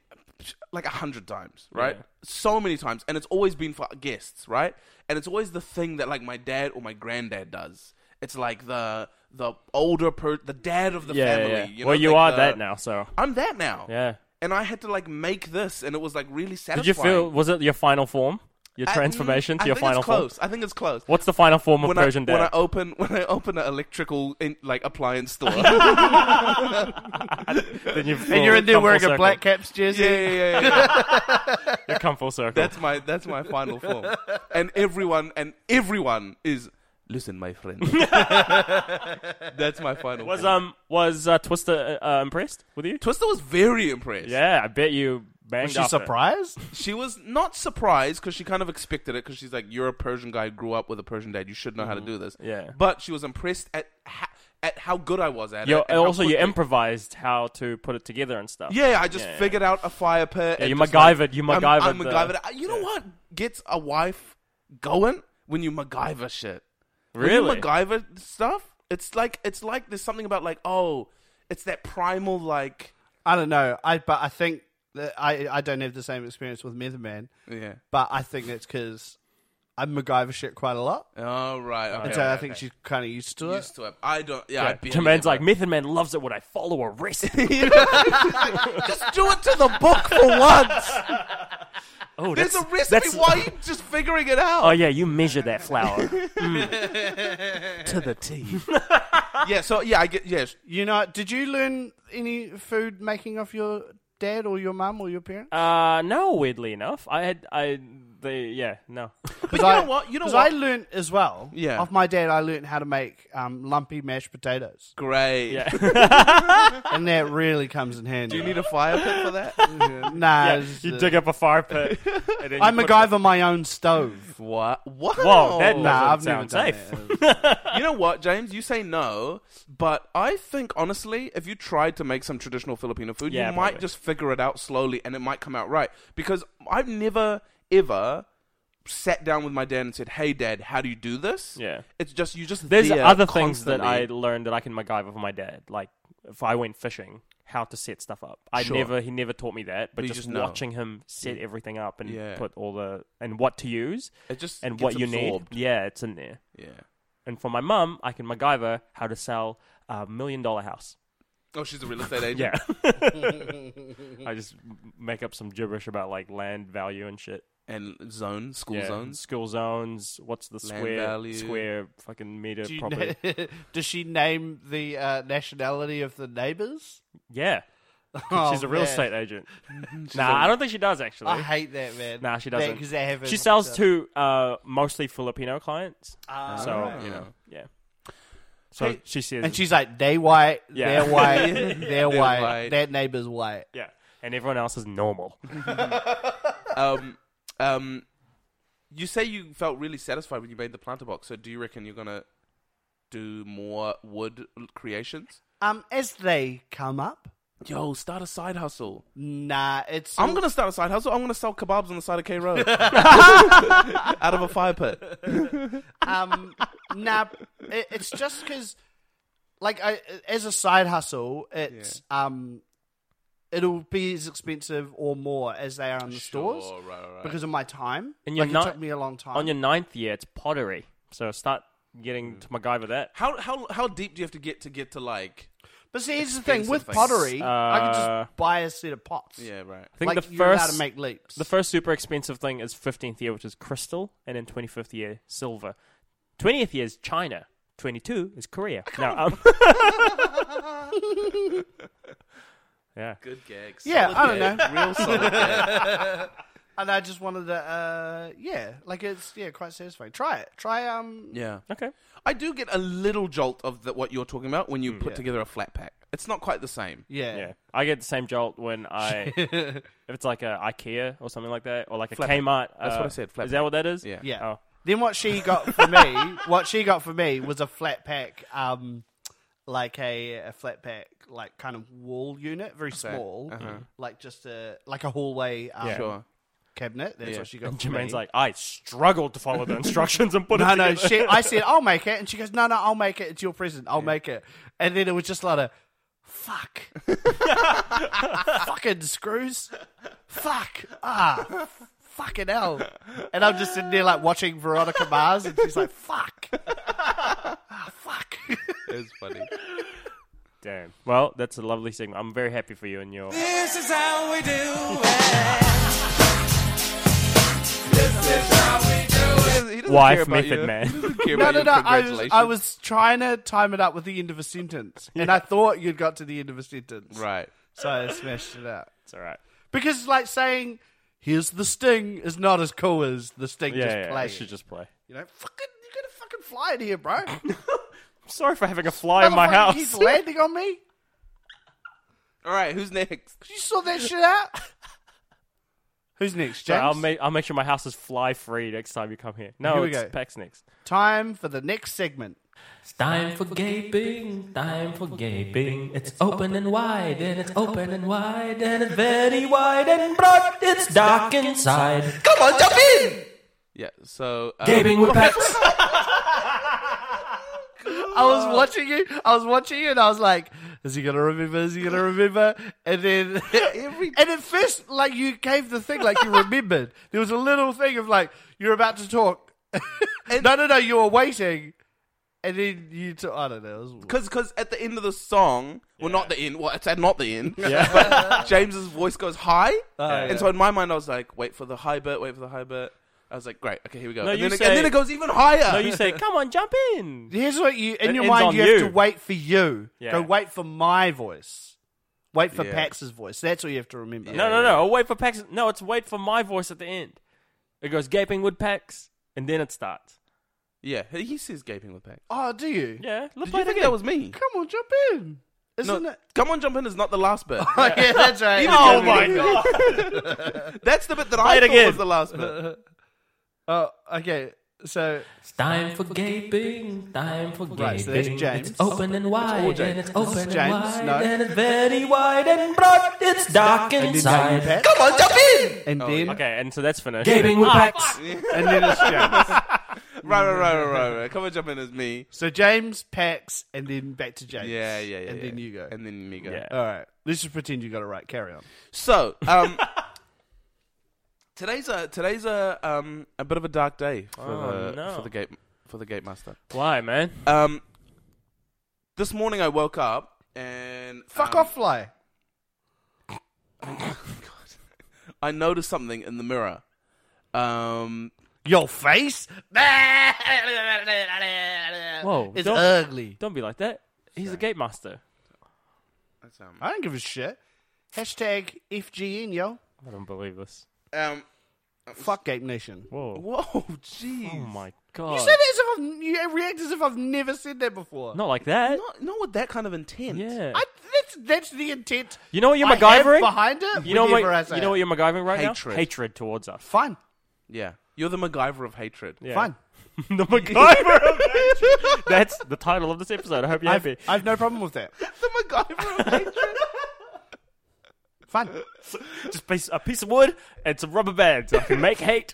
[SPEAKER 4] like a hundred times, right?
[SPEAKER 2] Yeah.
[SPEAKER 4] So many times, and it's always been for guests, right? And it's always the thing that like my dad or my granddad does. It's like the the older per the dad of the
[SPEAKER 2] yeah,
[SPEAKER 4] family.
[SPEAKER 2] yeah.
[SPEAKER 4] You know?
[SPEAKER 2] well, you
[SPEAKER 4] like uh,
[SPEAKER 2] are
[SPEAKER 4] the-
[SPEAKER 2] that now, so.
[SPEAKER 4] I'm that now.
[SPEAKER 2] Yeah.
[SPEAKER 4] And I had to like make this, and it was like really
[SPEAKER 2] Did
[SPEAKER 4] satisfying.
[SPEAKER 2] you feel, was it your final form? Your
[SPEAKER 4] I-
[SPEAKER 2] transformation
[SPEAKER 4] I
[SPEAKER 2] to your
[SPEAKER 4] think
[SPEAKER 2] final
[SPEAKER 4] it's
[SPEAKER 2] form?
[SPEAKER 4] close. I think it's close.
[SPEAKER 2] What's the final form of
[SPEAKER 4] when
[SPEAKER 2] Persian
[SPEAKER 4] I,
[SPEAKER 2] dad?
[SPEAKER 4] When I open when I open an electrical in, like appliance store.
[SPEAKER 2] then you've
[SPEAKER 5] And you're in there
[SPEAKER 2] come full
[SPEAKER 5] wearing a
[SPEAKER 2] circle.
[SPEAKER 5] black caps jersey.
[SPEAKER 4] yeah, yeah, yeah, yeah.
[SPEAKER 2] You've come full circle.
[SPEAKER 4] That's my that's my final form. And everyone and everyone is listen, my friend. that's my final.
[SPEAKER 2] was
[SPEAKER 4] form.
[SPEAKER 2] um was uh, Twister uh, uh, impressed with you?
[SPEAKER 4] Twister was very impressed.
[SPEAKER 2] Yeah, I bet you banged
[SPEAKER 5] Was she
[SPEAKER 2] up it.
[SPEAKER 5] surprised?
[SPEAKER 4] She was not surprised because she kind of expected it because she's like, "You're a Persian guy, grew up with a Persian dad. You should know how to do this."
[SPEAKER 2] Mm-hmm. Yeah.
[SPEAKER 4] But she was impressed at ha- at how good I was at
[SPEAKER 2] You-
[SPEAKER 4] it.
[SPEAKER 2] and
[SPEAKER 4] and how
[SPEAKER 2] also, you
[SPEAKER 4] quickly.
[SPEAKER 2] improvised how to put it together and stuff.
[SPEAKER 4] Yeah, I just
[SPEAKER 2] Yeah.
[SPEAKER 4] figured out a fire pit.
[SPEAKER 2] Yeah,
[SPEAKER 4] and
[SPEAKER 2] you
[SPEAKER 4] just,
[SPEAKER 2] MacGyvered-
[SPEAKER 4] like-
[SPEAKER 2] you
[SPEAKER 4] I'm-
[SPEAKER 2] MacGyvered
[SPEAKER 4] I'm,
[SPEAKER 2] the-
[SPEAKER 4] MacGyvered. Uh, You know what gets a wife going when you MacGyver shit. When
[SPEAKER 2] Really?
[SPEAKER 4] you MacGyver stuff. It's like it's like there's something about like oh, it's that primal like
[SPEAKER 5] I don't know. I but I think that I I don't have the same experience with Method Man,
[SPEAKER 4] yeah.
[SPEAKER 5] but I think that's because I MacGyver shit quite a lot,
[SPEAKER 4] Oh right, okay,
[SPEAKER 5] and so
[SPEAKER 4] okay,
[SPEAKER 5] I think
[SPEAKER 4] okay.
[SPEAKER 5] she's kind of used to it.
[SPEAKER 4] used to it. I don't. Yeah, I
[SPEAKER 2] Yeah.
[SPEAKER 4] barely
[SPEAKER 2] Jermaine's
[SPEAKER 4] ever-
[SPEAKER 2] like, Method Man loves it when I follow a recipe.
[SPEAKER 4] just do it to the book for once.
[SPEAKER 2] oh,
[SPEAKER 4] There's
[SPEAKER 2] that's,
[SPEAKER 4] a recipe.
[SPEAKER 2] that's-
[SPEAKER 4] Why are you just figuring it out?
[SPEAKER 2] Oh yeah, you measure that flour.
[SPEAKER 4] to the T. yeah. Ah, So yeah, I get yes.
[SPEAKER 5] You know, did you learn any food making of your dad or your mum or your parents?
[SPEAKER 2] uh, no, weirdly enough, I had I the yeah no.
[SPEAKER 4] But you know what? You know
[SPEAKER 5] 'cause
[SPEAKER 4] what?
[SPEAKER 5] I learned as well.
[SPEAKER 4] Yeah.
[SPEAKER 5] Of my dad, I learned how to make um, lumpy mashed potatoes,
[SPEAKER 4] Great.
[SPEAKER 2] Yeah.
[SPEAKER 5] and that really comes in handy.
[SPEAKER 4] Do you need a fire pit for that?
[SPEAKER 5] nah,
[SPEAKER 2] Yeah,
[SPEAKER 5] it's,
[SPEAKER 2] you
[SPEAKER 5] uh,
[SPEAKER 2] dig up a fire pit. And then
[SPEAKER 5] I
[SPEAKER 2] you put-
[SPEAKER 5] MacGyver my own stove.
[SPEAKER 4] what? Wow.
[SPEAKER 2] Whoa, that doesn't
[SPEAKER 5] Nah, I've
[SPEAKER 2] sound
[SPEAKER 5] never done
[SPEAKER 2] safe.
[SPEAKER 4] You know what, James? You say no, but I think honestly, if you tried to make some traditional Filipino food,
[SPEAKER 2] Yeah,
[SPEAKER 4] you might
[SPEAKER 2] probably.
[SPEAKER 4] just figure it out slowly, and it might come out right. Because I've never ever sat down with my dad and said, "Hey, Dad, how do you do this?"
[SPEAKER 2] Yeah.
[SPEAKER 4] it's just you just
[SPEAKER 2] There's
[SPEAKER 4] there
[SPEAKER 2] other things that I
[SPEAKER 4] uh, constantly.
[SPEAKER 2] learned that I can MacGyver for my dad. Like if I went fishing, how to set stuff up. I
[SPEAKER 4] Sure.
[SPEAKER 2] never he never taught me that, but
[SPEAKER 4] you
[SPEAKER 2] just,
[SPEAKER 4] just know.
[SPEAKER 2] watching him set everything up and
[SPEAKER 4] Yeah.
[SPEAKER 2] put all the and what to use
[SPEAKER 4] It just
[SPEAKER 2] and
[SPEAKER 4] gets
[SPEAKER 2] what you
[SPEAKER 4] absorbed.
[SPEAKER 2] need. Yeah, it's in there.
[SPEAKER 4] Yeah.
[SPEAKER 2] And for my mum, I can MacGyver how to sell a million dollar house.
[SPEAKER 4] Oh, she's a real estate agent.
[SPEAKER 2] Yeah. I just m- make up some gibberish about like land value and shit.
[SPEAKER 4] And zone, school
[SPEAKER 2] Yeah.
[SPEAKER 4] zones.
[SPEAKER 2] School zones. What's the
[SPEAKER 4] Land
[SPEAKER 2] square
[SPEAKER 4] value.
[SPEAKER 2] square fucking meter
[SPEAKER 5] Do you
[SPEAKER 2] property?
[SPEAKER 5] na- Does she name the uh, nationality of the neighbors?
[SPEAKER 2] Yeah.
[SPEAKER 5] Oh,
[SPEAKER 2] She's a real estate agent. nah, I I don't think she does actually.
[SPEAKER 5] I hate that man.
[SPEAKER 2] nah, she doesn't.
[SPEAKER 5] Because that happens.
[SPEAKER 2] she sells to uh, mostly Filipino clients. so you know, yeah. So
[SPEAKER 4] Hey,
[SPEAKER 2] she says,
[SPEAKER 5] Ah, And she's like, they white,
[SPEAKER 2] Yeah.
[SPEAKER 5] they're white, they're, white,
[SPEAKER 4] white.
[SPEAKER 5] that neighbor's white.
[SPEAKER 2] yeah, and everyone else is normal.
[SPEAKER 4] um, um, you say you felt really satisfied when you made the planter box. So do you reckon you're gonna do more wood creations?
[SPEAKER 5] Um, as they come up,
[SPEAKER 4] yo, start a side hustle.
[SPEAKER 5] Nah, it's
[SPEAKER 4] I'm gonna start a side hustle. I'm gonna sell kebabs on the side of K Road out of a fire pit.
[SPEAKER 5] um, nah, it, it's just because, like, I as a side hustle, it's um, it'll be as expensive or more as they are in the stores
[SPEAKER 4] Sure, right, right.
[SPEAKER 5] because of my time.
[SPEAKER 2] And you're
[SPEAKER 5] like,
[SPEAKER 2] not-
[SPEAKER 5] it took me a long time.
[SPEAKER 2] On your ninth year, it's pottery. So start
[SPEAKER 5] Mm.
[SPEAKER 2] getting to MacGyver that.
[SPEAKER 4] How how how deep do you have to get to get to like?
[SPEAKER 5] but see, here's the thing: with
[SPEAKER 4] expensive
[SPEAKER 5] pottery, I could
[SPEAKER 2] Uh,
[SPEAKER 5] just buy a set of pots.
[SPEAKER 4] Yeah, right.
[SPEAKER 2] I think
[SPEAKER 5] like
[SPEAKER 2] the
[SPEAKER 5] you're allowed
[SPEAKER 2] first
[SPEAKER 5] to make leaps.
[SPEAKER 2] the first super expensive thing is 15th year, which is crystal, and then 25th year silver. 20th year is China. 22 is Korea. No, um, yeah.
[SPEAKER 4] Good gags.
[SPEAKER 5] yeah, I don't know.
[SPEAKER 4] Real solid gag.
[SPEAKER 5] And I just wanted to, uh, yeah, like it's yeah, quite satisfying. Try it. Try um,
[SPEAKER 4] Yeah.
[SPEAKER 2] Okay.
[SPEAKER 4] I do get a little jolt of the, what you're talking about when you put together a flat pack. It's not quite the same.
[SPEAKER 5] yeah,
[SPEAKER 2] Yeah. I get the same jolt when I if it's like a IKEA or something like that, or like a Kmart.
[SPEAKER 4] That's what
[SPEAKER 2] uh,
[SPEAKER 4] I said, flap
[SPEAKER 2] Is that what that is?
[SPEAKER 4] Yeah.
[SPEAKER 5] Yeah.
[SPEAKER 2] Oh.
[SPEAKER 5] Then what she got for me, what she got for me was a flat pack, um, like a, a flat pack, like kind of wall unit, very small, like just a like a hallway um,
[SPEAKER 4] Uh-huh. Sure.
[SPEAKER 5] cabinet. That's
[SPEAKER 4] Yeah.
[SPEAKER 5] what she got. for
[SPEAKER 2] Jermaine's
[SPEAKER 5] me.
[SPEAKER 2] like, I struggled to follow the instructions and put it
[SPEAKER 5] no, no.
[SPEAKER 2] together."
[SPEAKER 5] She, I said, I'll make it, and she goes, No, no, I'll make it. It's your present. I'll make it. And then it was just like a fuck, fucking screws, fuck, ah, fucking hell. And I'm just sitting there like watching Veronica Mars, and she's like, fuck, ah, fuck.
[SPEAKER 4] It's funny.
[SPEAKER 2] Damn. Well, that's a lovely segment. I'm very happy for you and your.
[SPEAKER 3] This is how we do it. This is how we do it.
[SPEAKER 4] He doesn't
[SPEAKER 2] Wife
[SPEAKER 4] care about
[SPEAKER 2] method,
[SPEAKER 4] your-
[SPEAKER 2] man.
[SPEAKER 4] he doesn't care
[SPEAKER 5] No,
[SPEAKER 4] about
[SPEAKER 5] no,
[SPEAKER 4] your
[SPEAKER 5] no. I was, I
[SPEAKER 4] congratulations.
[SPEAKER 5] was trying to time it up with the end of a sentence, and I thought you'd got to the end of a sentence,
[SPEAKER 4] Right.
[SPEAKER 5] So I smashed it out.
[SPEAKER 2] It's all right.
[SPEAKER 5] Because like saying here's the sting is not as cool as the sting
[SPEAKER 2] Yeah,
[SPEAKER 5] just
[SPEAKER 2] yeah, I
[SPEAKER 5] playing.
[SPEAKER 2] should just play.
[SPEAKER 5] You know, fucking you gotta fucking fly in here, bro.
[SPEAKER 2] I'm sorry for having a fly in my
[SPEAKER 5] Motherfucker
[SPEAKER 2] house.
[SPEAKER 5] keeps landing on me.
[SPEAKER 4] All right. Who's next?
[SPEAKER 5] You saw that shit out? Who's next,
[SPEAKER 2] But
[SPEAKER 5] James?
[SPEAKER 2] I'll make I'll make sure my house is fly free next time you come here. No,
[SPEAKER 5] Here we
[SPEAKER 2] it's
[SPEAKER 5] go.
[SPEAKER 2] Pax next.
[SPEAKER 5] Time for the next segment.
[SPEAKER 6] Time for gaping, time for gaping. It's open and wide, and it's open and wide, and it's very wide and broad. It's dark inside. Come on, jump in!
[SPEAKER 4] Yeah. So. uh
[SPEAKER 6] Gaping with pets.
[SPEAKER 5] I was watching you. I was watching you, and I was like, "Is he gonna remember? Is he gonna remember?" And then, and at first, like you gave the thing like you remembered. There was a little thing of like you're about to talk. no, no, no. You were waiting, and then you. T- I don't know. It was-
[SPEAKER 4] Cause, Cause, at the end of the song, well, not the end. Well, it's at not the end.
[SPEAKER 2] Yeah. Oh,
[SPEAKER 4] But James's voice goes high, and
[SPEAKER 2] yeah.
[SPEAKER 4] so in my mind, I was like, "Wait for the high bit. Wait for the high bit." I was like, "Great, okay, here we go."
[SPEAKER 2] No,
[SPEAKER 4] and,
[SPEAKER 2] you
[SPEAKER 4] then
[SPEAKER 2] say-
[SPEAKER 4] it, and then it goes even higher.
[SPEAKER 2] No, you say, come on, jump in.
[SPEAKER 5] Here's what you in
[SPEAKER 2] It
[SPEAKER 5] your
[SPEAKER 2] ends
[SPEAKER 5] mind.
[SPEAKER 2] on
[SPEAKER 5] You have
[SPEAKER 2] you.
[SPEAKER 5] to wait for you.
[SPEAKER 2] Yeah.
[SPEAKER 5] Go wait for my voice. Wait for
[SPEAKER 4] Yeah.
[SPEAKER 5] Pax's voice. That's what you have to remember.
[SPEAKER 2] No, no, no. Wait for Pax. No, it's wait for my voice at the end. It goes gaping with Pax, and then it starts.
[SPEAKER 4] yeah, he he says gaping with pack.
[SPEAKER 5] Oh, do you?
[SPEAKER 2] Yeah, let's play
[SPEAKER 4] Did you
[SPEAKER 2] it
[SPEAKER 4] think
[SPEAKER 2] again.
[SPEAKER 4] that was me?
[SPEAKER 5] Come on, jump in.
[SPEAKER 4] No,
[SPEAKER 5] Isn't it?
[SPEAKER 4] come on, jump in is not the last bit.
[SPEAKER 5] Oh, yeah, that's right.
[SPEAKER 2] oh my god!
[SPEAKER 4] That's the bit that
[SPEAKER 2] it
[SPEAKER 4] I thought
[SPEAKER 2] again.
[SPEAKER 4] was the last bit.
[SPEAKER 5] Oh, okay. So
[SPEAKER 6] It's time for gaping, time for gaping.
[SPEAKER 5] Right, so that's James.
[SPEAKER 6] It's open and wide, and it's open and
[SPEAKER 5] James,
[SPEAKER 6] wide,
[SPEAKER 5] no.
[SPEAKER 6] and it's very wide and broad. It's dark inside.
[SPEAKER 5] Come on, jump in. Oh, And then,
[SPEAKER 2] Oh, okay, and so that's finished.
[SPEAKER 6] Gaping with
[SPEAKER 5] Ah,
[SPEAKER 6] pets.
[SPEAKER 5] and then it's James.
[SPEAKER 4] Right, right, right, right, right, right. Come on, jump in is me.
[SPEAKER 5] So James, Pax, and then back to James.
[SPEAKER 4] Yeah, yeah, yeah.
[SPEAKER 5] And
[SPEAKER 4] yeah.
[SPEAKER 5] then you go.
[SPEAKER 4] And then me go.
[SPEAKER 2] Yeah.
[SPEAKER 5] All right. Let's just pretend you got it right. Carry on.
[SPEAKER 4] So, um, today's a today's a um a bit of a dark day for
[SPEAKER 2] Oh,
[SPEAKER 4] the
[SPEAKER 2] no.
[SPEAKER 4] for the gate for the gate master.
[SPEAKER 2] Why, man?
[SPEAKER 4] Um, this morning I woke up and
[SPEAKER 5] Fuck
[SPEAKER 4] um,
[SPEAKER 5] off, fly.
[SPEAKER 4] I noticed something in the mirror. Um,
[SPEAKER 5] Your face.
[SPEAKER 2] Whoa,
[SPEAKER 5] It's
[SPEAKER 2] don't-
[SPEAKER 5] ugly.
[SPEAKER 2] Don't be like that. He's a gate master.
[SPEAKER 4] that's, um,
[SPEAKER 5] I don't give a shit. Hashtag FGN, yo.
[SPEAKER 2] I don't believe this.
[SPEAKER 4] um,
[SPEAKER 5] Fuck Gape Nation.
[SPEAKER 2] Whoa!
[SPEAKER 4] whoa,
[SPEAKER 2] Oh
[SPEAKER 4] jeez,
[SPEAKER 2] my god!
[SPEAKER 5] You say that as if I've, you react as if I've never said that before.
[SPEAKER 2] Not like that.
[SPEAKER 4] not not with that kind of intent.
[SPEAKER 2] yeah.
[SPEAKER 5] I, that's, that's the intent.
[SPEAKER 2] you know what you're
[SPEAKER 5] I have
[SPEAKER 2] MacGyvering?
[SPEAKER 5] behind it.
[SPEAKER 2] you know what?
[SPEAKER 5] whenever I say
[SPEAKER 2] You know what
[SPEAKER 5] it.
[SPEAKER 2] you're MacGyvering right
[SPEAKER 4] Hatred.
[SPEAKER 2] now? Hatred towards us.
[SPEAKER 5] Fine.
[SPEAKER 4] yeah. You're the MacGyver of hatred.
[SPEAKER 2] Yeah.
[SPEAKER 5] Fine.
[SPEAKER 2] the MacGyver of hatred. That's the title of this episode. I hope you're
[SPEAKER 5] I've,
[SPEAKER 2] happy.
[SPEAKER 5] I've no problem with that.
[SPEAKER 4] the MacGyver of hatred.
[SPEAKER 5] Fun.
[SPEAKER 2] Just piece, a piece of wood and some rubber bands. I can make hate.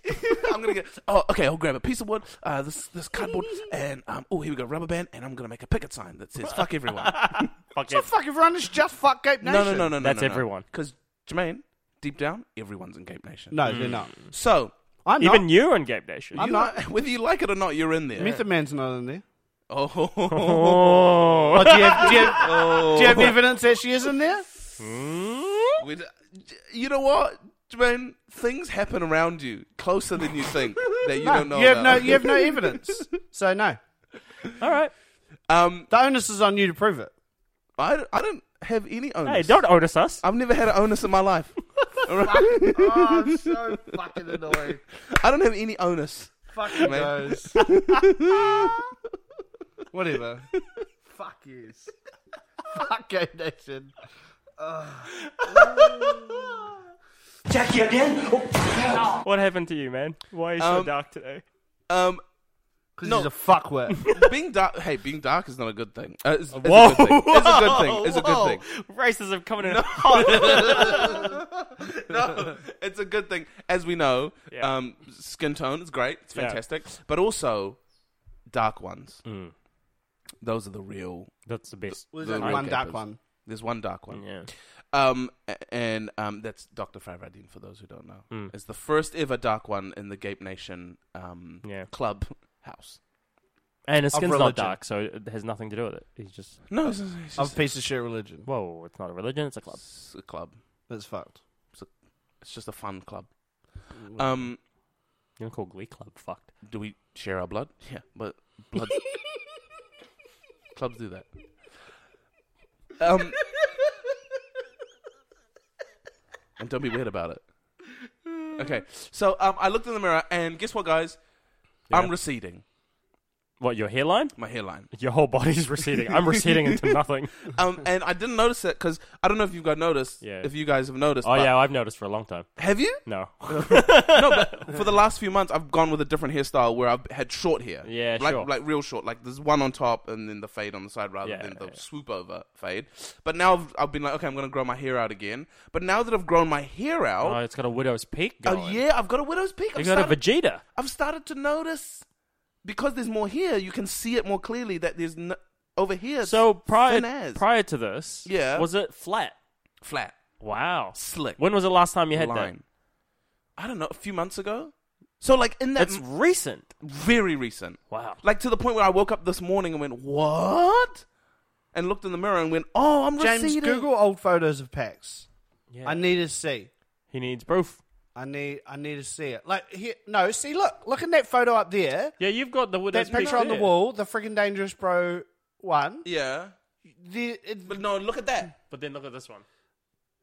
[SPEAKER 4] I'm gonna get. Oh, okay. I'll grab a piece of wood, uh, this this cardboard, and um, oh, here we go, rubber band, and I'm gonna make a picket sign that says "fuck everyone."
[SPEAKER 2] Fuck
[SPEAKER 5] What
[SPEAKER 2] it.
[SPEAKER 5] the fuck, everyone is just fuck Cape Nation.
[SPEAKER 4] no, no, no, no, no.
[SPEAKER 2] That's everyone.
[SPEAKER 4] Because Jermaine, deep down, everyone's in Cape Nation.
[SPEAKER 5] No, they're not.
[SPEAKER 4] So
[SPEAKER 5] I'm
[SPEAKER 2] Even
[SPEAKER 5] not.
[SPEAKER 2] you are in Game Nation.
[SPEAKER 4] you are- whether you like it or not, you're in there.
[SPEAKER 5] Method Man's not in there.
[SPEAKER 4] oh,
[SPEAKER 2] Oh.
[SPEAKER 5] Do you have, do you have, do you have evidence that she is in there?
[SPEAKER 4] we d- you know what, Jermaine? Things happen around you closer than you think that you don't know.
[SPEAKER 5] you have no.
[SPEAKER 4] about.
[SPEAKER 5] You have no evidence. So no.
[SPEAKER 2] All right.
[SPEAKER 4] Um,
[SPEAKER 5] The onus is on you to prove it.
[SPEAKER 4] I, I don't have any onus.
[SPEAKER 2] Hey, don't onus us.
[SPEAKER 4] I've never had an onus in my life. All right?
[SPEAKER 5] Oh, so fucking annoying.
[SPEAKER 4] I don't have any onus.
[SPEAKER 5] Fucking
[SPEAKER 4] Mate.
[SPEAKER 5] those. Whatever. Fuck yous. Fuck Cape Nation.
[SPEAKER 2] What happened to you, man? Why are you so
[SPEAKER 4] Um,
[SPEAKER 2] dark today?
[SPEAKER 4] Um,
[SPEAKER 5] Because
[SPEAKER 4] No.
[SPEAKER 5] he's a fuckwit.
[SPEAKER 4] being dark. Hey, being dark is not a good thing. Uh, it's, it's
[SPEAKER 2] Whoa,
[SPEAKER 4] a good thing. It's a good thing. It's a good thing.
[SPEAKER 2] Racism coming in hot.
[SPEAKER 4] No, it's a good thing. As we know,
[SPEAKER 2] Yeah.
[SPEAKER 4] um, skin tone is great. It's
[SPEAKER 2] Yeah.
[SPEAKER 4] fantastic. But also, dark ones.
[SPEAKER 2] Hmm.
[SPEAKER 4] Those are the real.
[SPEAKER 2] That's the best.
[SPEAKER 5] Was
[SPEAKER 4] The
[SPEAKER 5] that
[SPEAKER 4] real
[SPEAKER 5] one dark
[SPEAKER 4] capers.
[SPEAKER 5] one?
[SPEAKER 4] There's one dark one.
[SPEAKER 2] Yeah.
[SPEAKER 4] Um, a- and um, that's Dr. Faradin, for those who don't know.
[SPEAKER 2] Hmm.
[SPEAKER 4] It's the first ever dark one in the Gape Nation um,
[SPEAKER 2] Yeah.
[SPEAKER 4] club house.
[SPEAKER 2] And his skin's not
[SPEAKER 5] religion.
[SPEAKER 2] dark, so it has nothing to do with it. He's just
[SPEAKER 4] No, it's, it's
[SPEAKER 5] Of
[SPEAKER 4] just
[SPEAKER 5] piece of shit religion.
[SPEAKER 2] whoa. It's not a religion. It's a club.
[SPEAKER 4] it's a club.
[SPEAKER 5] That's fucked.
[SPEAKER 4] It's just a fun club. Um,
[SPEAKER 2] You don't call Glee Club fucked.
[SPEAKER 4] do we share our blood? Yeah, but blood clubs do that. Um, and don't be weird about it. Okay, so um, I looked in the mirror, and guess what, guys? I'm receding
[SPEAKER 2] What your hairline?
[SPEAKER 4] my hairline.
[SPEAKER 2] Your whole body's receding. I'm receding into nothing.
[SPEAKER 4] Um, and I didn't notice it because I don't know if you guys noticed.
[SPEAKER 2] Yeah.
[SPEAKER 4] If you guys have noticed.
[SPEAKER 2] Oh
[SPEAKER 4] but-
[SPEAKER 2] yeah, I've noticed for a long time.
[SPEAKER 4] Have you?
[SPEAKER 2] No.
[SPEAKER 4] no, but for the last few months, I've gone with a different hairstyle where I've had short hair.
[SPEAKER 2] Yeah,
[SPEAKER 4] like,
[SPEAKER 2] sure.
[SPEAKER 4] Like real short. Like there's one on top and then the fade on the side rather
[SPEAKER 2] Yeah,
[SPEAKER 4] than the
[SPEAKER 2] yeah.
[SPEAKER 4] swoop over fade. But now I've, I've been like, okay, I'm going to grow my hair out again. But now that I've grown my hair
[SPEAKER 2] Oh,
[SPEAKER 4] out,
[SPEAKER 2] it's got a widow's peak
[SPEAKER 4] oh,
[SPEAKER 2] going.
[SPEAKER 4] yeah, I've got a widow's peak.
[SPEAKER 2] You
[SPEAKER 4] I've
[SPEAKER 2] got a
[SPEAKER 4] started,
[SPEAKER 2] Vegeta.
[SPEAKER 4] I've started to notice because there's more hair, you can see it more clearly that there's no, over here. it's
[SPEAKER 2] So
[SPEAKER 4] thin
[SPEAKER 2] prior
[SPEAKER 4] as.
[SPEAKER 2] prior to this,
[SPEAKER 4] Yeah.
[SPEAKER 2] was it flat?
[SPEAKER 4] flat,
[SPEAKER 2] Wow,
[SPEAKER 4] Slick.
[SPEAKER 2] When was the last time you had
[SPEAKER 4] line. I don't know, a few months ago. So like in
[SPEAKER 2] that?
[SPEAKER 4] that
[SPEAKER 2] That's recent.
[SPEAKER 4] very recent.
[SPEAKER 2] Wow.
[SPEAKER 4] Like to the point where I woke up this morning and went, "What?" and looked in the mirror and went, "Oh, I'm
[SPEAKER 5] James,
[SPEAKER 4] receding."
[SPEAKER 5] Google old photos of Pax.
[SPEAKER 2] Yeah.
[SPEAKER 5] I need to see.
[SPEAKER 2] He needs proof.
[SPEAKER 5] I need. I need to see it. Like here, no. See, look, look in that photo up there.
[SPEAKER 2] Yeah, you've got the widow's
[SPEAKER 5] that picture on the wall, the freaking dangerous bro one.
[SPEAKER 4] Yeah,
[SPEAKER 5] The, it,
[SPEAKER 4] but no, look at that.
[SPEAKER 2] But then look at this one.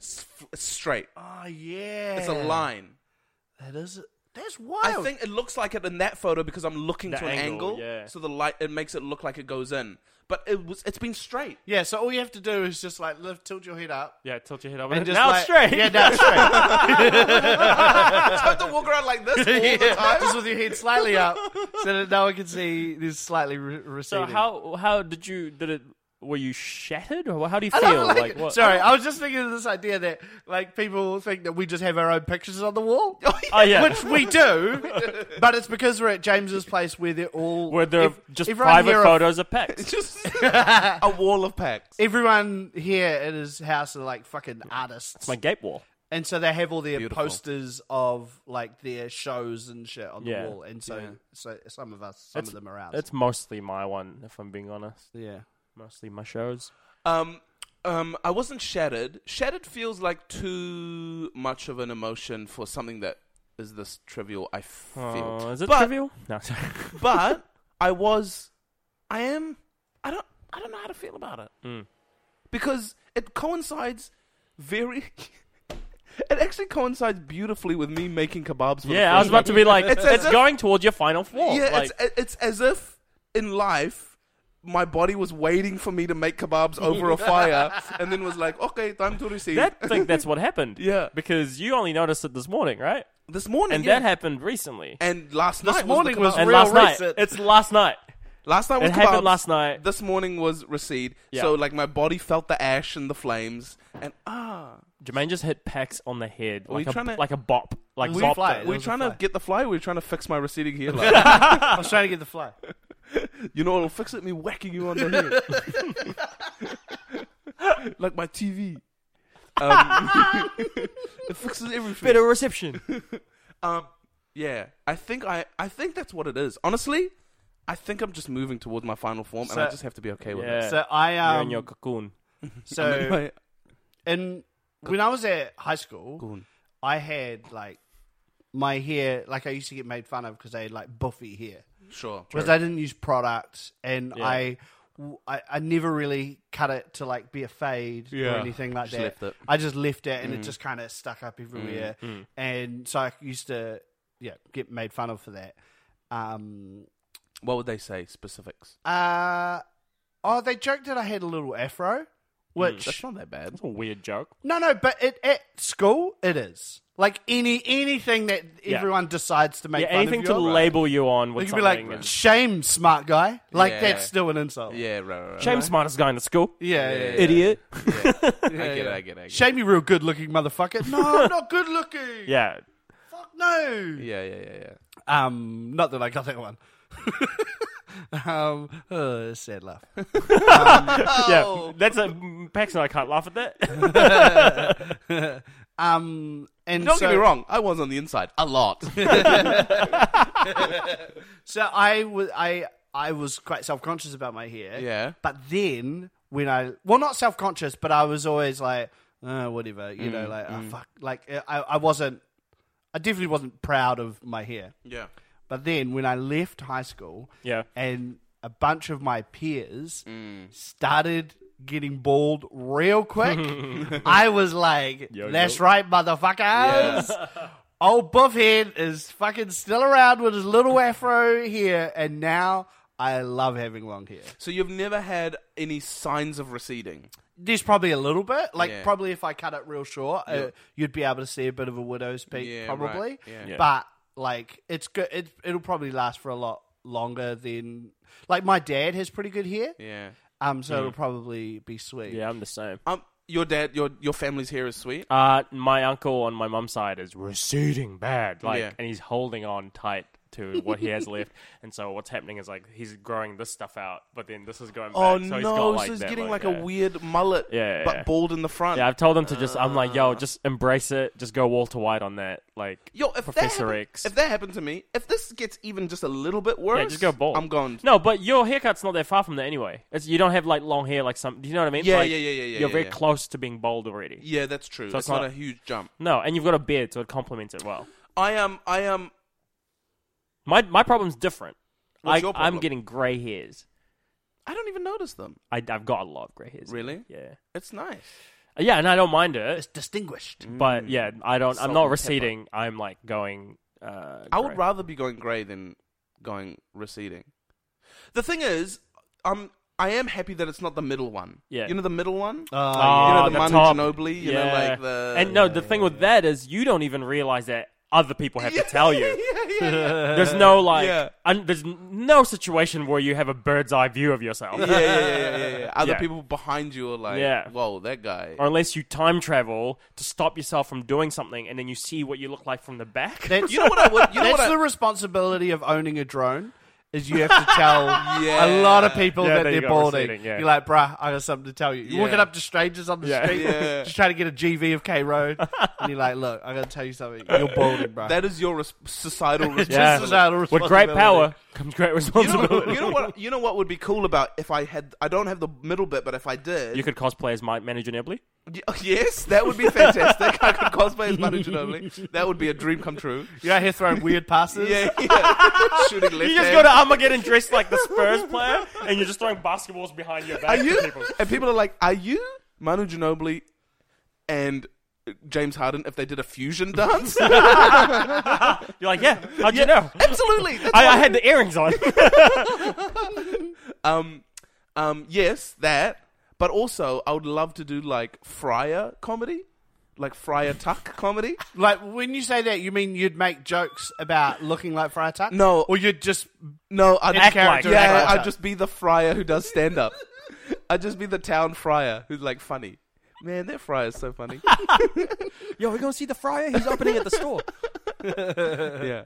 [SPEAKER 4] It's f- it's straight.
[SPEAKER 5] oh yeah,
[SPEAKER 4] It's a line.
[SPEAKER 5] That is. That's wild.
[SPEAKER 4] I think it looks like it in that photo because I'm looking
[SPEAKER 2] The
[SPEAKER 4] to an
[SPEAKER 2] angle,
[SPEAKER 4] Oh. angle,
[SPEAKER 2] yeah.
[SPEAKER 4] so the light it makes it look like it goes in. But it was it's been straight.
[SPEAKER 5] yeah. So all you have to do is just like lift, tilt your head up,
[SPEAKER 2] Yeah, tilt your head up.
[SPEAKER 5] and just
[SPEAKER 2] now
[SPEAKER 5] like,
[SPEAKER 2] it's straight.
[SPEAKER 5] Yeah, now it's straight.
[SPEAKER 4] I have to walk around like this all the time.
[SPEAKER 5] just with your head slightly up, so that no one can see this slightly re-
[SPEAKER 2] so
[SPEAKER 5] receding.
[SPEAKER 2] how how did you did it? Were you shattered or how do you
[SPEAKER 5] I
[SPEAKER 2] feel?
[SPEAKER 5] don't like-
[SPEAKER 2] Like, what?
[SPEAKER 5] Sorry, I was just thinking of this idea that like people think that we just have our own pictures on the wall,
[SPEAKER 2] Oh yeah,
[SPEAKER 5] which we do, but it's because we're at James's place where they're all
[SPEAKER 2] were there
[SPEAKER 5] ev-
[SPEAKER 2] just
[SPEAKER 5] everyone here
[SPEAKER 2] private
[SPEAKER 5] are-
[SPEAKER 2] photos of Pecs?
[SPEAKER 4] It's just a wall of packs.
[SPEAKER 5] everyone here at his house are like fucking artists,
[SPEAKER 2] My gape wall.
[SPEAKER 5] and so they have all their
[SPEAKER 4] Beautiful.
[SPEAKER 5] posters of like their shows and shit on
[SPEAKER 2] Yeah.
[SPEAKER 5] the wall, and so so some of us, some
[SPEAKER 2] That's-
[SPEAKER 5] of them are out.
[SPEAKER 2] That's mostly my one, if I'm being honest.
[SPEAKER 5] Yeah.
[SPEAKER 2] Mostly my shows.
[SPEAKER 4] Um, um, I wasn't shattered. Shattered feels like too much of an emotion for something that is this trivial. I feel.
[SPEAKER 2] Oh, is it
[SPEAKER 4] but,
[SPEAKER 2] trivial? No, sorry.
[SPEAKER 4] But I was, I am. I don't. I don't know how to feel about it
[SPEAKER 2] Hmm.
[SPEAKER 4] because it coincides very. it actually coincides beautifully with me making kebabs. For the
[SPEAKER 2] yeah, I was
[SPEAKER 4] first
[SPEAKER 2] about to
[SPEAKER 4] time.
[SPEAKER 2] be like, it's,
[SPEAKER 4] It's as if-
[SPEAKER 2] going towards your final four.
[SPEAKER 4] Yeah,
[SPEAKER 2] like,
[SPEAKER 4] it's it's as if in life my body was waiting for me to make kebabs over a fire, and then was like, "Okay, time to receive."
[SPEAKER 2] that I think that's what happened.
[SPEAKER 4] Yeah.
[SPEAKER 2] because you only noticed it this morning, right?
[SPEAKER 4] this morning,
[SPEAKER 2] And
[SPEAKER 4] yeah.
[SPEAKER 2] that happened recently.
[SPEAKER 4] and last
[SPEAKER 5] This
[SPEAKER 4] night
[SPEAKER 5] morning was
[SPEAKER 4] was, the kebab.
[SPEAKER 2] And
[SPEAKER 5] real
[SPEAKER 2] last night,
[SPEAKER 5] recent.
[SPEAKER 2] it's last night.
[SPEAKER 4] Last night was
[SPEAKER 2] It happened
[SPEAKER 4] kebabs.
[SPEAKER 2] last night.
[SPEAKER 4] This morning was recede.
[SPEAKER 2] Yeah.
[SPEAKER 4] So like my body felt the ash and the flames, and ah,
[SPEAKER 2] Jermaine just hit Pax on the head
[SPEAKER 4] Were
[SPEAKER 2] like
[SPEAKER 4] you
[SPEAKER 2] a,
[SPEAKER 4] trying to-
[SPEAKER 2] like a bop, like
[SPEAKER 5] Were you
[SPEAKER 2] bopped
[SPEAKER 5] fly-
[SPEAKER 2] it.
[SPEAKER 5] There
[SPEAKER 4] we're
[SPEAKER 5] was a
[SPEAKER 4] trying to
[SPEAKER 5] fly.
[SPEAKER 4] get the fly. We're trying to fix my receding hairline.
[SPEAKER 5] I was trying to get the fly.
[SPEAKER 4] you know what'll fix it? Me whacking you on the head, like my TV. Um, it fixes everything.
[SPEAKER 2] Better reception.
[SPEAKER 4] Um, yeah, I think I, I think that's what it is. Honestly, I think I'm just moving towards my final form, and
[SPEAKER 5] So-
[SPEAKER 4] I just have to be okay with
[SPEAKER 2] yeah.
[SPEAKER 5] So I
[SPEAKER 2] You're in your
[SPEAKER 5] um
[SPEAKER 2] cocoon.
[SPEAKER 4] it.
[SPEAKER 5] so
[SPEAKER 4] Like,
[SPEAKER 5] in when I was at high school,
[SPEAKER 4] cool.
[SPEAKER 5] I had like my hair like I used to get made fun of because I had like buffy hair
[SPEAKER 4] Sure.
[SPEAKER 5] because I didn't use products and I, w- I I never really cut it to like be a fade or
[SPEAKER 4] Yeah.
[SPEAKER 5] anything like
[SPEAKER 4] Just
[SPEAKER 5] that.
[SPEAKER 4] left it. Mm.
[SPEAKER 5] I just left it and it just kind of stuck up everywhere, and so I used to yeah get made fun of for that. Um,
[SPEAKER 4] What would they say? Specifics.
[SPEAKER 5] Uh, oh, they joked that I had a little afro, which
[SPEAKER 4] Mm. That's not that bad.
[SPEAKER 2] That's a weird joke.
[SPEAKER 5] no, no, but it, at school it is like any anything that
[SPEAKER 2] Yeah.
[SPEAKER 5] everyone decides to make
[SPEAKER 2] Yeah,
[SPEAKER 5] fun
[SPEAKER 2] anything
[SPEAKER 5] of
[SPEAKER 2] to
[SPEAKER 5] you of.
[SPEAKER 2] label you on
[SPEAKER 5] They
[SPEAKER 2] with
[SPEAKER 5] could be
[SPEAKER 2] something.
[SPEAKER 5] like,
[SPEAKER 2] and-
[SPEAKER 5] "Shame, smart guy." Like
[SPEAKER 4] Yeah.
[SPEAKER 5] that's still an insult.
[SPEAKER 4] Yeah, right, right, right.
[SPEAKER 2] Shame smartest guy in the school.
[SPEAKER 5] yeah, yeah, yeah.
[SPEAKER 2] Idiot.
[SPEAKER 4] I get it. I get it. I get
[SPEAKER 5] Shame you, real good looking motherfucker. No, I'm not good looking.
[SPEAKER 2] Yeah.
[SPEAKER 5] Fuck no.
[SPEAKER 4] it. Yeah, yeah, yeah, yeah.
[SPEAKER 5] Um, not that I got that one. um, oh, sad laugh.
[SPEAKER 2] Yeah. That's a Pax and I can't laugh at that.
[SPEAKER 5] Um, and
[SPEAKER 4] Don't
[SPEAKER 5] so,
[SPEAKER 4] get me wrong. I was on the inside a lot.
[SPEAKER 5] So I was I I was quite self conscious about my hair.
[SPEAKER 4] Yeah.
[SPEAKER 5] But then when I well not self conscious, but I was always like uh, whatever you know like oh, fuck like I I wasn't I definitely wasn't proud of my hair.
[SPEAKER 4] yeah.
[SPEAKER 5] But then when I left high school,
[SPEAKER 2] Yeah.
[SPEAKER 5] and a bunch of my peers started getting bald real quick, I was like, "That's right, motherfuckers." Old Buffhead is fucking still around with his little afro here, and now I love having long hair.
[SPEAKER 4] So you've never had any signs of receding.
[SPEAKER 5] There's probably a little bit, like
[SPEAKER 4] Yeah.
[SPEAKER 5] probably if I cut it real short, uh, you'd be able to see a bit of a widow's peak,
[SPEAKER 4] Yeah, right.
[SPEAKER 5] probably.
[SPEAKER 4] Yeah. Yeah.
[SPEAKER 5] But like, it's good. It, it'll probably last for a lot longer than like my dad has pretty good hair.
[SPEAKER 4] Yeah.
[SPEAKER 5] Um, so it'll probably be sweet.
[SPEAKER 2] Mm. yeah, I'm the same.
[SPEAKER 4] Um, your dad, your your family's hair is sweet.
[SPEAKER 2] Uh, my uncle on my mum's side is receding bad, like,
[SPEAKER 4] Yeah.
[SPEAKER 2] and he's holding on tight to what he has left. And so what's happening is like he's growing this stuff out, but then this is going back.
[SPEAKER 4] Oh
[SPEAKER 2] so
[SPEAKER 4] no!
[SPEAKER 2] he's got, like,
[SPEAKER 4] so he's
[SPEAKER 2] that,
[SPEAKER 4] getting
[SPEAKER 2] like,
[SPEAKER 4] like, a weird mullet,
[SPEAKER 2] Yeah, yeah,
[SPEAKER 4] but
[SPEAKER 2] yeah.
[SPEAKER 4] bald in the front.
[SPEAKER 2] Yeah, I've told him to just. I'm like, yo, just embrace it. Just go Walter White on that. Like,
[SPEAKER 4] Uh. Yo, if
[SPEAKER 2] Professor
[SPEAKER 4] that happen-
[SPEAKER 2] X.
[SPEAKER 4] if that happened to me, if this gets even just a little bit worse,
[SPEAKER 2] yeah, just go bald.
[SPEAKER 4] I'm gone.
[SPEAKER 2] No, but your haircut's not that far from that anyway. It's you don't have like long hair like some. Do you know what I mean?
[SPEAKER 4] Yeah,
[SPEAKER 2] Like,
[SPEAKER 4] yeah, yeah, yeah, yeah,
[SPEAKER 2] You're
[SPEAKER 4] yeah,
[SPEAKER 2] very
[SPEAKER 4] yeah.
[SPEAKER 2] close to being bald already.
[SPEAKER 4] Yeah, that's true.
[SPEAKER 2] So
[SPEAKER 4] it's
[SPEAKER 2] it's
[SPEAKER 4] not,
[SPEAKER 2] not-
[SPEAKER 4] a huge jump.
[SPEAKER 2] No, and you've got a beard, so it complements it well.
[SPEAKER 4] I am. I um, am.
[SPEAKER 2] My my problem's different.
[SPEAKER 4] What's
[SPEAKER 2] I,
[SPEAKER 4] your
[SPEAKER 2] I'm
[SPEAKER 4] problem?
[SPEAKER 2] getting grey hairs.
[SPEAKER 4] I don't even notice them.
[SPEAKER 2] I, I've got a lot of grey hairs.
[SPEAKER 4] Really?
[SPEAKER 2] Yeah.
[SPEAKER 4] It's nice.
[SPEAKER 2] Yeah, and I don't mind
[SPEAKER 5] It's
[SPEAKER 2] it,
[SPEAKER 5] distinguished.
[SPEAKER 2] but yeah, I don't.
[SPEAKER 4] Salt
[SPEAKER 2] I'm
[SPEAKER 4] and
[SPEAKER 2] not
[SPEAKER 4] pepper.
[SPEAKER 2] receding. I'm like going. Uh,
[SPEAKER 4] I would
[SPEAKER 2] grey.
[SPEAKER 4] rather be going grey than going receding. The thing is, I'm. I am happy that it's not the middle one.
[SPEAKER 2] Yeah.
[SPEAKER 4] You know the middle one.
[SPEAKER 5] Uh,
[SPEAKER 2] Oh,
[SPEAKER 4] you know the,
[SPEAKER 2] the
[SPEAKER 4] Manu
[SPEAKER 2] top.
[SPEAKER 4] Ginobili. You know,
[SPEAKER 2] Yeah.
[SPEAKER 4] like the
[SPEAKER 2] and no, the thing with that is you don't even realize that other people have to tell you.
[SPEAKER 4] yeah, yeah, yeah.
[SPEAKER 2] There's no like,
[SPEAKER 4] Yeah.
[SPEAKER 2] un- there's n- no situation where you have a bird's eye view of yourself,
[SPEAKER 4] yeah, yeah, yeah, yeah, yeah. Other
[SPEAKER 2] Yeah.
[SPEAKER 4] people behind you are like,
[SPEAKER 2] Yeah.
[SPEAKER 4] whoa, that guy.
[SPEAKER 2] or unless you time travel to stop yourself from doing something, and then you see what you look like from the back.
[SPEAKER 5] That's,
[SPEAKER 4] you know what I would? You know
[SPEAKER 5] that's
[SPEAKER 4] what I,
[SPEAKER 5] the responsibility of owning a drone. Is you have to tell a
[SPEAKER 4] Yeah.
[SPEAKER 5] lot of people
[SPEAKER 2] Yeah,
[SPEAKER 5] that
[SPEAKER 2] that you
[SPEAKER 5] they're
[SPEAKER 2] got
[SPEAKER 5] balding.
[SPEAKER 2] receding, yeah.
[SPEAKER 5] You're like, bruh, I got something to tell you. You're walking
[SPEAKER 4] Yeah.
[SPEAKER 5] up to strangers on the
[SPEAKER 2] Yeah.
[SPEAKER 5] street,
[SPEAKER 4] Yeah.
[SPEAKER 5] just trying to get a GV of K Road, and you're like, look, I got to tell you something. You're balding, bruh.
[SPEAKER 4] That is your res- societal
[SPEAKER 2] yeah,
[SPEAKER 4] responsibility.
[SPEAKER 5] societal
[SPEAKER 2] with great
[SPEAKER 5] responsibility.
[SPEAKER 2] power comes great
[SPEAKER 4] You know,
[SPEAKER 2] responsibility.
[SPEAKER 4] what- you know what? You know what would be cool about if I had? I don't have the middle bit, but if I did,
[SPEAKER 2] You could cosplay as Mike Manager Nebly.
[SPEAKER 4] Y- yes, that would be fantastic. I could cosplay as Manu Ginobili. That would be a dream come true.
[SPEAKER 5] You're out here throwing weird passes.
[SPEAKER 4] Yeah, yeah. shooting left.
[SPEAKER 2] You just go
[SPEAKER 4] hand.
[SPEAKER 2] to Armageddon dressed like the Spurs player, and you're just throwing basketballs behind your
[SPEAKER 4] Are
[SPEAKER 2] back.
[SPEAKER 4] you?
[SPEAKER 2] to people.
[SPEAKER 4] And people are like, are you Manu Ginobili and James Harden if they did a fusion dance?
[SPEAKER 2] You're like, yeah, how'd you know?
[SPEAKER 4] Absolutely. That's
[SPEAKER 2] I,
[SPEAKER 4] what-
[SPEAKER 2] I had the earrings on.
[SPEAKER 4] Um, um, yes, that. But also, I would love to do like Fryer comedy. like Friar Tuck comedy.
[SPEAKER 5] Like when you say that, you mean you'd make jokes about looking like Friar Tuck?
[SPEAKER 4] No.
[SPEAKER 5] or you'd just
[SPEAKER 4] No, I'd
[SPEAKER 5] Act character,
[SPEAKER 4] yeah,
[SPEAKER 5] act like
[SPEAKER 4] I'd
[SPEAKER 5] that.
[SPEAKER 4] just be the friar who does stand up. I'd just be the town friar who's like funny. Man, that friar's so funny.
[SPEAKER 2] Yo, we're going to see the fryer. He's opening at the store.
[SPEAKER 4] yeah.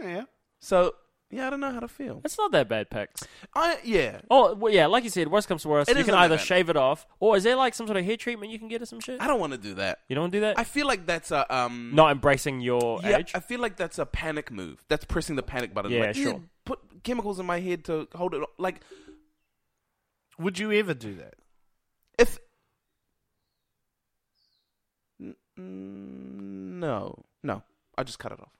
[SPEAKER 5] yeah.
[SPEAKER 4] So yeah, I don't know how to feel.
[SPEAKER 2] It's not that bad, Pix.
[SPEAKER 4] I yeah.
[SPEAKER 2] Oh, well, yeah, like you said, worst comes to worst.
[SPEAKER 4] It
[SPEAKER 2] you
[SPEAKER 4] is
[SPEAKER 2] can
[SPEAKER 4] not that
[SPEAKER 2] either
[SPEAKER 4] bad.
[SPEAKER 2] shave it off, or is there like some sort of hair treatment you can get or some shit?
[SPEAKER 4] I don't want to do that.
[SPEAKER 2] You don't do that?
[SPEAKER 4] I feel like that's a um.
[SPEAKER 2] not embracing your
[SPEAKER 4] yeah,
[SPEAKER 2] age?
[SPEAKER 4] I feel like that's a panic move. That's pressing the panic button.
[SPEAKER 2] Yeah,
[SPEAKER 4] like, "Eh,
[SPEAKER 2] sure.
[SPEAKER 4] Put chemicals in my head to hold it. o-" Like
[SPEAKER 5] Would you ever do that?
[SPEAKER 4] if N- mm, no, no, I just cut it off.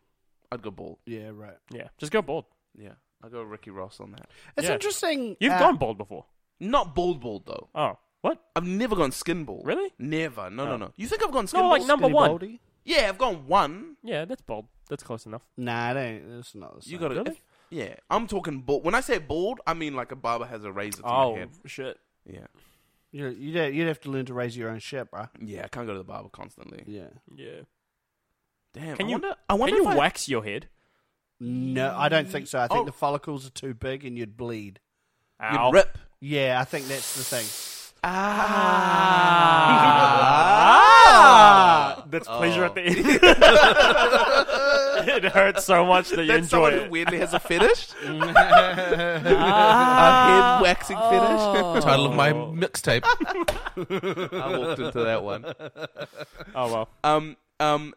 [SPEAKER 4] I'd go bald.
[SPEAKER 5] Yeah, right.
[SPEAKER 2] yeah, just go bald.
[SPEAKER 4] Yeah, I go Ricky Ross on that.
[SPEAKER 5] It's
[SPEAKER 2] Yeah.
[SPEAKER 5] interesting.
[SPEAKER 2] You've
[SPEAKER 5] uh,
[SPEAKER 2] gone bald before.
[SPEAKER 4] Not bald, bald though.
[SPEAKER 2] Oh, what?
[SPEAKER 4] I've never gone skin bald.
[SPEAKER 2] Really?
[SPEAKER 4] Never. No,
[SPEAKER 2] Oh.
[SPEAKER 4] no, no. You think I've gone skin
[SPEAKER 2] No, like
[SPEAKER 4] bald?
[SPEAKER 2] number one.
[SPEAKER 5] Baldy?
[SPEAKER 4] Yeah, I've gone one.
[SPEAKER 2] Yeah, that's bald. That's close enough.
[SPEAKER 5] Nah, it ain't. It's not. The same.
[SPEAKER 4] You got to
[SPEAKER 2] Really?
[SPEAKER 4] Yeah, I'm talking bald. When I say bald, I mean like a barber has a razor to my
[SPEAKER 2] Oh,
[SPEAKER 4] head.
[SPEAKER 2] shit.
[SPEAKER 4] Yeah,
[SPEAKER 5] You- You'd, ha- you'd have to learn to raise your own shit, bro.
[SPEAKER 4] yeah. I can't go to the barber constantly.
[SPEAKER 5] Yeah.
[SPEAKER 2] Yeah.
[SPEAKER 4] Damn.
[SPEAKER 2] Can
[SPEAKER 4] I
[SPEAKER 2] you,
[SPEAKER 4] wonder, I wonder
[SPEAKER 2] can
[SPEAKER 4] if
[SPEAKER 2] you
[SPEAKER 4] I-
[SPEAKER 2] wax your head?
[SPEAKER 5] No, I don't think so. I think
[SPEAKER 4] Oh.
[SPEAKER 5] the follicles are too big and you'd bleed.
[SPEAKER 2] Ow.
[SPEAKER 4] You'd rip.
[SPEAKER 5] Yeah, I think that's the thing.
[SPEAKER 2] Ah, That's
[SPEAKER 4] Oh.
[SPEAKER 2] pleasure at the end. it hurts so much that you
[SPEAKER 4] That's
[SPEAKER 2] enjoy
[SPEAKER 4] someone who
[SPEAKER 2] it.
[SPEAKER 4] weirdly has a fetish. a head waxing
[SPEAKER 2] Oh.
[SPEAKER 4] fetish.
[SPEAKER 7] Title of my mixtape.
[SPEAKER 4] I walked into that one.
[SPEAKER 2] Oh well.
[SPEAKER 4] Um, um,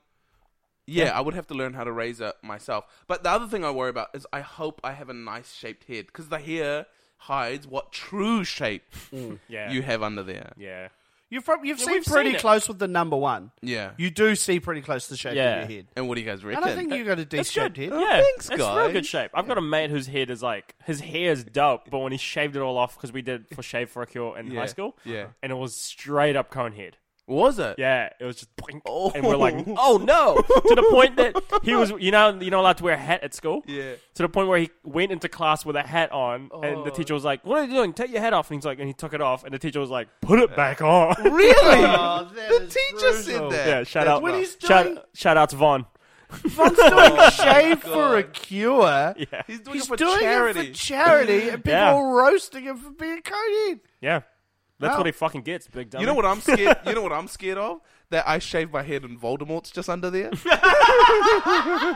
[SPEAKER 4] yeah, I would have to learn how to razor myself. But the other thing I worry about is I hope I have a nice shaped head because the hair hides what true shape
[SPEAKER 2] Mm, Yeah.
[SPEAKER 4] you have under there.
[SPEAKER 2] yeah.
[SPEAKER 5] You've prob- you've seen
[SPEAKER 2] we've
[SPEAKER 5] pretty
[SPEAKER 2] seen it.
[SPEAKER 5] close with the number one.
[SPEAKER 4] Yeah.
[SPEAKER 5] You do see pretty close to the shape
[SPEAKER 2] Yeah.
[SPEAKER 5] of your head.
[SPEAKER 4] and what do you guys reckon?
[SPEAKER 5] And I think you got a
[SPEAKER 2] It's good. Oh,
[SPEAKER 5] D-shaped head.
[SPEAKER 2] Yeah,
[SPEAKER 4] Oh, thanks,
[SPEAKER 2] it's real good
[SPEAKER 4] guys.
[SPEAKER 2] shape. I've got a mate whose head is like his hair is dope, but when he shaved it all off because we did for shave for a cure in
[SPEAKER 4] Yeah,
[SPEAKER 2] high school,
[SPEAKER 4] yeah.
[SPEAKER 2] and it was straight up cone head.
[SPEAKER 4] was it?
[SPEAKER 2] Yeah, it was just, boink,
[SPEAKER 4] Oh.
[SPEAKER 2] and we're like, oh no! to the point that he was, you know, you know, allowed to wear a hat at school.
[SPEAKER 4] Yeah. Oh.
[SPEAKER 2] To the point where he went into class with a hat on, and the teacher was like, "What are you doing? Take your hat off!" And he's like, and he took it off, and the teacher was like, "Put it back on."
[SPEAKER 4] Really?
[SPEAKER 5] Oh, that
[SPEAKER 4] the
[SPEAKER 5] is
[SPEAKER 4] teacher said that.
[SPEAKER 2] yeah, shout out,
[SPEAKER 5] When he's doing-
[SPEAKER 2] shout, shout out to Vaughn.
[SPEAKER 5] Von's
[SPEAKER 2] Oh,
[SPEAKER 5] doing shave for a cure.
[SPEAKER 4] He's doing
[SPEAKER 5] He's
[SPEAKER 4] it for
[SPEAKER 5] doing
[SPEAKER 4] charity.
[SPEAKER 5] it for charity, and people
[SPEAKER 2] Yeah.
[SPEAKER 5] are roasting him for being a conehead.
[SPEAKER 2] Yeah, that's
[SPEAKER 5] Wow.
[SPEAKER 2] what he fucking gets, big dummy.
[SPEAKER 4] you know what I'm scared? you know what I'm scared of? That I shaved my head and Voldemort's just under there.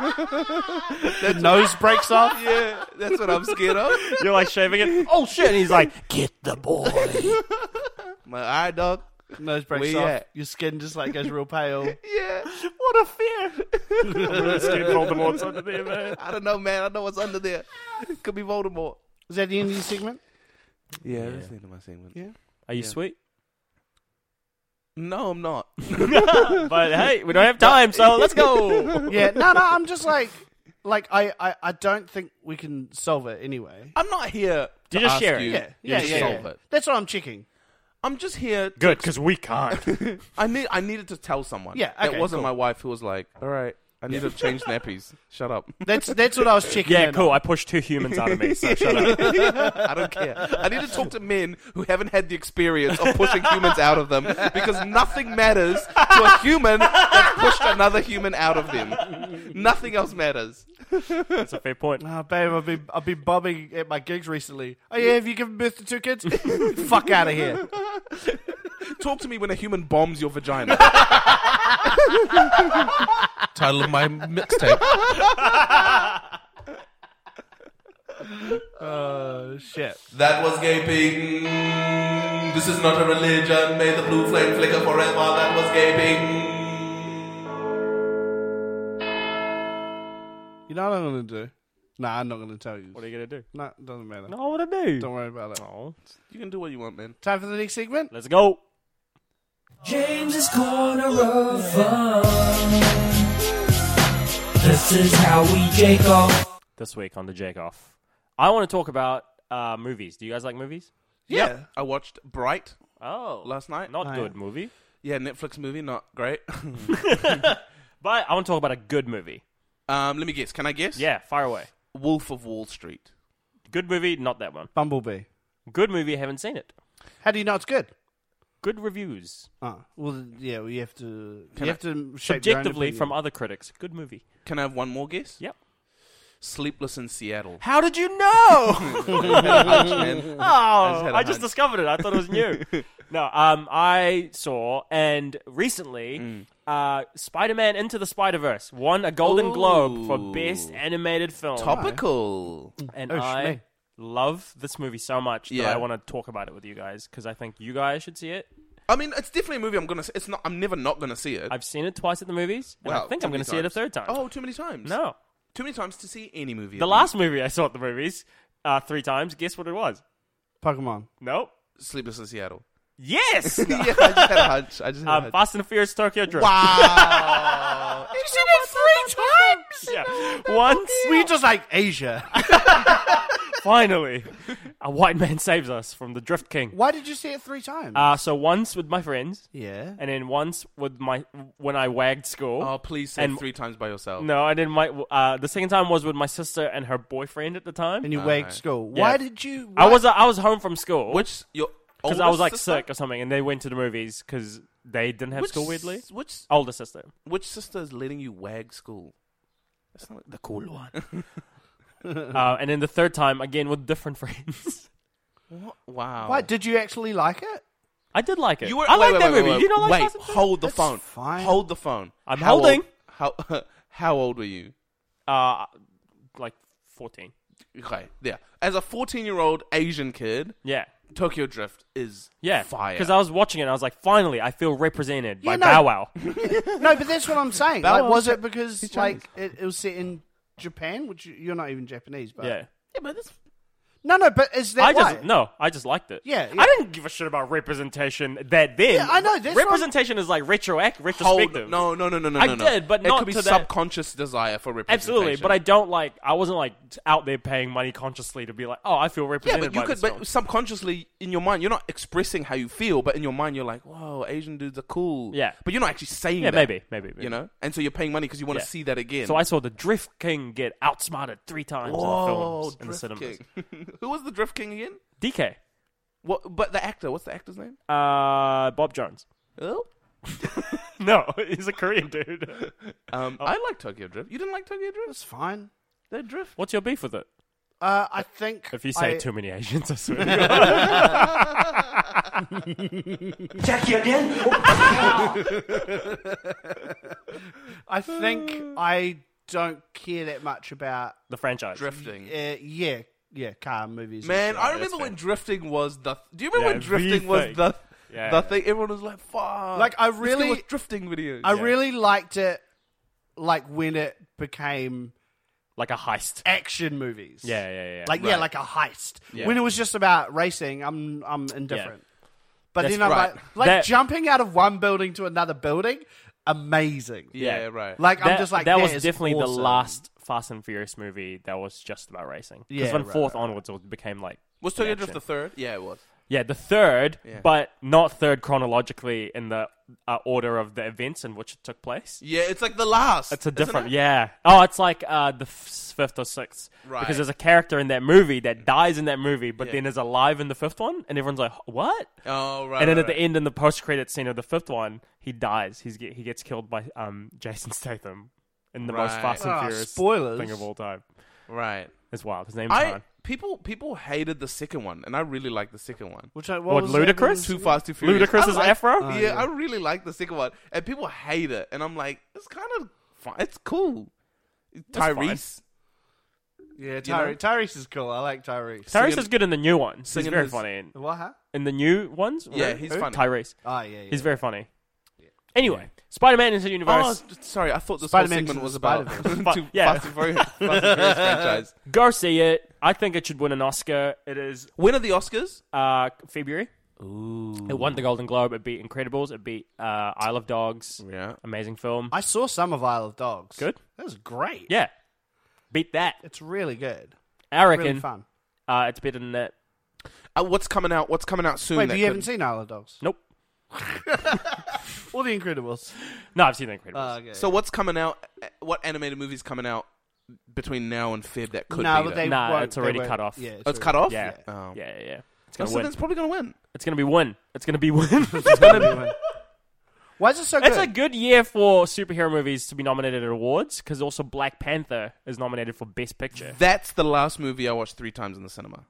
[SPEAKER 5] The nose breaks off.
[SPEAKER 4] yeah, that's what I'm scared of.
[SPEAKER 2] You're like shaving it. Oh shit! And he's like, "Get the boy."
[SPEAKER 4] My eye dog.
[SPEAKER 5] Nose breaks
[SPEAKER 4] Where you
[SPEAKER 5] off.
[SPEAKER 4] at?
[SPEAKER 5] Your skin just like goes real pale.
[SPEAKER 4] Yeah,
[SPEAKER 2] what a fear! I'm really scared Voldemort's under there, man.
[SPEAKER 4] I don't know, man. I know what's under there. It could be Voldemort.
[SPEAKER 5] Is that the end of your segment?
[SPEAKER 4] Yeah, that's the end of my segment. Yeah.
[SPEAKER 2] Are you sweet?
[SPEAKER 4] No, I'm not.
[SPEAKER 2] But hey, we don't have time, so let's go.
[SPEAKER 5] Yeah. No, no. I'm just like, like I, I, I don't think we can solve it anyway.
[SPEAKER 4] I'm not here.
[SPEAKER 2] You
[SPEAKER 4] To
[SPEAKER 2] just
[SPEAKER 4] ask
[SPEAKER 2] share it.
[SPEAKER 4] you
[SPEAKER 5] Yeah.
[SPEAKER 4] to
[SPEAKER 5] Yeah. Yeah.
[SPEAKER 4] solve
[SPEAKER 5] yeah.
[SPEAKER 4] it.
[SPEAKER 5] That's what I'm checking.
[SPEAKER 4] I'm just here.
[SPEAKER 2] Good, because we can't.
[SPEAKER 4] I need. I needed to tell someone.
[SPEAKER 5] Yeah,
[SPEAKER 4] it
[SPEAKER 5] okay,
[SPEAKER 4] wasn't
[SPEAKER 5] cool.
[SPEAKER 4] my wife who was like, "All right, I need to change nappies. Shut up.
[SPEAKER 5] That's that's what I was checking.
[SPEAKER 2] Yeah,
[SPEAKER 5] in
[SPEAKER 2] cool.
[SPEAKER 5] on.
[SPEAKER 2] I pushed two humans out of me, so shut up.
[SPEAKER 4] I don't care. I need to talk to men who haven't had the experience of pushing humans out of them because nothing matters to a human that pushed another human out of them. Nothing else matters.
[SPEAKER 2] That's a fair point.
[SPEAKER 5] Oh, babe, I've been I've been bobbing at my gigs recently. Oh yeah, have you given birth to two kids? Fuck out of here.
[SPEAKER 4] Talk to me when a human bombs your vagina.
[SPEAKER 7] Title of my mixtape.
[SPEAKER 5] Oh shit.
[SPEAKER 7] That was gaping. This is not a religion. May the blue flame flicker forever. That was gaping.
[SPEAKER 5] You know what I'm gonna do? Nah, I'm not gonna tell you.
[SPEAKER 2] What are you gonna do?
[SPEAKER 5] No, it doesn't matter.
[SPEAKER 2] No, what to do?
[SPEAKER 5] Don't worry about it.
[SPEAKER 4] you can do what you want, man.
[SPEAKER 5] Time for the next segment.
[SPEAKER 2] Let's go.
[SPEAKER 6] James's corner of fun. This is how we jake off.
[SPEAKER 2] This week on the Jake Off, I want to talk about uh, movies. Do you guys like movies?
[SPEAKER 4] Yeah. I watched Bright
[SPEAKER 2] Oh,
[SPEAKER 4] last night.
[SPEAKER 2] not
[SPEAKER 5] yeah.
[SPEAKER 2] good movie,
[SPEAKER 4] Yeah, Netflix movie, not great.
[SPEAKER 2] but I want to talk about a good movie.
[SPEAKER 4] um, let me guess. Can I guess?
[SPEAKER 2] Yeah, fire away.
[SPEAKER 4] Wolf of Wall Street.
[SPEAKER 2] Good movie, not that one.
[SPEAKER 5] Bumblebee.
[SPEAKER 2] Good movie, haven't seen it.
[SPEAKER 5] How do you know it's good?
[SPEAKER 2] good reviews
[SPEAKER 5] Ah, well, yeah, we have to. you
[SPEAKER 4] Can I-
[SPEAKER 5] have to shape your own
[SPEAKER 2] subjectively from
[SPEAKER 5] opinion.
[SPEAKER 2] other critics. Good movie.
[SPEAKER 4] Can I have one more guess?
[SPEAKER 2] Yep.
[SPEAKER 4] Sleepless in Seattle.
[SPEAKER 2] How did you know?
[SPEAKER 4] Hunch, man.
[SPEAKER 2] Oh, I
[SPEAKER 4] had
[SPEAKER 2] just,
[SPEAKER 4] a hunch.
[SPEAKER 2] discovered it. I thought it was new. no, um, I saw and recently,
[SPEAKER 4] Mm.
[SPEAKER 2] uh, Spider-Man Into the Spider-Verse won a Golden Globe for
[SPEAKER 4] Ooh.
[SPEAKER 2] best animated film,
[SPEAKER 4] Topical.
[SPEAKER 2] and
[SPEAKER 5] Oh,
[SPEAKER 2] I
[SPEAKER 5] shmee.
[SPEAKER 2] love this movie so much that
[SPEAKER 4] Yeah.
[SPEAKER 2] I want to talk about it with you guys because I think you guys should see it.
[SPEAKER 4] I mean, it's definitely a movie I'm gonna. See. It's not. I'm never not gonna see it.
[SPEAKER 2] I've seen it twice at the movies, and
[SPEAKER 4] Wow,
[SPEAKER 2] I think
[SPEAKER 4] too
[SPEAKER 2] I'm going
[SPEAKER 4] many
[SPEAKER 2] to see it a
[SPEAKER 4] times.
[SPEAKER 2] third time.
[SPEAKER 4] Oh, too many times.
[SPEAKER 2] no,
[SPEAKER 4] too many times to see any movie.
[SPEAKER 2] the last movie I saw at the movies uh, three times. Guess what it was?
[SPEAKER 5] Pokemon.
[SPEAKER 2] Nope.
[SPEAKER 4] Sleepless in Seattle.
[SPEAKER 2] Yes.
[SPEAKER 4] yeah, I just had a hunch. I just
[SPEAKER 2] Um,
[SPEAKER 4] had a hunch.
[SPEAKER 2] Fast and Furious Tokyo Drift.
[SPEAKER 4] Wow.
[SPEAKER 2] You've seen it three times. Yeah. Once
[SPEAKER 5] We just like Asia.
[SPEAKER 2] finally, a white man saves us from the Drift King.
[SPEAKER 5] Why did you see it three times?
[SPEAKER 2] Uh, so once with my friends,
[SPEAKER 5] Ah. yeah.
[SPEAKER 2] and then once with my when I wagged school.
[SPEAKER 4] oh, please say
[SPEAKER 2] And-
[SPEAKER 4] three times by yourself.
[SPEAKER 2] No, and then my uh, the second time was with my sister and her boyfriend at the time.
[SPEAKER 5] And you wake
[SPEAKER 4] Okay.
[SPEAKER 5] school.
[SPEAKER 2] Yeah.
[SPEAKER 5] Why did you?
[SPEAKER 2] I
[SPEAKER 5] why-
[SPEAKER 2] was uh, I was home from school
[SPEAKER 4] Which your
[SPEAKER 2] because I was like
[SPEAKER 4] oldest sister?
[SPEAKER 2] sick or something, and they went to the movies because they didn't have
[SPEAKER 4] Which
[SPEAKER 2] school weirdly.
[SPEAKER 4] s- Uh-huh. Which
[SPEAKER 2] Older sister.
[SPEAKER 4] which sister is letting you wag school? That's not the cool one.
[SPEAKER 2] Uh, and then the third time again with different friends.
[SPEAKER 4] Wow.
[SPEAKER 5] Why did you actually like it?
[SPEAKER 2] I did like it.
[SPEAKER 4] You were,
[SPEAKER 2] I
[SPEAKER 4] wait,
[SPEAKER 2] like
[SPEAKER 4] wait,
[SPEAKER 2] that
[SPEAKER 4] wait,
[SPEAKER 2] movie.
[SPEAKER 4] Wait,
[SPEAKER 2] you don't like
[SPEAKER 4] wait,
[SPEAKER 2] Fast and Furious?
[SPEAKER 4] hold the phone.
[SPEAKER 5] fine.
[SPEAKER 4] Hold the phone.
[SPEAKER 2] I'm
[SPEAKER 4] How old-
[SPEAKER 2] holding.
[SPEAKER 4] how how old were you?
[SPEAKER 2] Uh, like fourteen.
[SPEAKER 4] Okay, yeah. As a 14 year old Asian kid,
[SPEAKER 2] Yeah.
[SPEAKER 4] Tokyo Drift is
[SPEAKER 2] Yeah,
[SPEAKER 4] fire.
[SPEAKER 2] Because I was watching it, and I was like, finally, I feel represented by
[SPEAKER 5] no.
[SPEAKER 2] Bow Wow.
[SPEAKER 5] No, but that's what I'm saying.
[SPEAKER 4] That
[SPEAKER 5] Like,
[SPEAKER 4] was-
[SPEAKER 5] was it because like it, it was set in Japan, which you- you're not even Japanese, but
[SPEAKER 2] yeah,
[SPEAKER 5] No, no, but is that
[SPEAKER 2] I
[SPEAKER 5] why?
[SPEAKER 2] just no, I just liked it.
[SPEAKER 5] Yeah, yeah.
[SPEAKER 2] I didn't give a shit about representation that then.
[SPEAKER 5] Yeah, I know, that's what I'm-
[SPEAKER 2] representation is like retroact,
[SPEAKER 4] Hold,
[SPEAKER 2] retrospective.
[SPEAKER 4] no, no, no, no, no.
[SPEAKER 2] I
[SPEAKER 4] no, no.
[SPEAKER 2] did, but
[SPEAKER 4] it
[SPEAKER 2] not
[SPEAKER 4] could be
[SPEAKER 2] to that-
[SPEAKER 4] subconscious desire for representation.
[SPEAKER 2] Absolutely, but I don't like. I wasn't like out there paying money consciously to be like, oh, I feel
[SPEAKER 4] Yeah,
[SPEAKER 2] represented
[SPEAKER 4] but you
[SPEAKER 2] by
[SPEAKER 4] could,
[SPEAKER 2] this film.
[SPEAKER 4] but subconsciously in your mind, you're not expressing how you feel, but in your mind, you're like, "Whoa, Asian dudes are cool."
[SPEAKER 2] Yeah.
[SPEAKER 4] but you're not actually saying
[SPEAKER 2] Yeah,
[SPEAKER 4] that.
[SPEAKER 2] maybe, maybe, maybe.
[SPEAKER 4] you know. And so you're paying money because you want to
[SPEAKER 2] Yeah.
[SPEAKER 4] see that again.
[SPEAKER 2] So I saw the Drift King get outsmarted three times in the
[SPEAKER 4] Whoa,
[SPEAKER 2] films in the
[SPEAKER 4] Drift
[SPEAKER 2] cinemas.
[SPEAKER 4] King. Who was the Drift King again?
[SPEAKER 2] DK,
[SPEAKER 4] What? But the actor. What's the actor's name?
[SPEAKER 2] uh, Bob Jones.
[SPEAKER 4] Oh,
[SPEAKER 2] No, he's a Korean dude.
[SPEAKER 4] um,
[SPEAKER 2] Oh.
[SPEAKER 4] I like Tokyo Drift. You didn't like Tokyo Drift?
[SPEAKER 5] It's fine.
[SPEAKER 4] They're Drift.
[SPEAKER 2] What's your beef with it?
[SPEAKER 5] Uh, I think
[SPEAKER 2] If you say
[SPEAKER 5] I,
[SPEAKER 2] too many Asians, I swear. to God.
[SPEAKER 3] Jackie again?
[SPEAKER 5] I think I don't care that much about.
[SPEAKER 2] the franchise.
[SPEAKER 4] Drifting.
[SPEAKER 5] Uh, yeah, yeah, car movies. and
[SPEAKER 4] Hmm. Man,
[SPEAKER 5] shit.
[SPEAKER 4] I remember when drifting was the. Th- Do you remember
[SPEAKER 2] Yeah,
[SPEAKER 4] when
[SPEAKER 2] the
[SPEAKER 4] drifting was
[SPEAKER 2] thing.
[SPEAKER 4] the
[SPEAKER 2] Yeah.
[SPEAKER 4] the thing? Everyone was like, "Fuck!"
[SPEAKER 5] Like, I
[SPEAKER 4] let's go
[SPEAKER 5] really-
[SPEAKER 4] with drifting videos.
[SPEAKER 5] I really liked it, like when it became
[SPEAKER 2] like a heist.
[SPEAKER 5] action movies.
[SPEAKER 2] Yeah, yeah, yeah.
[SPEAKER 5] Like yeah, like a heist. When it was just about racing, I'm I'm indifferent. But
[SPEAKER 2] That's
[SPEAKER 5] then I'm
[SPEAKER 4] right.
[SPEAKER 5] like, like
[SPEAKER 2] That-
[SPEAKER 5] jumping out of one building to another building, amazing.
[SPEAKER 4] yeah,
[SPEAKER 2] yeah.
[SPEAKER 4] right.
[SPEAKER 5] Like
[SPEAKER 2] that,
[SPEAKER 5] I'm just like
[SPEAKER 2] that
[SPEAKER 5] that
[SPEAKER 2] was
[SPEAKER 5] is
[SPEAKER 2] definitely the
[SPEAKER 5] awesome.
[SPEAKER 2] last Fast and Furious movie that was just about racing. Because
[SPEAKER 5] Yeah,
[SPEAKER 2] when
[SPEAKER 5] right,
[SPEAKER 2] fourth onwards, it became like
[SPEAKER 4] was Tokyo
[SPEAKER 2] Yeah,
[SPEAKER 4] Drift
[SPEAKER 2] sure.
[SPEAKER 4] the third? Yeah, it was.
[SPEAKER 2] yeah, the third,
[SPEAKER 4] Yeah.
[SPEAKER 2] but not third chronologically in the uh, order of the events in which it took place.
[SPEAKER 4] Yeah, it's like the last.
[SPEAKER 2] It's a
[SPEAKER 4] isn't
[SPEAKER 2] different,
[SPEAKER 4] it?
[SPEAKER 2] yeah. Oh, it's like uh, the f- fifth or sixth,
[SPEAKER 4] Right.
[SPEAKER 2] Because there's a character in that movie that dies in that movie, but
[SPEAKER 4] Yeah.
[SPEAKER 2] then is alive in the fifth one, and everyone's like, "What?"
[SPEAKER 4] Oh right.
[SPEAKER 2] and then
[SPEAKER 4] right,
[SPEAKER 2] at the
[SPEAKER 4] right.
[SPEAKER 2] end, in the post-credit scene of the fifth one, he dies. He's get, he gets killed by um, Jason Statham in the most
[SPEAKER 4] Right.
[SPEAKER 2] Fast and
[SPEAKER 5] Ah,
[SPEAKER 2] Furious
[SPEAKER 5] spoilers.
[SPEAKER 2] thing of all time.
[SPEAKER 4] right.
[SPEAKER 2] It's wild. His name's
[SPEAKER 4] I
[SPEAKER 2] Han.
[SPEAKER 4] people people hated the second one, and I really liked the second one.
[SPEAKER 5] Which I, what,
[SPEAKER 2] What,
[SPEAKER 5] was that
[SPEAKER 2] Ludacris?
[SPEAKER 5] movie?
[SPEAKER 4] Too Fast, Too Furious.
[SPEAKER 2] Ludacris
[SPEAKER 4] I
[SPEAKER 2] is
[SPEAKER 4] like-
[SPEAKER 2] Afro?
[SPEAKER 4] yeah, I really like the second one, and people hate it, and I'm like, it's kind of fine. It's cool.
[SPEAKER 2] fine.
[SPEAKER 4] Tyrese
[SPEAKER 5] Yeah,
[SPEAKER 4] you know?
[SPEAKER 5] Tyre- Tyrese is cool. I like Tyrese.
[SPEAKER 2] Tyrese
[SPEAKER 4] Singing-
[SPEAKER 2] is good in the new ones. He's
[SPEAKER 4] singing
[SPEAKER 2] very
[SPEAKER 4] his-
[SPEAKER 2] funny in,
[SPEAKER 5] what? Huh?
[SPEAKER 2] in the new ones.
[SPEAKER 4] Yeah,
[SPEAKER 2] Who?
[SPEAKER 4] he's
[SPEAKER 2] Who?
[SPEAKER 4] funny.
[SPEAKER 2] Tyrese.
[SPEAKER 5] Oh yeah, yeah.
[SPEAKER 2] He's very funny. Anyway, Spider-Man into the
[SPEAKER 4] Oh,
[SPEAKER 2] universe.
[SPEAKER 4] sorry. I thought this
[SPEAKER 5] Spider-Man
[SPEAKER 4] whole segment
[SPEAKER 5] to
[SPEAKER 4] was
[SPEAKER 5] the
[SPEAKER 4] about
[SPEAKER 2] Spider-Verse.
[SPEAKER 4] to
[SPEAKER 2] Yeah.
[SPEAKER 4] Fast and Furious, Fast and Furious franchise.
[SPEAKER 2] Go see it. I think it should win an Oscar. It is
[SPEAKER 4] When are the Oscars?
[SPEAKER 2] uh, February. Ooh. It won the Golden Globe. It beat Incredibles. It beat uh, Isle of Dogs.
[SPEAKER 4] Yeah.
[SPEAKER 2] Amazing film.
[SPEAKER 5] I saw some of Isle of Dogs.
[SPEAKER 2] Good.
[SPEAKER 5] That was great.
[SPEAKER 2] yeah. Beat that.
[SPEAKER 5] It's really good.
[SPEAKER 2] I reckon
[SPEAKER 5] Really fun.
[SPEAKER 2] Uh, it's better than that.
[SPEAKER 4] Uh, what's coming out? What's coming out soon?
[SPEAKER 5] Wait,
[SPEAKER 4] that
[SPEAKER 5] but you
[SPEAKER 4] could-
[SPEAKER 5] haven't seen Isle of Dogs
[SPEAKER 2] Nope.
[SPEAKER 5] or The Incredibles?
[SPEAKER 2] No, I've seen The Incredibles.
[SPEAKER 5] okay.
[SPEAKER 4] So what's coming out? uh, What animated movies coming out between now and Feb that could
[SPEAKER 5] no,
[SPEAKER 4] be?
[SPEAKER 5] but they
[SPEAKER 2] Nah,
[SPEAKER 5] won't.
[SPEAKER 2] it's
[SPEAKER 5] They
[SPEAKER 2] already
[SPEAKER 5] won't.
[SPEAKER 2] cut off.
[SPEAKER 5] Yeah,
[SPEAKER 4] it's cut off.
[SPEAKER 2] yeah.
[SPEAKER 4] Oh.
[SPEAKER 2] yeah, yeah, yeah. It's
[SPEAKER 4] So
[SPEAKER 2] gonna win.
[SPEAKER 4] Sydney's probably going to win.
[SPEAKER 2] It's gonna be win. It's gonna be win.
[SPEAKER 5] Why is it so
[SPEAKER 2] It's
[SPEAKER 5] good?
[SPEAKER 2] a good year for superhero movies to be nominated at awards because also Black Panther is nominated for Best Picture.
[SPEAKER 4] That's the last movie I watched three times in the cinema.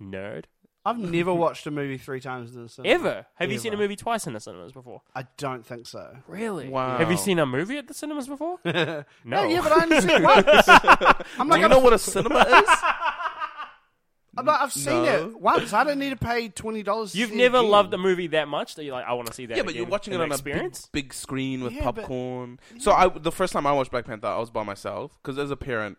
[SPEAKER 2] Nerd.
[SPEAKER 5] I've never watched a movie three times in the cinema.
[SPEAKER 2] Ever. Have you seen a
[SPEAKER 5] Ever.
[SPEAKER 2] movie twice in the cinemas before?
[SPEAKER 5] I don't think so.
[SPEAKER 2] Really?
[SPEAKER 4] Wow.
[SPEAKER 2] Have you seen a movie at the cinemas before? no.
[SPEAKER 5] Yeah, but I only seen it once. I'm
[SPEAKER 4] Do
[SPEAKER 5] like,
[SPEAKER 4] you
[SPEAKER 5] I've,
[SPEAKER 4] know what a cinema is?
[SPEAKER 5] I'm like, I've seen
[SPEAKER 4] No.
[SPEAKER 5] it once. I don't need to pay twenty dollars.
[SPEAKER 2] You've never loved a movie that much that you're like, I want to see that.
[SPEAKER 4] yeah, but
[SPEAKER 2] again
[SPEAKER 4] you're watching it
[SPEAKER 2] and
[SPEAKER 4] on
[SPEAKER 2] experience.
[SPEAKER 4] a big, big screen with
[SPEAKER 5] Yeah, but-
[SPEAKER 4] popcorn. So I, the first time I watched Black Panther, I was by myself because as a parent,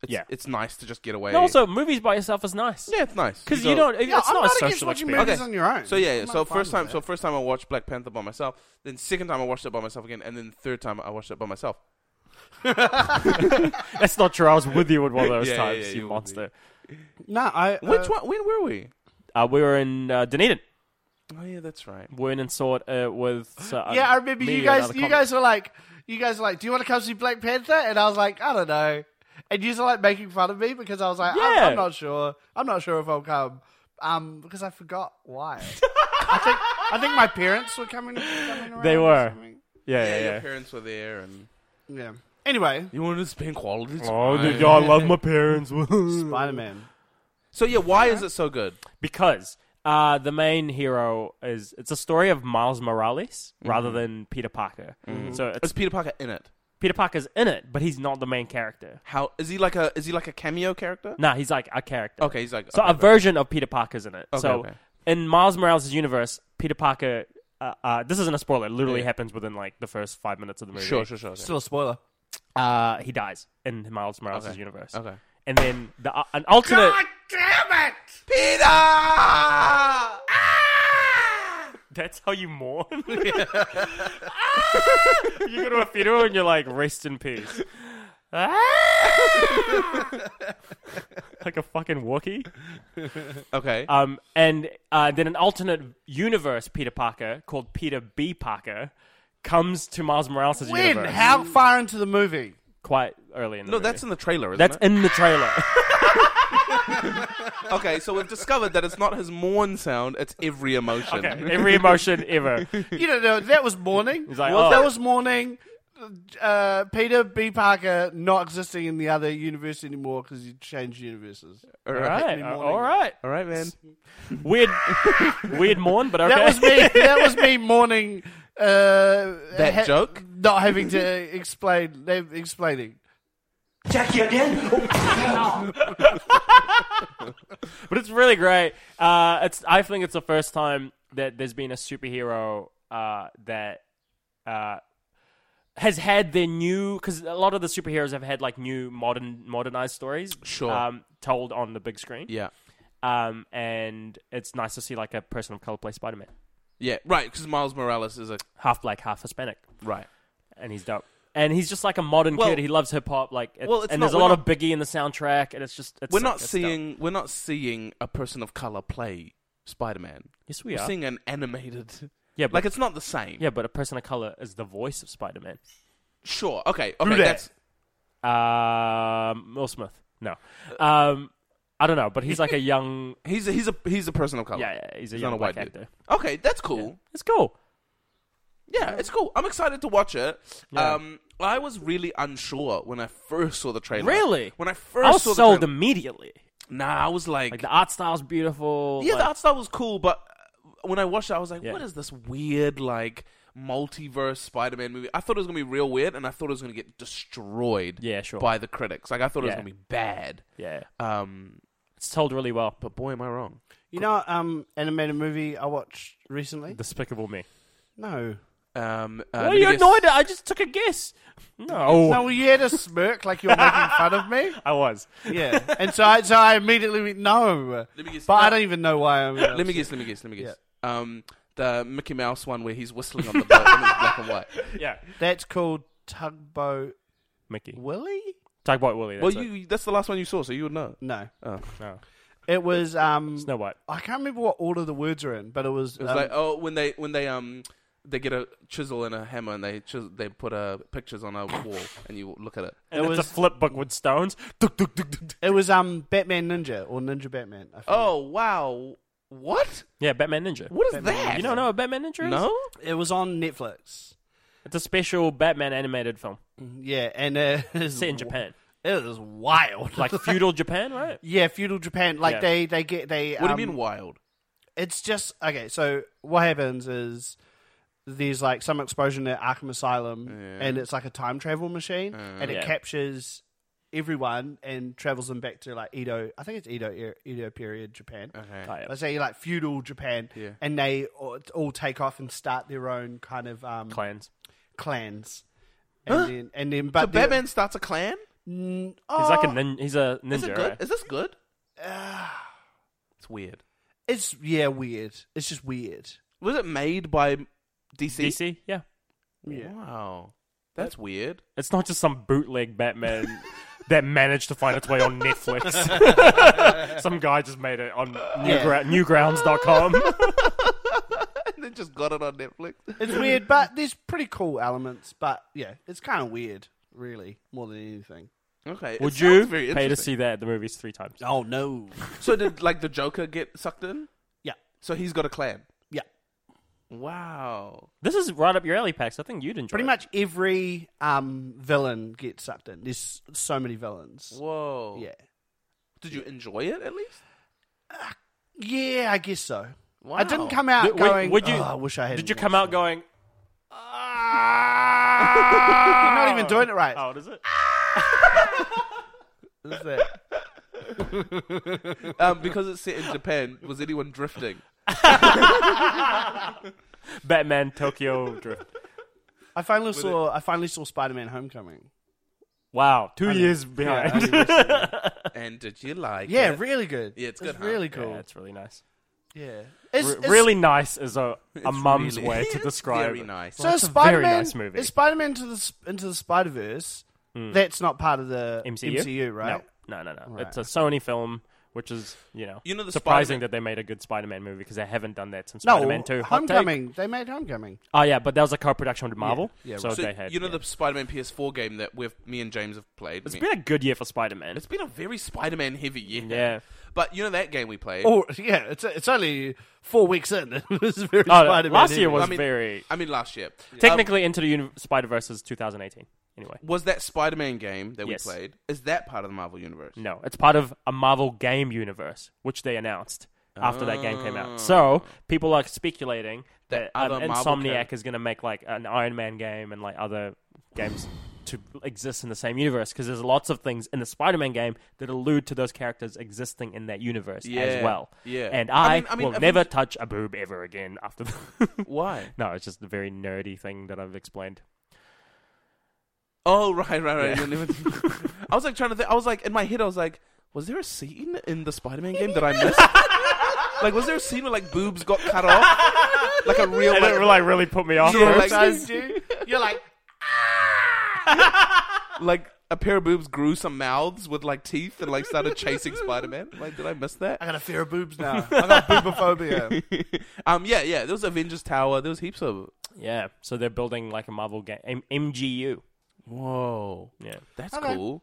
[SPEAKER 4] it's,
[SPEAKER 2] Yeah.
[SPEAKER 4] it's nice to just get away.
[SPEAKER 2] No, also movies by yourself is nice.
[SPEAKER 4] yeah, it's nice
[SPEAKER 2] Because
[SPEAKER 4] You
[SPEAKER 2] you
[SPEAKER 4] go-
[SPEAKER 2] don't.
[SPEAKER 5] Yeah,
[SPEAKER 2] it's
[SPEAKER 5] I'm
[SPEAKER 2] not,
[SPEAKER 5] not
[SPEAKER 2] a
[SPEAKER 5] against
[SPEAKER 2] social
[SPEAKER 5] watching
[SPEAKER 2] experience.
[SPEAKER 5] movies on your own.
[SPEAKER 4] So yeah, yeah.
[SPEAKER 5] I'm
[SPEAKER 4] so
[SPEAKER 5] not fine
[SPEAKER 4] first
[SPEAKER 5] with
[SPEAKER 4] time,
[SPEAKER 5] that.
[SPEAKER 4] so first time I watched Black Panther by myself. Then second time I watched it by myself again, and then third time I watched it by myself.
[SPEAKER 2] That's not true. I was with you at one of those
[SPEAKER 4] Yeah, yeah,
[SPEAKER 2] times.
[SPEAKER 4] yeah,
[SPEAKER 2] you
[SPEAKER 4] you were with
[SPEAKER 2] monster.
[SPEAKER 5] no, I uh,
[SPEAKER 4] Which one? When were we?
[SPEAKER 2] Uh, we were in uh, Dunedin.
[SPEAKER 4] Oh yeah, that's right.
[SPEAKER 2] We went and saw it uh, with. Uh,
[SPEAKER 5] Yeah, I remember
[SPEAKER 2] me
[SPEAKER 5] you
[SPEAKER 2] and
[SPEAKER 5] guys.
[SPEAKER 2] another
[SPEAKER 5] You
[SPEAKER 2] comic.
[SPEAKER 5] guys were like, you guys were like, do you want to come see Black Panther? And I was like, I don't know. And you were like making fun of me because I was like,
[SPEAKER 2] Yeah.
[SPEAKER 5] I'm, I'm not sure. I'm not sure if I'll come. Um, because I forgot why. I think I think my parents were coming. coming around
[SPEAKER 2] They
[SPEAKER 5] or
[SPEAKER 2] were.
[SPEAKER 5] something.
[SPEAKER 2] Yeah,
[SPEAKER 4] Yeah,
[SPEAKER 2] yeah,
[SPEAKER 4] your
[SPEAKER 2] yeah.
[SPEAKER 4] parents were there, and
[SPEAKER 5] Yeah. Anyway,
[SPEAKER 4] you wanted to spend quality
[SPEAKER 2] Oh,
[SPEAKER 4] time.
[SPEAKER 2] yeah, I love my parents.
[SPEAKER 5] Spider Man.
[SPEAKER 4] So yeah, why is it so good?
[SPEAKER 2] because uh, the main hero is it's a story of Miles Morales
[SPEAKER 4] Mm-hmm.
[SPEAKER 2] rather than Peter Parker. So it's
[SPEAKER 4] Is Peter Parker in it?
[SPEAKER 2] Peter Parker's in it, but he's not the main character.
[SPEAKER 4] How is he like a is he like a cameo character?
[SPEAKER 2] Nah, he's like a character.
[SPEAKER 4] Okay, he's like
[SPEAKER 2] So
[SPEAKER 4] okay,
[SPEAKER 2] a version of Peter Parker's in it. so
[SPEAKER 4] okay.
[SPEAKER 2] in Miles Morales' universe, Peter Parker. Uh, uh, this isn't a spoiler. It literally
[SPEAKER 4] Yeah.
[SPEAKER 2] happens within like the first five minutes of the movie.
[SPEAKER 4] sure, sure, sure. okay.
[SPEAKER 5] Still a spoiler.
[SPEAKER 2] Uh, he dies in Miles Morales' universe.
[SPEAKER 4] Okay.
[SPEAKER 2] And then the uh, an alternate.
[SPEAKER 5] damn it!
[SPEAKER 2] That's how you mourn. you go to a funeral and you're like, rest in peace.
[SPEAKER 5] Ah!
[SPEAKER 2] like a fucking Wookiee.
[SPEAKER 4] Okay.
[SPEAKER 2] Um, and uh, then an alternate universe Peter Parker called Peter B. Parker comes to Miles Morales'
[SPEAKER 5] When?
[SPEAKER 2] universe
[SPEAKER 5] How far into the movie?
[SPEAKER 2] quite early in the
[SPEAKER 4] no,
[SPEAKER 2] movie.
[SPEAKER 4] that's in the trailer. Isn't
[SPEAKER 2] that's
[SPEAKER 4] it?
[SPEAKER 2] in the trailer.
[SPEAKER 4] okay. So we've discovered that it's not his mourn sound; it's every emotion.
[SPEAKER 2] okay, every emotion ever.
[SPEAKER 5] You don't know. That was morning.
[SPEAKER 2] like,
[SPEAKER 5] well,
[SPEAKER 2] oh.
[SPEAKER 5] that was morning. Uh, Peter B. Parker not existing in the other universe anymore because he changed universes.
[SPEAKER 4] All
[SPEAKER 2] All
[SPEAKER 4] right.
[SPEAKER 2] right, uh,
[SPEAKER 5] Morning.
[SPEAKER 2] all right.
[SPEAKER 4] All right, man.
[SPEAKER 2] Weird, weird mourn, but okay.
[SPEAKER 5] That was me. That was me mourning. Uh,
[SPEAKER 4] That joke?
[SPEAKER 5] not having to explain. them Explaining.
[SPEAKER 3] Jackie again?
[SPEAKER 2] but it's really great. Uh, it's I think it's the first time that there's been a superhero uh, that uh, has had their new because a lot of the superheroes have had like new modern modernized stories,
[SPEAKER 4] Sure.
[SPEAKER 2] um, told on the big screen.
[SPEAKER 4] Yeah.
[SPEAKER 2] Um, and it's nice to see like a person of color play Spider Man,
[SPEAKER 4] Yeah. Right. Because Miles Morales is a
[SPEAKER 2] half black, half Hispanic,
[SPEAKER 4] right.
[SPEAKER 2] and he's dope. And he's just like a modern
[SPEAKER 4] Well-
[SPEAKER 2] kid. He loves hip hop, like it's,
[SPEAKER 4] Well, it's
[SPEAKER 2] and
[SPEAKER 4] not-
[SPEAKER 2] there's a
[SPEAKER 4] we're
[SPEAKER 2] lot
[SPEAKER 4] not-
[SPEAKER 2] of Biggie in the soundtrack, and it's just it's
[SPEAKER 4] we're
[SPEAKER 2] so-
[SPEAKER 4] not
[SPEAKER 2] it's dope.
[SPEAKER 4] seeing we're not seeing a person of color play Spider Man.
[SPEAKER 2] Yes, we
[SPEAKER 4] we're
[SPEAKER 2] are.
[SPEAKER 4] seeing an animated.
[SPEAKER 2] Yeah, but
[SPEAKER 4] Like it's not the same.
[SPEAKER 2] yeah, but a person of color is the voice of Spider Man.
[SPEAKER 4] Sure. Okay. Okay.
[SPEAKER 2] that?
[SPEAKER 4] That's
[SPEAKER 2] Um, Will Smith. No. Um, I don't know, but he's like a young.
[SPEAKER 4] he's a, he's a he's a person of color.
[SPEAKER 2] Yeah, yeah he's a
[SPEAKER 4] Oh, He's
[SPEAKER 2] young
[SPEAKER 4] not a
[SPEAKER 2] black
[SPEAKER 4] white dude.
[SPEAKER 2] actor.
[SPEAKER 4] Okay. That's cool.
[SPEAKER 2] It's cool.
[SPEAKER 4] Yeah, it's cool. I'm excited to watch it.
[SPEAKER 2] Yeah.
[SPEAKER 4] Um, I was really unsure when I first saw the trailer.
[SPEAKER 2] Really?
[SPEAKER 4] When I
[SPEAKER 2] I
[SPEAKER 4] first
[SPEAKER 2] was
[SPEAKER 4] saw the
[SPEAKER 2] sold
[SPEAKER 4] trailer-
[SPEAKER 2] immediately.
[SPEAKER 4] Nah, I was like,
[SPEAKER 2] Like the art style's beautiful.
[SPEAKER 4] yeah,
[SPEAKER 2] like,
[SPEAKER 4] the art style was cool, but uh, when I watched it, I was like,
[SPEAKER 2] Yeah.
[SPEAKER 4] what is this weird like multiverse Spider-Man movie? I thought it was gonna be real weird, and I thought it was gonna get destroyed.
[SPEAKER 2] Yeah, sure.
[SPEAKER 4] By the critics, like I thought it was
[SPEAKER 2] Yeah.
[SPEAKER 4] gonna be bad.
[SPEAKER 2] yeah.
[SPEAKER 4] Um,
[SPEAKER 2] It's told really well.
[SPEAKER 4] but boy, am I wrong.
[SPEAKER 5] You know, um, animated movie I watched recently.
[SPEAKER 2] Despicable Me.
[SPEAKER 5] No.
[SPEAKER 4] Um, uh,
[SPEAKER 2] Why
[SPEAKER 4] let
[SPEAKER 2] are
[SPEAKER 4] me
[SPEAKER 2] you
[SPEAKER 4] guess.
[SPEAKER 2] annoyed? I just took a guess. No.
[SPEAKER 5] No, well, Oh, you had a smirk like you were making fun of me.
[SPEAKER 2] I was.
[SPEAKER 5] Yeah, and so I, so I immediately went no,
[SPEAKER 4] Let me guess.
[SPEAKER 5] but I
[SPEAKER 4] No.
[SPEAKER 5] don't even know why. I'm
[SPEAKER 4] Let me guess. Let me guess. Let me guess. Um, the Mickey Mouse one where he's whistling on the boat and it's black and white.
[SPEAKER 2] Yeah.
[SPEAKER 5] That's called Tugboat
[SPEAKER 2] Mickey.
[SPEAKER 5] Willie.
[SPEAKER 2] Tugboat Willie. That's
[SPEAKER 4] Well,
[SPEAKER 2] it.
[SPEAKER 4] you—that's the last one you saw, so you would know.
[SPEAKER 5] No,
[SPEAKER 4] Oh.
[SPEAKER 2] No.
[SPEAKER 5] it was um.
[SPEAKER 2] Snow White.
[SPEAKER 5] I can't remember what order the words are in, but it was,
[SPEAKER 4] It was
[SPEAKER 5] um,
[SPEAKER 4] like, oh, when they when they um they get a chisel and a hammer and they chis- they put uh, pictures on a wall and you look at it.
[SPEAKER 2] And it's
[SPEAKER 5] was-
[SPEAKER 2] a flip book with stones. Duk, duk, duk, duk, duk.
[SPEAKER 5] it was um Batman Ninja or Ninja Batman. I forget.
[SPEAKER 4] Oh wow, What?
[SPEAKER 2] Yeah, Batman Ninja.
[SPEAKER 4] What is that?
[SPEAKER 2] You don't know what Batman Ninja is?
[SPEAKER 4] No.
[SPEAKER 5] It was on Netflix.
[SPEAKER 2] It's a special Batman animated film
[SPEAKER 5] Yeah, and uh, it is
[SPEAKER 2] set in Japan.
[SPEAKER 5] It was wild.
[SPEAKER 2] Like feudal Japan, right?
[SPEAKER 5] yeah, feudal Japan. Like
[SPEAKER 2] Yeah.
[SPEAKER 5] they they get they.
[SPEAKER 4] What
[SPEAKER 5] um,
[SPEAKER 4] do you mean wild?
[SPEAKER 5] It's just okay. So what happens is there's like some explosion at Arkham Asylum, and it's like a time travel machine,
[SPEAKER 4] Uh.
[SPEAKER 5] and it
[SPEAKER 2] Yeah.
[SPEAKER 5] captures everyone and travels them back to like Edo. I think it's Edo era- Edo period Japan.
[SPEAKER 2] Oh, yeah.
[SPEAKER 5] Let's say like feudal Japan,
[SPEAKER 4] Uh-huh. Yeah.
[SPEAKER 5] and they all, all take off and start their own kind of um,
[SPEAKER 2] Clans.
[SPEAKER 5] clans. And then, and then, but
[SPEAKER 4] So
[SPEAKER 5] they're-
[SPEAKER 4] Batman starts a clan.
[SPEAKER 2] He's like a nin- he's a ninja.
[SPEAKER 4] Is it good?
[SPEAKER 2] right?
[SPEAKER 4] Is this good? it's weird.
[SPEAKER 5] It's yeah, weird. It's just weird.
[SPEAKER 4] Was it made by DC?
[SPEAKER 2] DC, yeah.
[SPEAKER 4] Wow, that's weird.
[SPEAKER 2] It's not just some bootleg Batman that managed to find its way on Netflix. some guy just made it on newgra- newgrounds.com.
[SPEAKER 4] and then just got it on Netflix.
[SPEAKER 5] It's weird, but there's pretty cool elements. But yeah, it's kind of weird, really, more than anything.
[SPEAKER 4] Okay, it
[SPEAKER 2] Would
[SPEAKER 4] sounds
[SPEAKER 2] you
[SPEAKER 4] very
[SPEAKER 2] pay to
[SPEAKER 4] interesting.
[SPEAKER 2] see that at the movies three times?
[SPEAKER 5] Oh no!
[SPEAKER 4] So did like the Joker get sucked in?
[SPEAKER 5] Yeah,
[SPEAKER 4] So he's got a clan.
[SPEAKER 5] yeah.
[SPEAKER 4] Wow.
[SPEAKER 2] This is right up your alley, Pax. I think you'd enjoy
[SPEAKER 5] Pretty
[SPEAKER 2] it.
[SPEAKER 5] much every um, villain gets sucked in. There's so many villains.
[SPEAKER 4] Whoa.
[SPEAKER 5] Yeah,
[SPEAKER 4] Did you enjoy it at least?
[SPEAKER 5] yeah. I guess so. I
[SPEAKER 4] Wow.
[SPEAKER 5] didn't come out
[SPEAKER 2] Would- would-
[SPEAKER 5] going.
[SPEAKER 2] would you-
[SPEAKER 5] "Oh, I wish I had.
[SPEAKER 2] Did you come out going,
[SPEAKER 5] You're not even doing it right.
[SPEAKER 2] oh, does it?
[SPEAKER 5] Is that-
[SPEAKER 4] Um, because it's set in Japan. Was anyone drifting?
[SPEAKER 2] Batman Tokyo Drift.
[SPEAKER 5] I finally saw. I finally saw Spider-Man: Homecoming.
[SPEAKER 2] Wow, two years behind. Yeah,
[SPEAKER 4] And did you like?
[SPEAKER 5] Yeah,
[SPEAKER 4] it?
[SPEAKER 5] really good.
[SPEAKER 4] Yeah, it's good,
[SPEAKER 5] It's
[SPEAKER 4] huh?
[SPEAKER 5] really cool.
[SPEAKER 2] it's really nice.
[SPEAKER 5] Yeah. It's,
[SPEAKER 2] R-
[SPEAKER 5] it's-
[SPEAKER 2] really nice is a, a mum's
[SPEAKER 4] really-
[SPEAKER 2] way to
[SPEAKER 4] it's
[SPEAKER 2] describe
[SPEAKER 4] Very
[SPEAKER 2] it.
[SPEAKER 4] nice.
[SPEAKER 5] So
[SPEAKER 2] it's a very
[SPEAKER 5] Spider-Man,
[SPEAKER 2] nice movie. Hmm.
[SPEAKER 5] Is Spider-Man into the sp- into the Spider-Verse? That's not part of the
[SPEAKER 2] MCU?
[SPEAKER 5] right?
[SPEAKER 2] No, no, no. no. It's a Sony film, which is, you know,
[SPEAKER 4] You know the
[SPEAKER 2] surprising
[SPEAKER 4] Spider-Man-
[SPEAKER 2] that they made a good Spider-Man movie because they haven't done that since
[SPEAKER 5] No,
[SPEAKER 2] Spider-Man 2. Hot take.
[SPEAKER 5] Homecoming. They made Homecoming.
[SPEAKER 2] Oh, yeah, but that was a co-production with Marvel.
[SPEAKER 5] Yeah,
[SPEAKER 2] so,
[SPEAKER 5] right.
[SPEAKER 4] So
[SPEAKER 2] they had,
[SPEAKER 4] you know
[SPEAKER 2] yeah.
[SPEAKER 4] the Spider-Man PS4 game that we've, me and James have played.
[SPEAKER 2] It's
[SPEAKER 4] Me-
[SPEAKER 2] been a good year for Spider-Man.
[SPEAKER 4] it's been a very Spider-Man heavy year.
[SPEAKER 2] Yeah. Oh,
[SPEAKER 4] But you know that game we played.
[SPEAKER 5] Or Oh, yeah, it's it's only four weeks in. It was very
[SPEAKER 2] Oh, no,
[SPEAKER 5] Spider-Man.
[SPEAKER 2] last year
[SPEAKER 5] heavy.
[SPEAKER 2] was
[SPEAKER 4] I mean,
[SPEAKER 2] very...
[SPEAKER 4] I mean last year. Um,
[SPEAKER 2] Technically, Into the Uni- Spider-Verse is 2018. Anyway,
[SPEAKER 4] was that Spider-Man game that
[SPEAKER 2] Yes.
[SPEAKER 4] we played? Is that part of the Marvel universe?
[SPEAKER 2] no, it's part of a Marvel game universe, which they announced after that game came out. So people are speculating that,
[SPEAKER 4] That
[SPEAKER 2] um,
[SPEAKER 4] Ah. other Marvel
[SPEAKER 2] Insomniac
[SPEAKER 4] character-
[SPEAKER 2] is going to make like an Iron Man game and like other games to exist in the same universe because there's lots of things in the Spider-Man game that allude to those characters existing in that universe as
[SPEAKER 4] Yeah,
[SPEAKER 2] well.
[SPEAKER 4] yeah.
[SPEAKER 2] and I,
[SPEAKER 4] I mean- I mean,
[SPEAKER 2] will
[SPEAKER 4] I mean-
[SPEAKER 2] never touch a boob ever again after. The-
[SPEAKER 4] Why?
[SPEAKER 2] no, it's just a very nerdy thing that I've explained.
[SPEAKER 4] Oh right, right, right.
[SPEAKER 2] Yeah.
[SPEAKER 4] You'll never- I was like trying to think. I was like in my head. I was like, was there a scene in the Spider-Man game that I missed? like, was there a scene where like boobs got cut off? Like a real.
[SPEAKER 2] And it
[SPEAKER 4] Like,
[SPEAKER 2] really, really put me off.
[SPEAKER 4] Yeah,
[SPEAKER 2] bro.
[SPEAKER 4] like-
[SPEAKER 5] Sometimes you- You're like,
[SPEAKER 4] like a pair of boobs grew some mouths with like teeth and like started chasing Spider-Man. Like, did I miss that?
[SPEAKER 5] I got a fear of boobs now. I got boobophobia.
[SPEAKER 4] um, yeah, yeah. There was Avengers Tower. There was heaps of.
[SPEAKER 2] Yeah, so they're building like a Marvel game, M- MGU.
[SPEAKER 4] Whoa,
[SPEAKER 2] Yeah,
[SPEAKER 4] that's
[SPEAKER 5] Okay.
[SPEAKER 4] cool.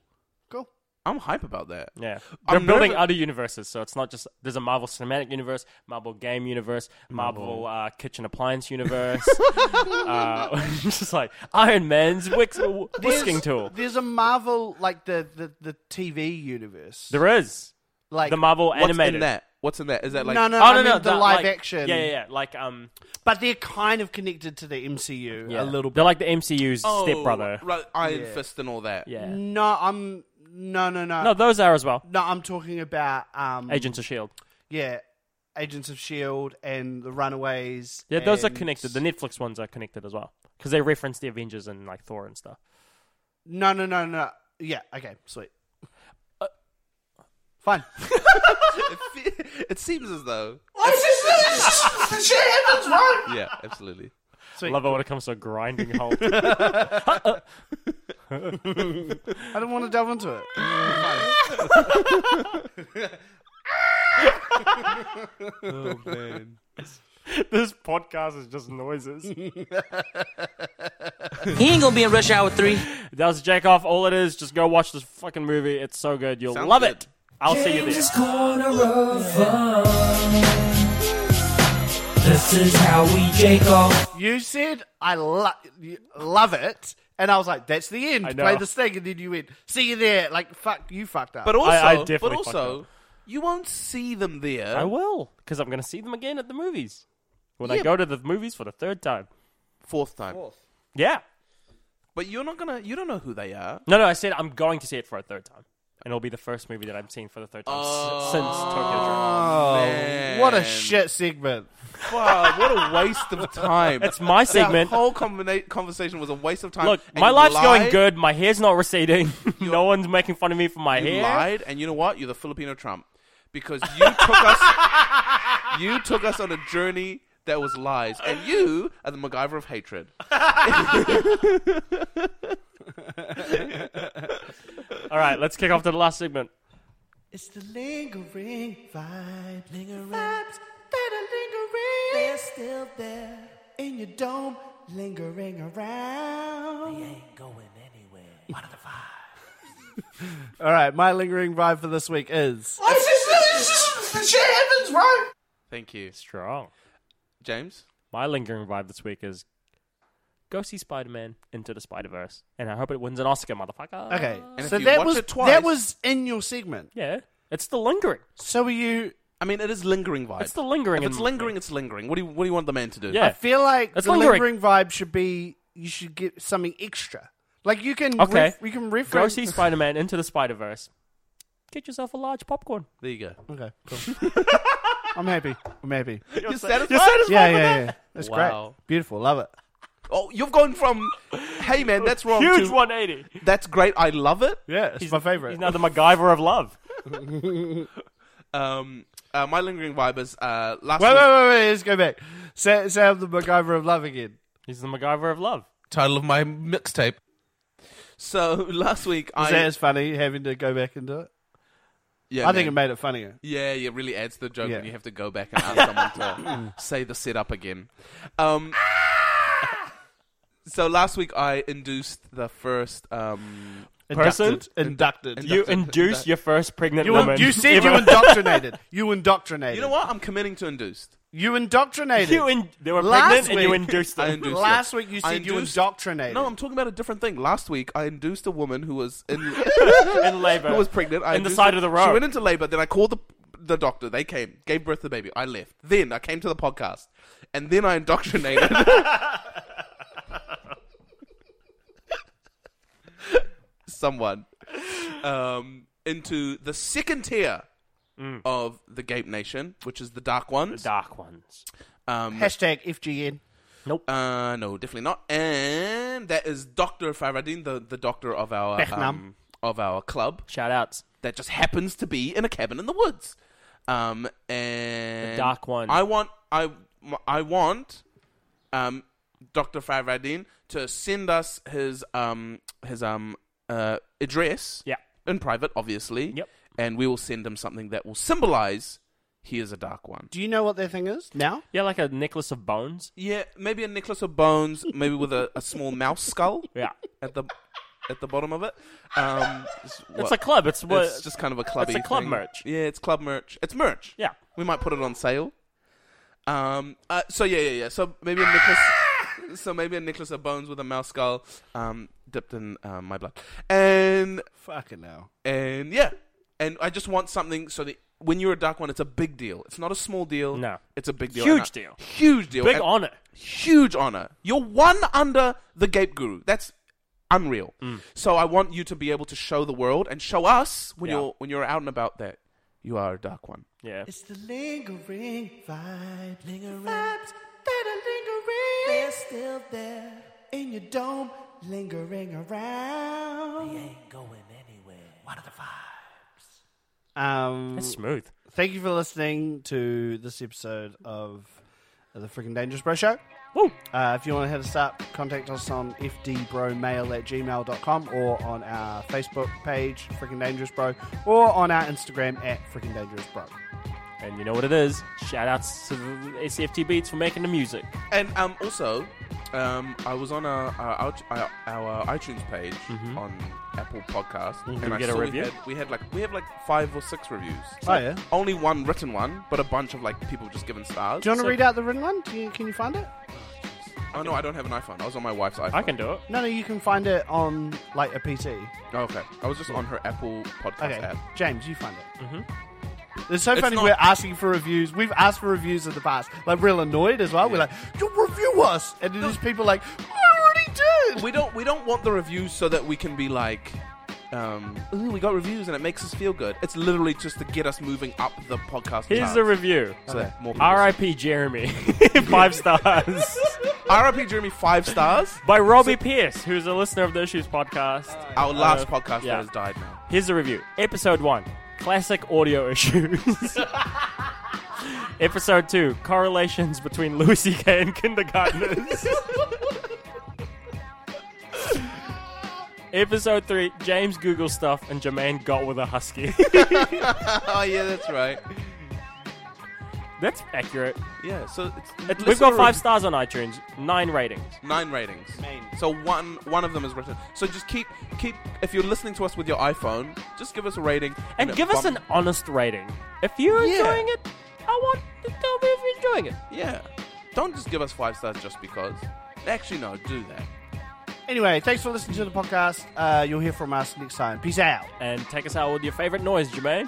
[SPEAKER 5] cool.
[SPEAKER 4] I'm hype about that.
[SPEAKER 2] yeah. They're
[SPEAKER 4] I'm
[SPEAKER 2] building
[SPEAKER 4] nervous-
[SPEAKER 2] other universes, so it's not just there's a Marvel Cinematic Universe, Marvel Game Universe, Marvel uh, Kitchen Appliance Universe. uh, just like Iron Man's wix- w- whisking
[SPEAKER 5] There's-
[SPEAKER 2] tool.
[SPEAKER 5] There's a Marvel like the the, the TV universe.
[SPEAKER 2] There is
[SPEAKER 5] like
[SPEAKER 2] the Marvel
[SPEAKER 4] What's
[SPEAKER 2] animated.
[SPEAKER 4] in that? What's in that? Is that like?
[SPEAKER 5] no, no,
[SPEAKER 2] Oh
[SPEAKER 5] I
[SPEAKER 2] no, no,
[SPEAKER 5] mean the
[SPEAKER 2] that,
[SPEAKER 5] live
[SPEAKER 2] like-
[SPEAKER 5] action.
[SPEAKER 2] Yeah, yeah, yeah. Like um,
[SPEAKER 5] But they're kind of connected to the MCU
[SPEAKER 2] yeah.
[SPEAKER 5] a little bit.
[SPEAKER 2] They're like the MCU's
[SPEAKER 4] Oh,
[SPEAKER 2] stepbrother.
[SPEAKER 4] right, Iron Fist and all that.
[SPEAKER 2] Yeah.
[SPEAKER 5] No, I'm no, no, no,
[SPEAKER 2] No, those are as well.
[SPEAKER 5] No, I'm talking about um,
[SPEAKER 2] Agents of Shield.
[SPEAKER 5] yeah, Agents of Shield E and the Runaways.
[SPEAKER 2] Yeah, those are
[SPEAKER 5] and-
[SPEAKER 2] connected. The Netflix ones are connected as well because they reference the Avengers and like Thor and stuff.
[SPEAKER 5] No, no, no, no. Yeah, okay, sweet.
[SPEAKER 4] Uh,
[SPEAKER 5] Fine.
[SPEAKER 4] it seems as though. Yeah, absolutely.
[SPEAKER 2] Love it when it comes to a grinding hole.
[SPEAKER 5] I don't want to delve into it.
[SPEAKER 2] this podcast is just noises.
[SPEAKER 6] He ain't gonna be in Rush Hour 3.
[SPEAKER 2] That was Jack off. All it is, just go watch this fucking movie. It's so good. You'll
[SPEAKER 4] Sounds
[SPEAKER 2] love
[SPEAKER 4] good.
[SPEAKER 2] it. I'll see you there.
[SPEAKER 6] Corner of fun. This is how we jake off.
[SPEAKER 5] You said I lo- you love it, and I was like, "That's the end.
[SPEAKER 2] I know.
[SPEAKER 5] Play this thing," and then you went, "See you there." Like, fuck, you fucked up.
[SPEAKER 4] But also,
[SPEAKER 2] I definitely
[SPEAKER 4] but
[SPEAKER 2] fucked
[SPEAKER 4] also, you won't see them there.
[SPEAKER 2] I will, because I'm going to see them again at the movies. When I
[SPEAKER 4] Yeah,
[SPEAKER 2] go to the movies for the third time.
[SPEAKER 4] fourth time.
[SPEAKER 2] Yeah.
[SPEAKER 4] But you're not gonna. You don't know who they are.
[SPEAKER 2] No, no, I said I'm going to see it for a third time. And it'll be the first movie that I'm seeing for the third time s- since Tokyo Drift.
[SPEAKER 5] what a shit segment.
[SPEAKER 4] Wow, what a waste of time.
[SPEAKER 2] It's my segment.
[SPEAKER 4] That whole combina- conversation was a waste of time.
[SPEAKER 2] Look,
[SPEAKER 4] and
[SPEAKER 2] my
[SPEAKER 4] you
[SPEAKER 2] life's going
[SPEAKER 4] lied.
[SPEAKER 2] good. My hair's not receding. no one's making fun of me for my
[SPEAKER 4] You
[SPEAKER 2] hair.
[SPEAKER 4] lied, and you know what? You're the Filipino Trump because you took us. You took us on a journey that was lies, and you are the MacGyver of hatred.
[SPEAKER 2] All right, let's kick off to the last segment.
[SPEAKER 3] It's the lingering vibe, lingering vibes that are lingering. They're still there in your dome, lingering around. They ain't going anywhere. What are the vibes?
[SPEAKER 5] All right, my lingering vibe for this week is
[SPEAKER 3] It's just, it's just the shit happens, right?
[SPEAKER 4] Thank you,
[SPEAKER 2] Strong.
[SPEAKER 4] James.
[SPEAKER 2] My lingering vibe this week is go see Spider Man Into the Spider Verse. And I hope it wins an Oscar, motherfucker.
[SPEAKER 5] okay.
[SPEAKER 4] And if
[SPEAKER 5] so
[SPEAKER 4] you
[SPEAKER 5] that
[SPEAKER 4] watch
[SPEAKER 5] was
[SPEAKER 4] it twice-
[SPEAKER 5] that was in your segment.
[SPEAKER 2] Yeah. It's still lingering.
[SPEAKER 5] So were you?
[SPEAKER 4] I mean, it is lingering vibe.
[SPEAKER 2] It's the lingering.
[SPEAKER 4] If it's
[SPEAKER 2] in-
[SPEAKER 4] lingering, it's lingering. What do you What do you want the man to do?
[SPEAKER 2] Yeah.
[SPEAKER 5] I feel like
[SPEAKER 2] That's
[SPEAKER 5] the
[SPEAKER 2] lingering.
[SPEAKER 5] lingering. vibe should be you should get something extra. Like you can
[SPEAKER 2] Okay.
[SPEAKER 5] ref- you can
[SPEAKER 2] Go
[SPEAKER 5] reference.
[SPEAKER 2] see Spider Man Into the Spider Verse. Get yourself a large popcorn.
[SPEAKER 4] There you go.
[SPEAKER 5] okay, cool. I'm happy. I'm happy.
[SPEAKER 4] You're, satisfied.
[SPEAKER 5] Yeah, yeah, yeah. That's
[SPEAKER 4] Wow.
[SPEAKER 5] great. Beautiful. Love it.
[SPEAKER 4] Oh, you've gone from, hey man, that's wrong.
[SPEAKER 2] Huge
[SPEAKER 4] to,
[SPEAKER 2] 180.
[SPEAKER 4] That's great. I love it.
[SPEAKER 5] Yeah, it's my favorite.
[SPEAKER 2] He's now the MacGyver of love.
[SPEAKER 4] Um, uh, my lingering vibe is uh, last
[SPEAKER 5] Wait,
[SPEAKER 4] week-
[SPEAKER 5] wait, wait, wait. Let's go back. Sam, Sam the MacGyver of love again.
[SPEAKER 2] He's the MacGyver of love.
[SPEAKER 4] title of my mixtape. So last week
[SPEAKER 5] Is
[SPEAKER 4] I
[SPEAKER 5] that as funny having to go back and do it?
[SPEAKER 4] yeah,
[SPEAKER 5] I think it
[SPEAKER 4] man.
[SPEAKER 5] made it funnier.
[SPEAKER 4] yeah, yeah, it really adds to the joke
[SPEAKER 5] Yeah.
[SPEAKER 4] when you have to go back and ask someone to say the setup again. Um, so last week I induced the first um,
[SPEAKER 2] Person?
[SPEAKER 5] Inducted. Inducted.
[SPEAKER 2] You induce your first pregnant
[SPEAKER 5] You,
[SPEAKER 2] woman.
[SPEAKER 5] you said you
[SPEAKER 2] ever.
[SPEAKER 5] indoctrinated. You indoctrinated.
[SPEAKER 4] You know what? I'm committing to induced.
[SPEAKER 5] You indoctrinated.
[SPEAKER 2] You in- they were
[SPEAKER 5] Last
[SPEAKER 2] pregnant and you
[SPEAKER 5] week-
[SPEAKER 2] induced them.
[SPEAKER 4] I induced
[SPEAKER 5] Last
[SPEAKER 4] it.
[SPEAKER 5] week you
[SPEAKER 4] I
[SPEAKER 5] said you
[SPEAKER 4] induced-
[SPEAKER 5] indoctrinated.
[SPEAKER 4] No, I'm talking about a different thing. Last week I induced a woman who was in
[SPEAKER 2] in labor.
[SPEAKER 4] who was pregnant. I
[SPEAKER 2] in the
[SPEAKER 4] induced
[SPEAKER 2] side
[SPEAKER 4] her-
[SPEAKER 2] of the road.
[SPEAKER 4] She went into labor. Then I called the the doctor. They came, gave birth to the baby. I left. Then I came to the podcast, and then I indoctrinated. someone um, into the second tier of the Gape Nation, which is the dark ones.
[SPEAKER 2] Mm. Dark ones.
[SPEAKER 4] Um,
[SPEAKER 5] Hashtag FGN.
[SPEAKER 4] uh, no, definitely not. And that is Doctor Faradin, the, the doctor of our
[SPEAKER 5] Behnam.
[SPEAKER 4] um, of our club
[SPEAKER 2] Shout outs.
[SPEAKER 4] that just happens to be in a cabin in the woods. Um, and
[SPEAKER 2] The dark one.
[SPEAKER 4] I want I I want um Doctor Faradin to send us his um his um uh address.
[SPEAKER 2] Yeah.
[SPEAKER 4] In private, obviously.
[SPEAKER 2] Yep.
[SPEAKER 4] And we will send him something that will symbolize he is a dark one.
[SPEAKER 5] Do you know what their thing is now?
[SPEAKER 2] Yeah, like a necklace of bones.
[SPEAKER 4] Yeah, maybe a necklace of bones, maybe with a, a small mouse skull.
[SPEAKER 2] Yeah.
[SPEAKER 4] at the at the bottom of it. Um, it's,
[SPEAKER 2] It's
[SPEAKER 4] what-
[SPEAKER 2] a club. It's what.
[SPEAKER 4] It's just kind of a clubby.
[SPEAKER 2] it's a club
[SPEAKER 4] thing.
[SPEAKER 2] merch.
[SPEAKER 4] Yeah, it's club merch. It's merch.
[SPEAKER 2] Yeah.
[SPEAKER 4] we might put it on sale. Um. Uh, so yeah, yeah, yeah. So maybe a
[SPEAKER 2] Ah!
[SPEAKER 4] necklace. so maybe a necklace of bones with a mouse skull, um, dipped in um, my blood, and
[SPEAKER 5] Fucking hell.
[SPEAKER 4] and yeah, and I just want something so that when you're a dark one, it's a big deal. It's not a small deal.
[SPEAKER 2] No.
[SPEAKER 4] it's a big deal.
[SPEAKER 2] Huge
[SPEAKER 4] And I-
[SPEAKER 2] deal.
[SPEAKER 4] Huge deal.
[SPEAKER 2] Big
[SPEAKER 4] And-
[SPEAKER 2] honor.
[SPEAKER 4] huge honor. You're one under the Gape Guru. That's unreal.
[SPEAKER 2] Mm.
[SPEAKER 4] So I want you to be able to show the world and show us when
[SPEAKER 2] Yeah.
[SPEAKER 4] you're when you're out and about that you are a dark one.
[SPEAKER 2] Yeah.
[SPEAKER 3] It's the lingering vibe, lingering vibes that are lingering. They're still there in your dome, lingering around. They ain't going anywhere. What are the vibes?
[SPEAKER 5] Um,
[SPEAKER 2] That's smooth.
[SPEAKER 5] thank you for listening to this episode of the Freaking Dangerous Bro Show.
[SPEAKER 2] Woo.
[SPEAKER 5] Uh, if you want to hit us up, contact us on fdbromail at gmail.com or on our Facebook page, Freaking Dangerous Bro, or on our Instagram at Freaking Dangerous Bro.
[SPEAKER 2] And you know what it is. Shout outs to the SFT Beats for making the music.
[SPEAKER 4] And um also Um, I was on our, our, out- our, our iTunes page on Apple Podcast,
[SPEAKER 2] Mm-hmm. Did we
[SPEAKER 4] I
[SPEAKER 2] get a
[SPEAKER 4] saw
[SPEAKER 2] review?
[SPEAKER 4] We had, we had like we have like five or six reviews.
[SPEAKER 5] Oh, yeah.
[SPEAKER 4] Only one written one, but a bunch of like people just giving stars.
[SPEAKER 5] Do you want to read out the written one? Do you, can you find it?
[SPEAKER 4] oh no, I don't have an iPhone. I was on my wife's iPhone.
[SPEAKER 2] I can do it.
[SPEAKER 5] No, no, you can find it on like a PC.
[SPEAKER 4] Oh, okay, I was just on her Apple Podcast
[SPEAKER 5] Okay,
[SPEAKER 4] app.
[SPEAKER 5] James, you find it. Mm-hmm. It's so funny.
[SPEAKER 4] not-
[SPEAKER 5] We're asking for reviews. We've asked for reviews in the past. Like real annoyed as well. We're like, "You review us," and then there's people like, "I already did."
[SPEAKER 4] We don't we don't want the reviews so that we can be like, um, ooh, we got reviews and it makes us feel good. It's literally just to get us moving up the podcast.
[SPEAKER 2] Here's
[SPEAKER 4] charts.
[SPEAKER 2] the review.
[SPEAKER 4] So that more people-
[SPEAKER 2] R.I.P. Jeremy, five stars
[SPEAKER 4] R.I.P. Jeremy five stars.
[SPEAKER 2] by Robbie Pierce, who's a listener of the Issues podcast.
[SPEAKER 4] Our last
[SPEAKER 2] Uh,
[SPEAKER 4] podcast
[SPEAKER 2] yeah.
[SPEAKER 4] that has died now.
[SPEAKER 2] Here's the review. Episode one, classic audio issues. Episode two, correlations between Louis C.K. and kindergartners. Episode three, James Google stuff and Jermaine got with a husky.
[SPEAKER 4] Oh yeah, that's right.
[SPEAKER 2] That's accurate.
[SPEAKER 4] Yeah, so it's,
[SPEAKER 2] It's-
[SPEAKER 4] listen
[SPEAKER 2] we've got
[SPEAKER 4] to
[SPEAKER 2] five
[SPEAKER 4] rev-
[SPEAKER 2] stars on iTunes, nine ratings.
[SPEAKER 4] nine ratings. So one one of them is written. So just keep keep if you're listening to us with your iPhone, just give us a rating
[SPEAKER 2] And
[SPEAKER 4] it
[SPEAKER 2] give us
[SPEAKER 4] bump-
[SPEAKER 2] an honest rating. If you're
[SPEAKER 4] Yeah.
[SPEAKER 2] enjoying it, I want to tell me if you're enjoying it.
[SPEAKER 4] yeah. Don't just give us five stars just because. Actually, no, do that.
[SPEAKER 5] Anyway, thanks for listening to the podcast. Uh, you'll hear from us next time. Peace out.
[SPEAKER 2] And take us out with your favorite noise, Jermaine.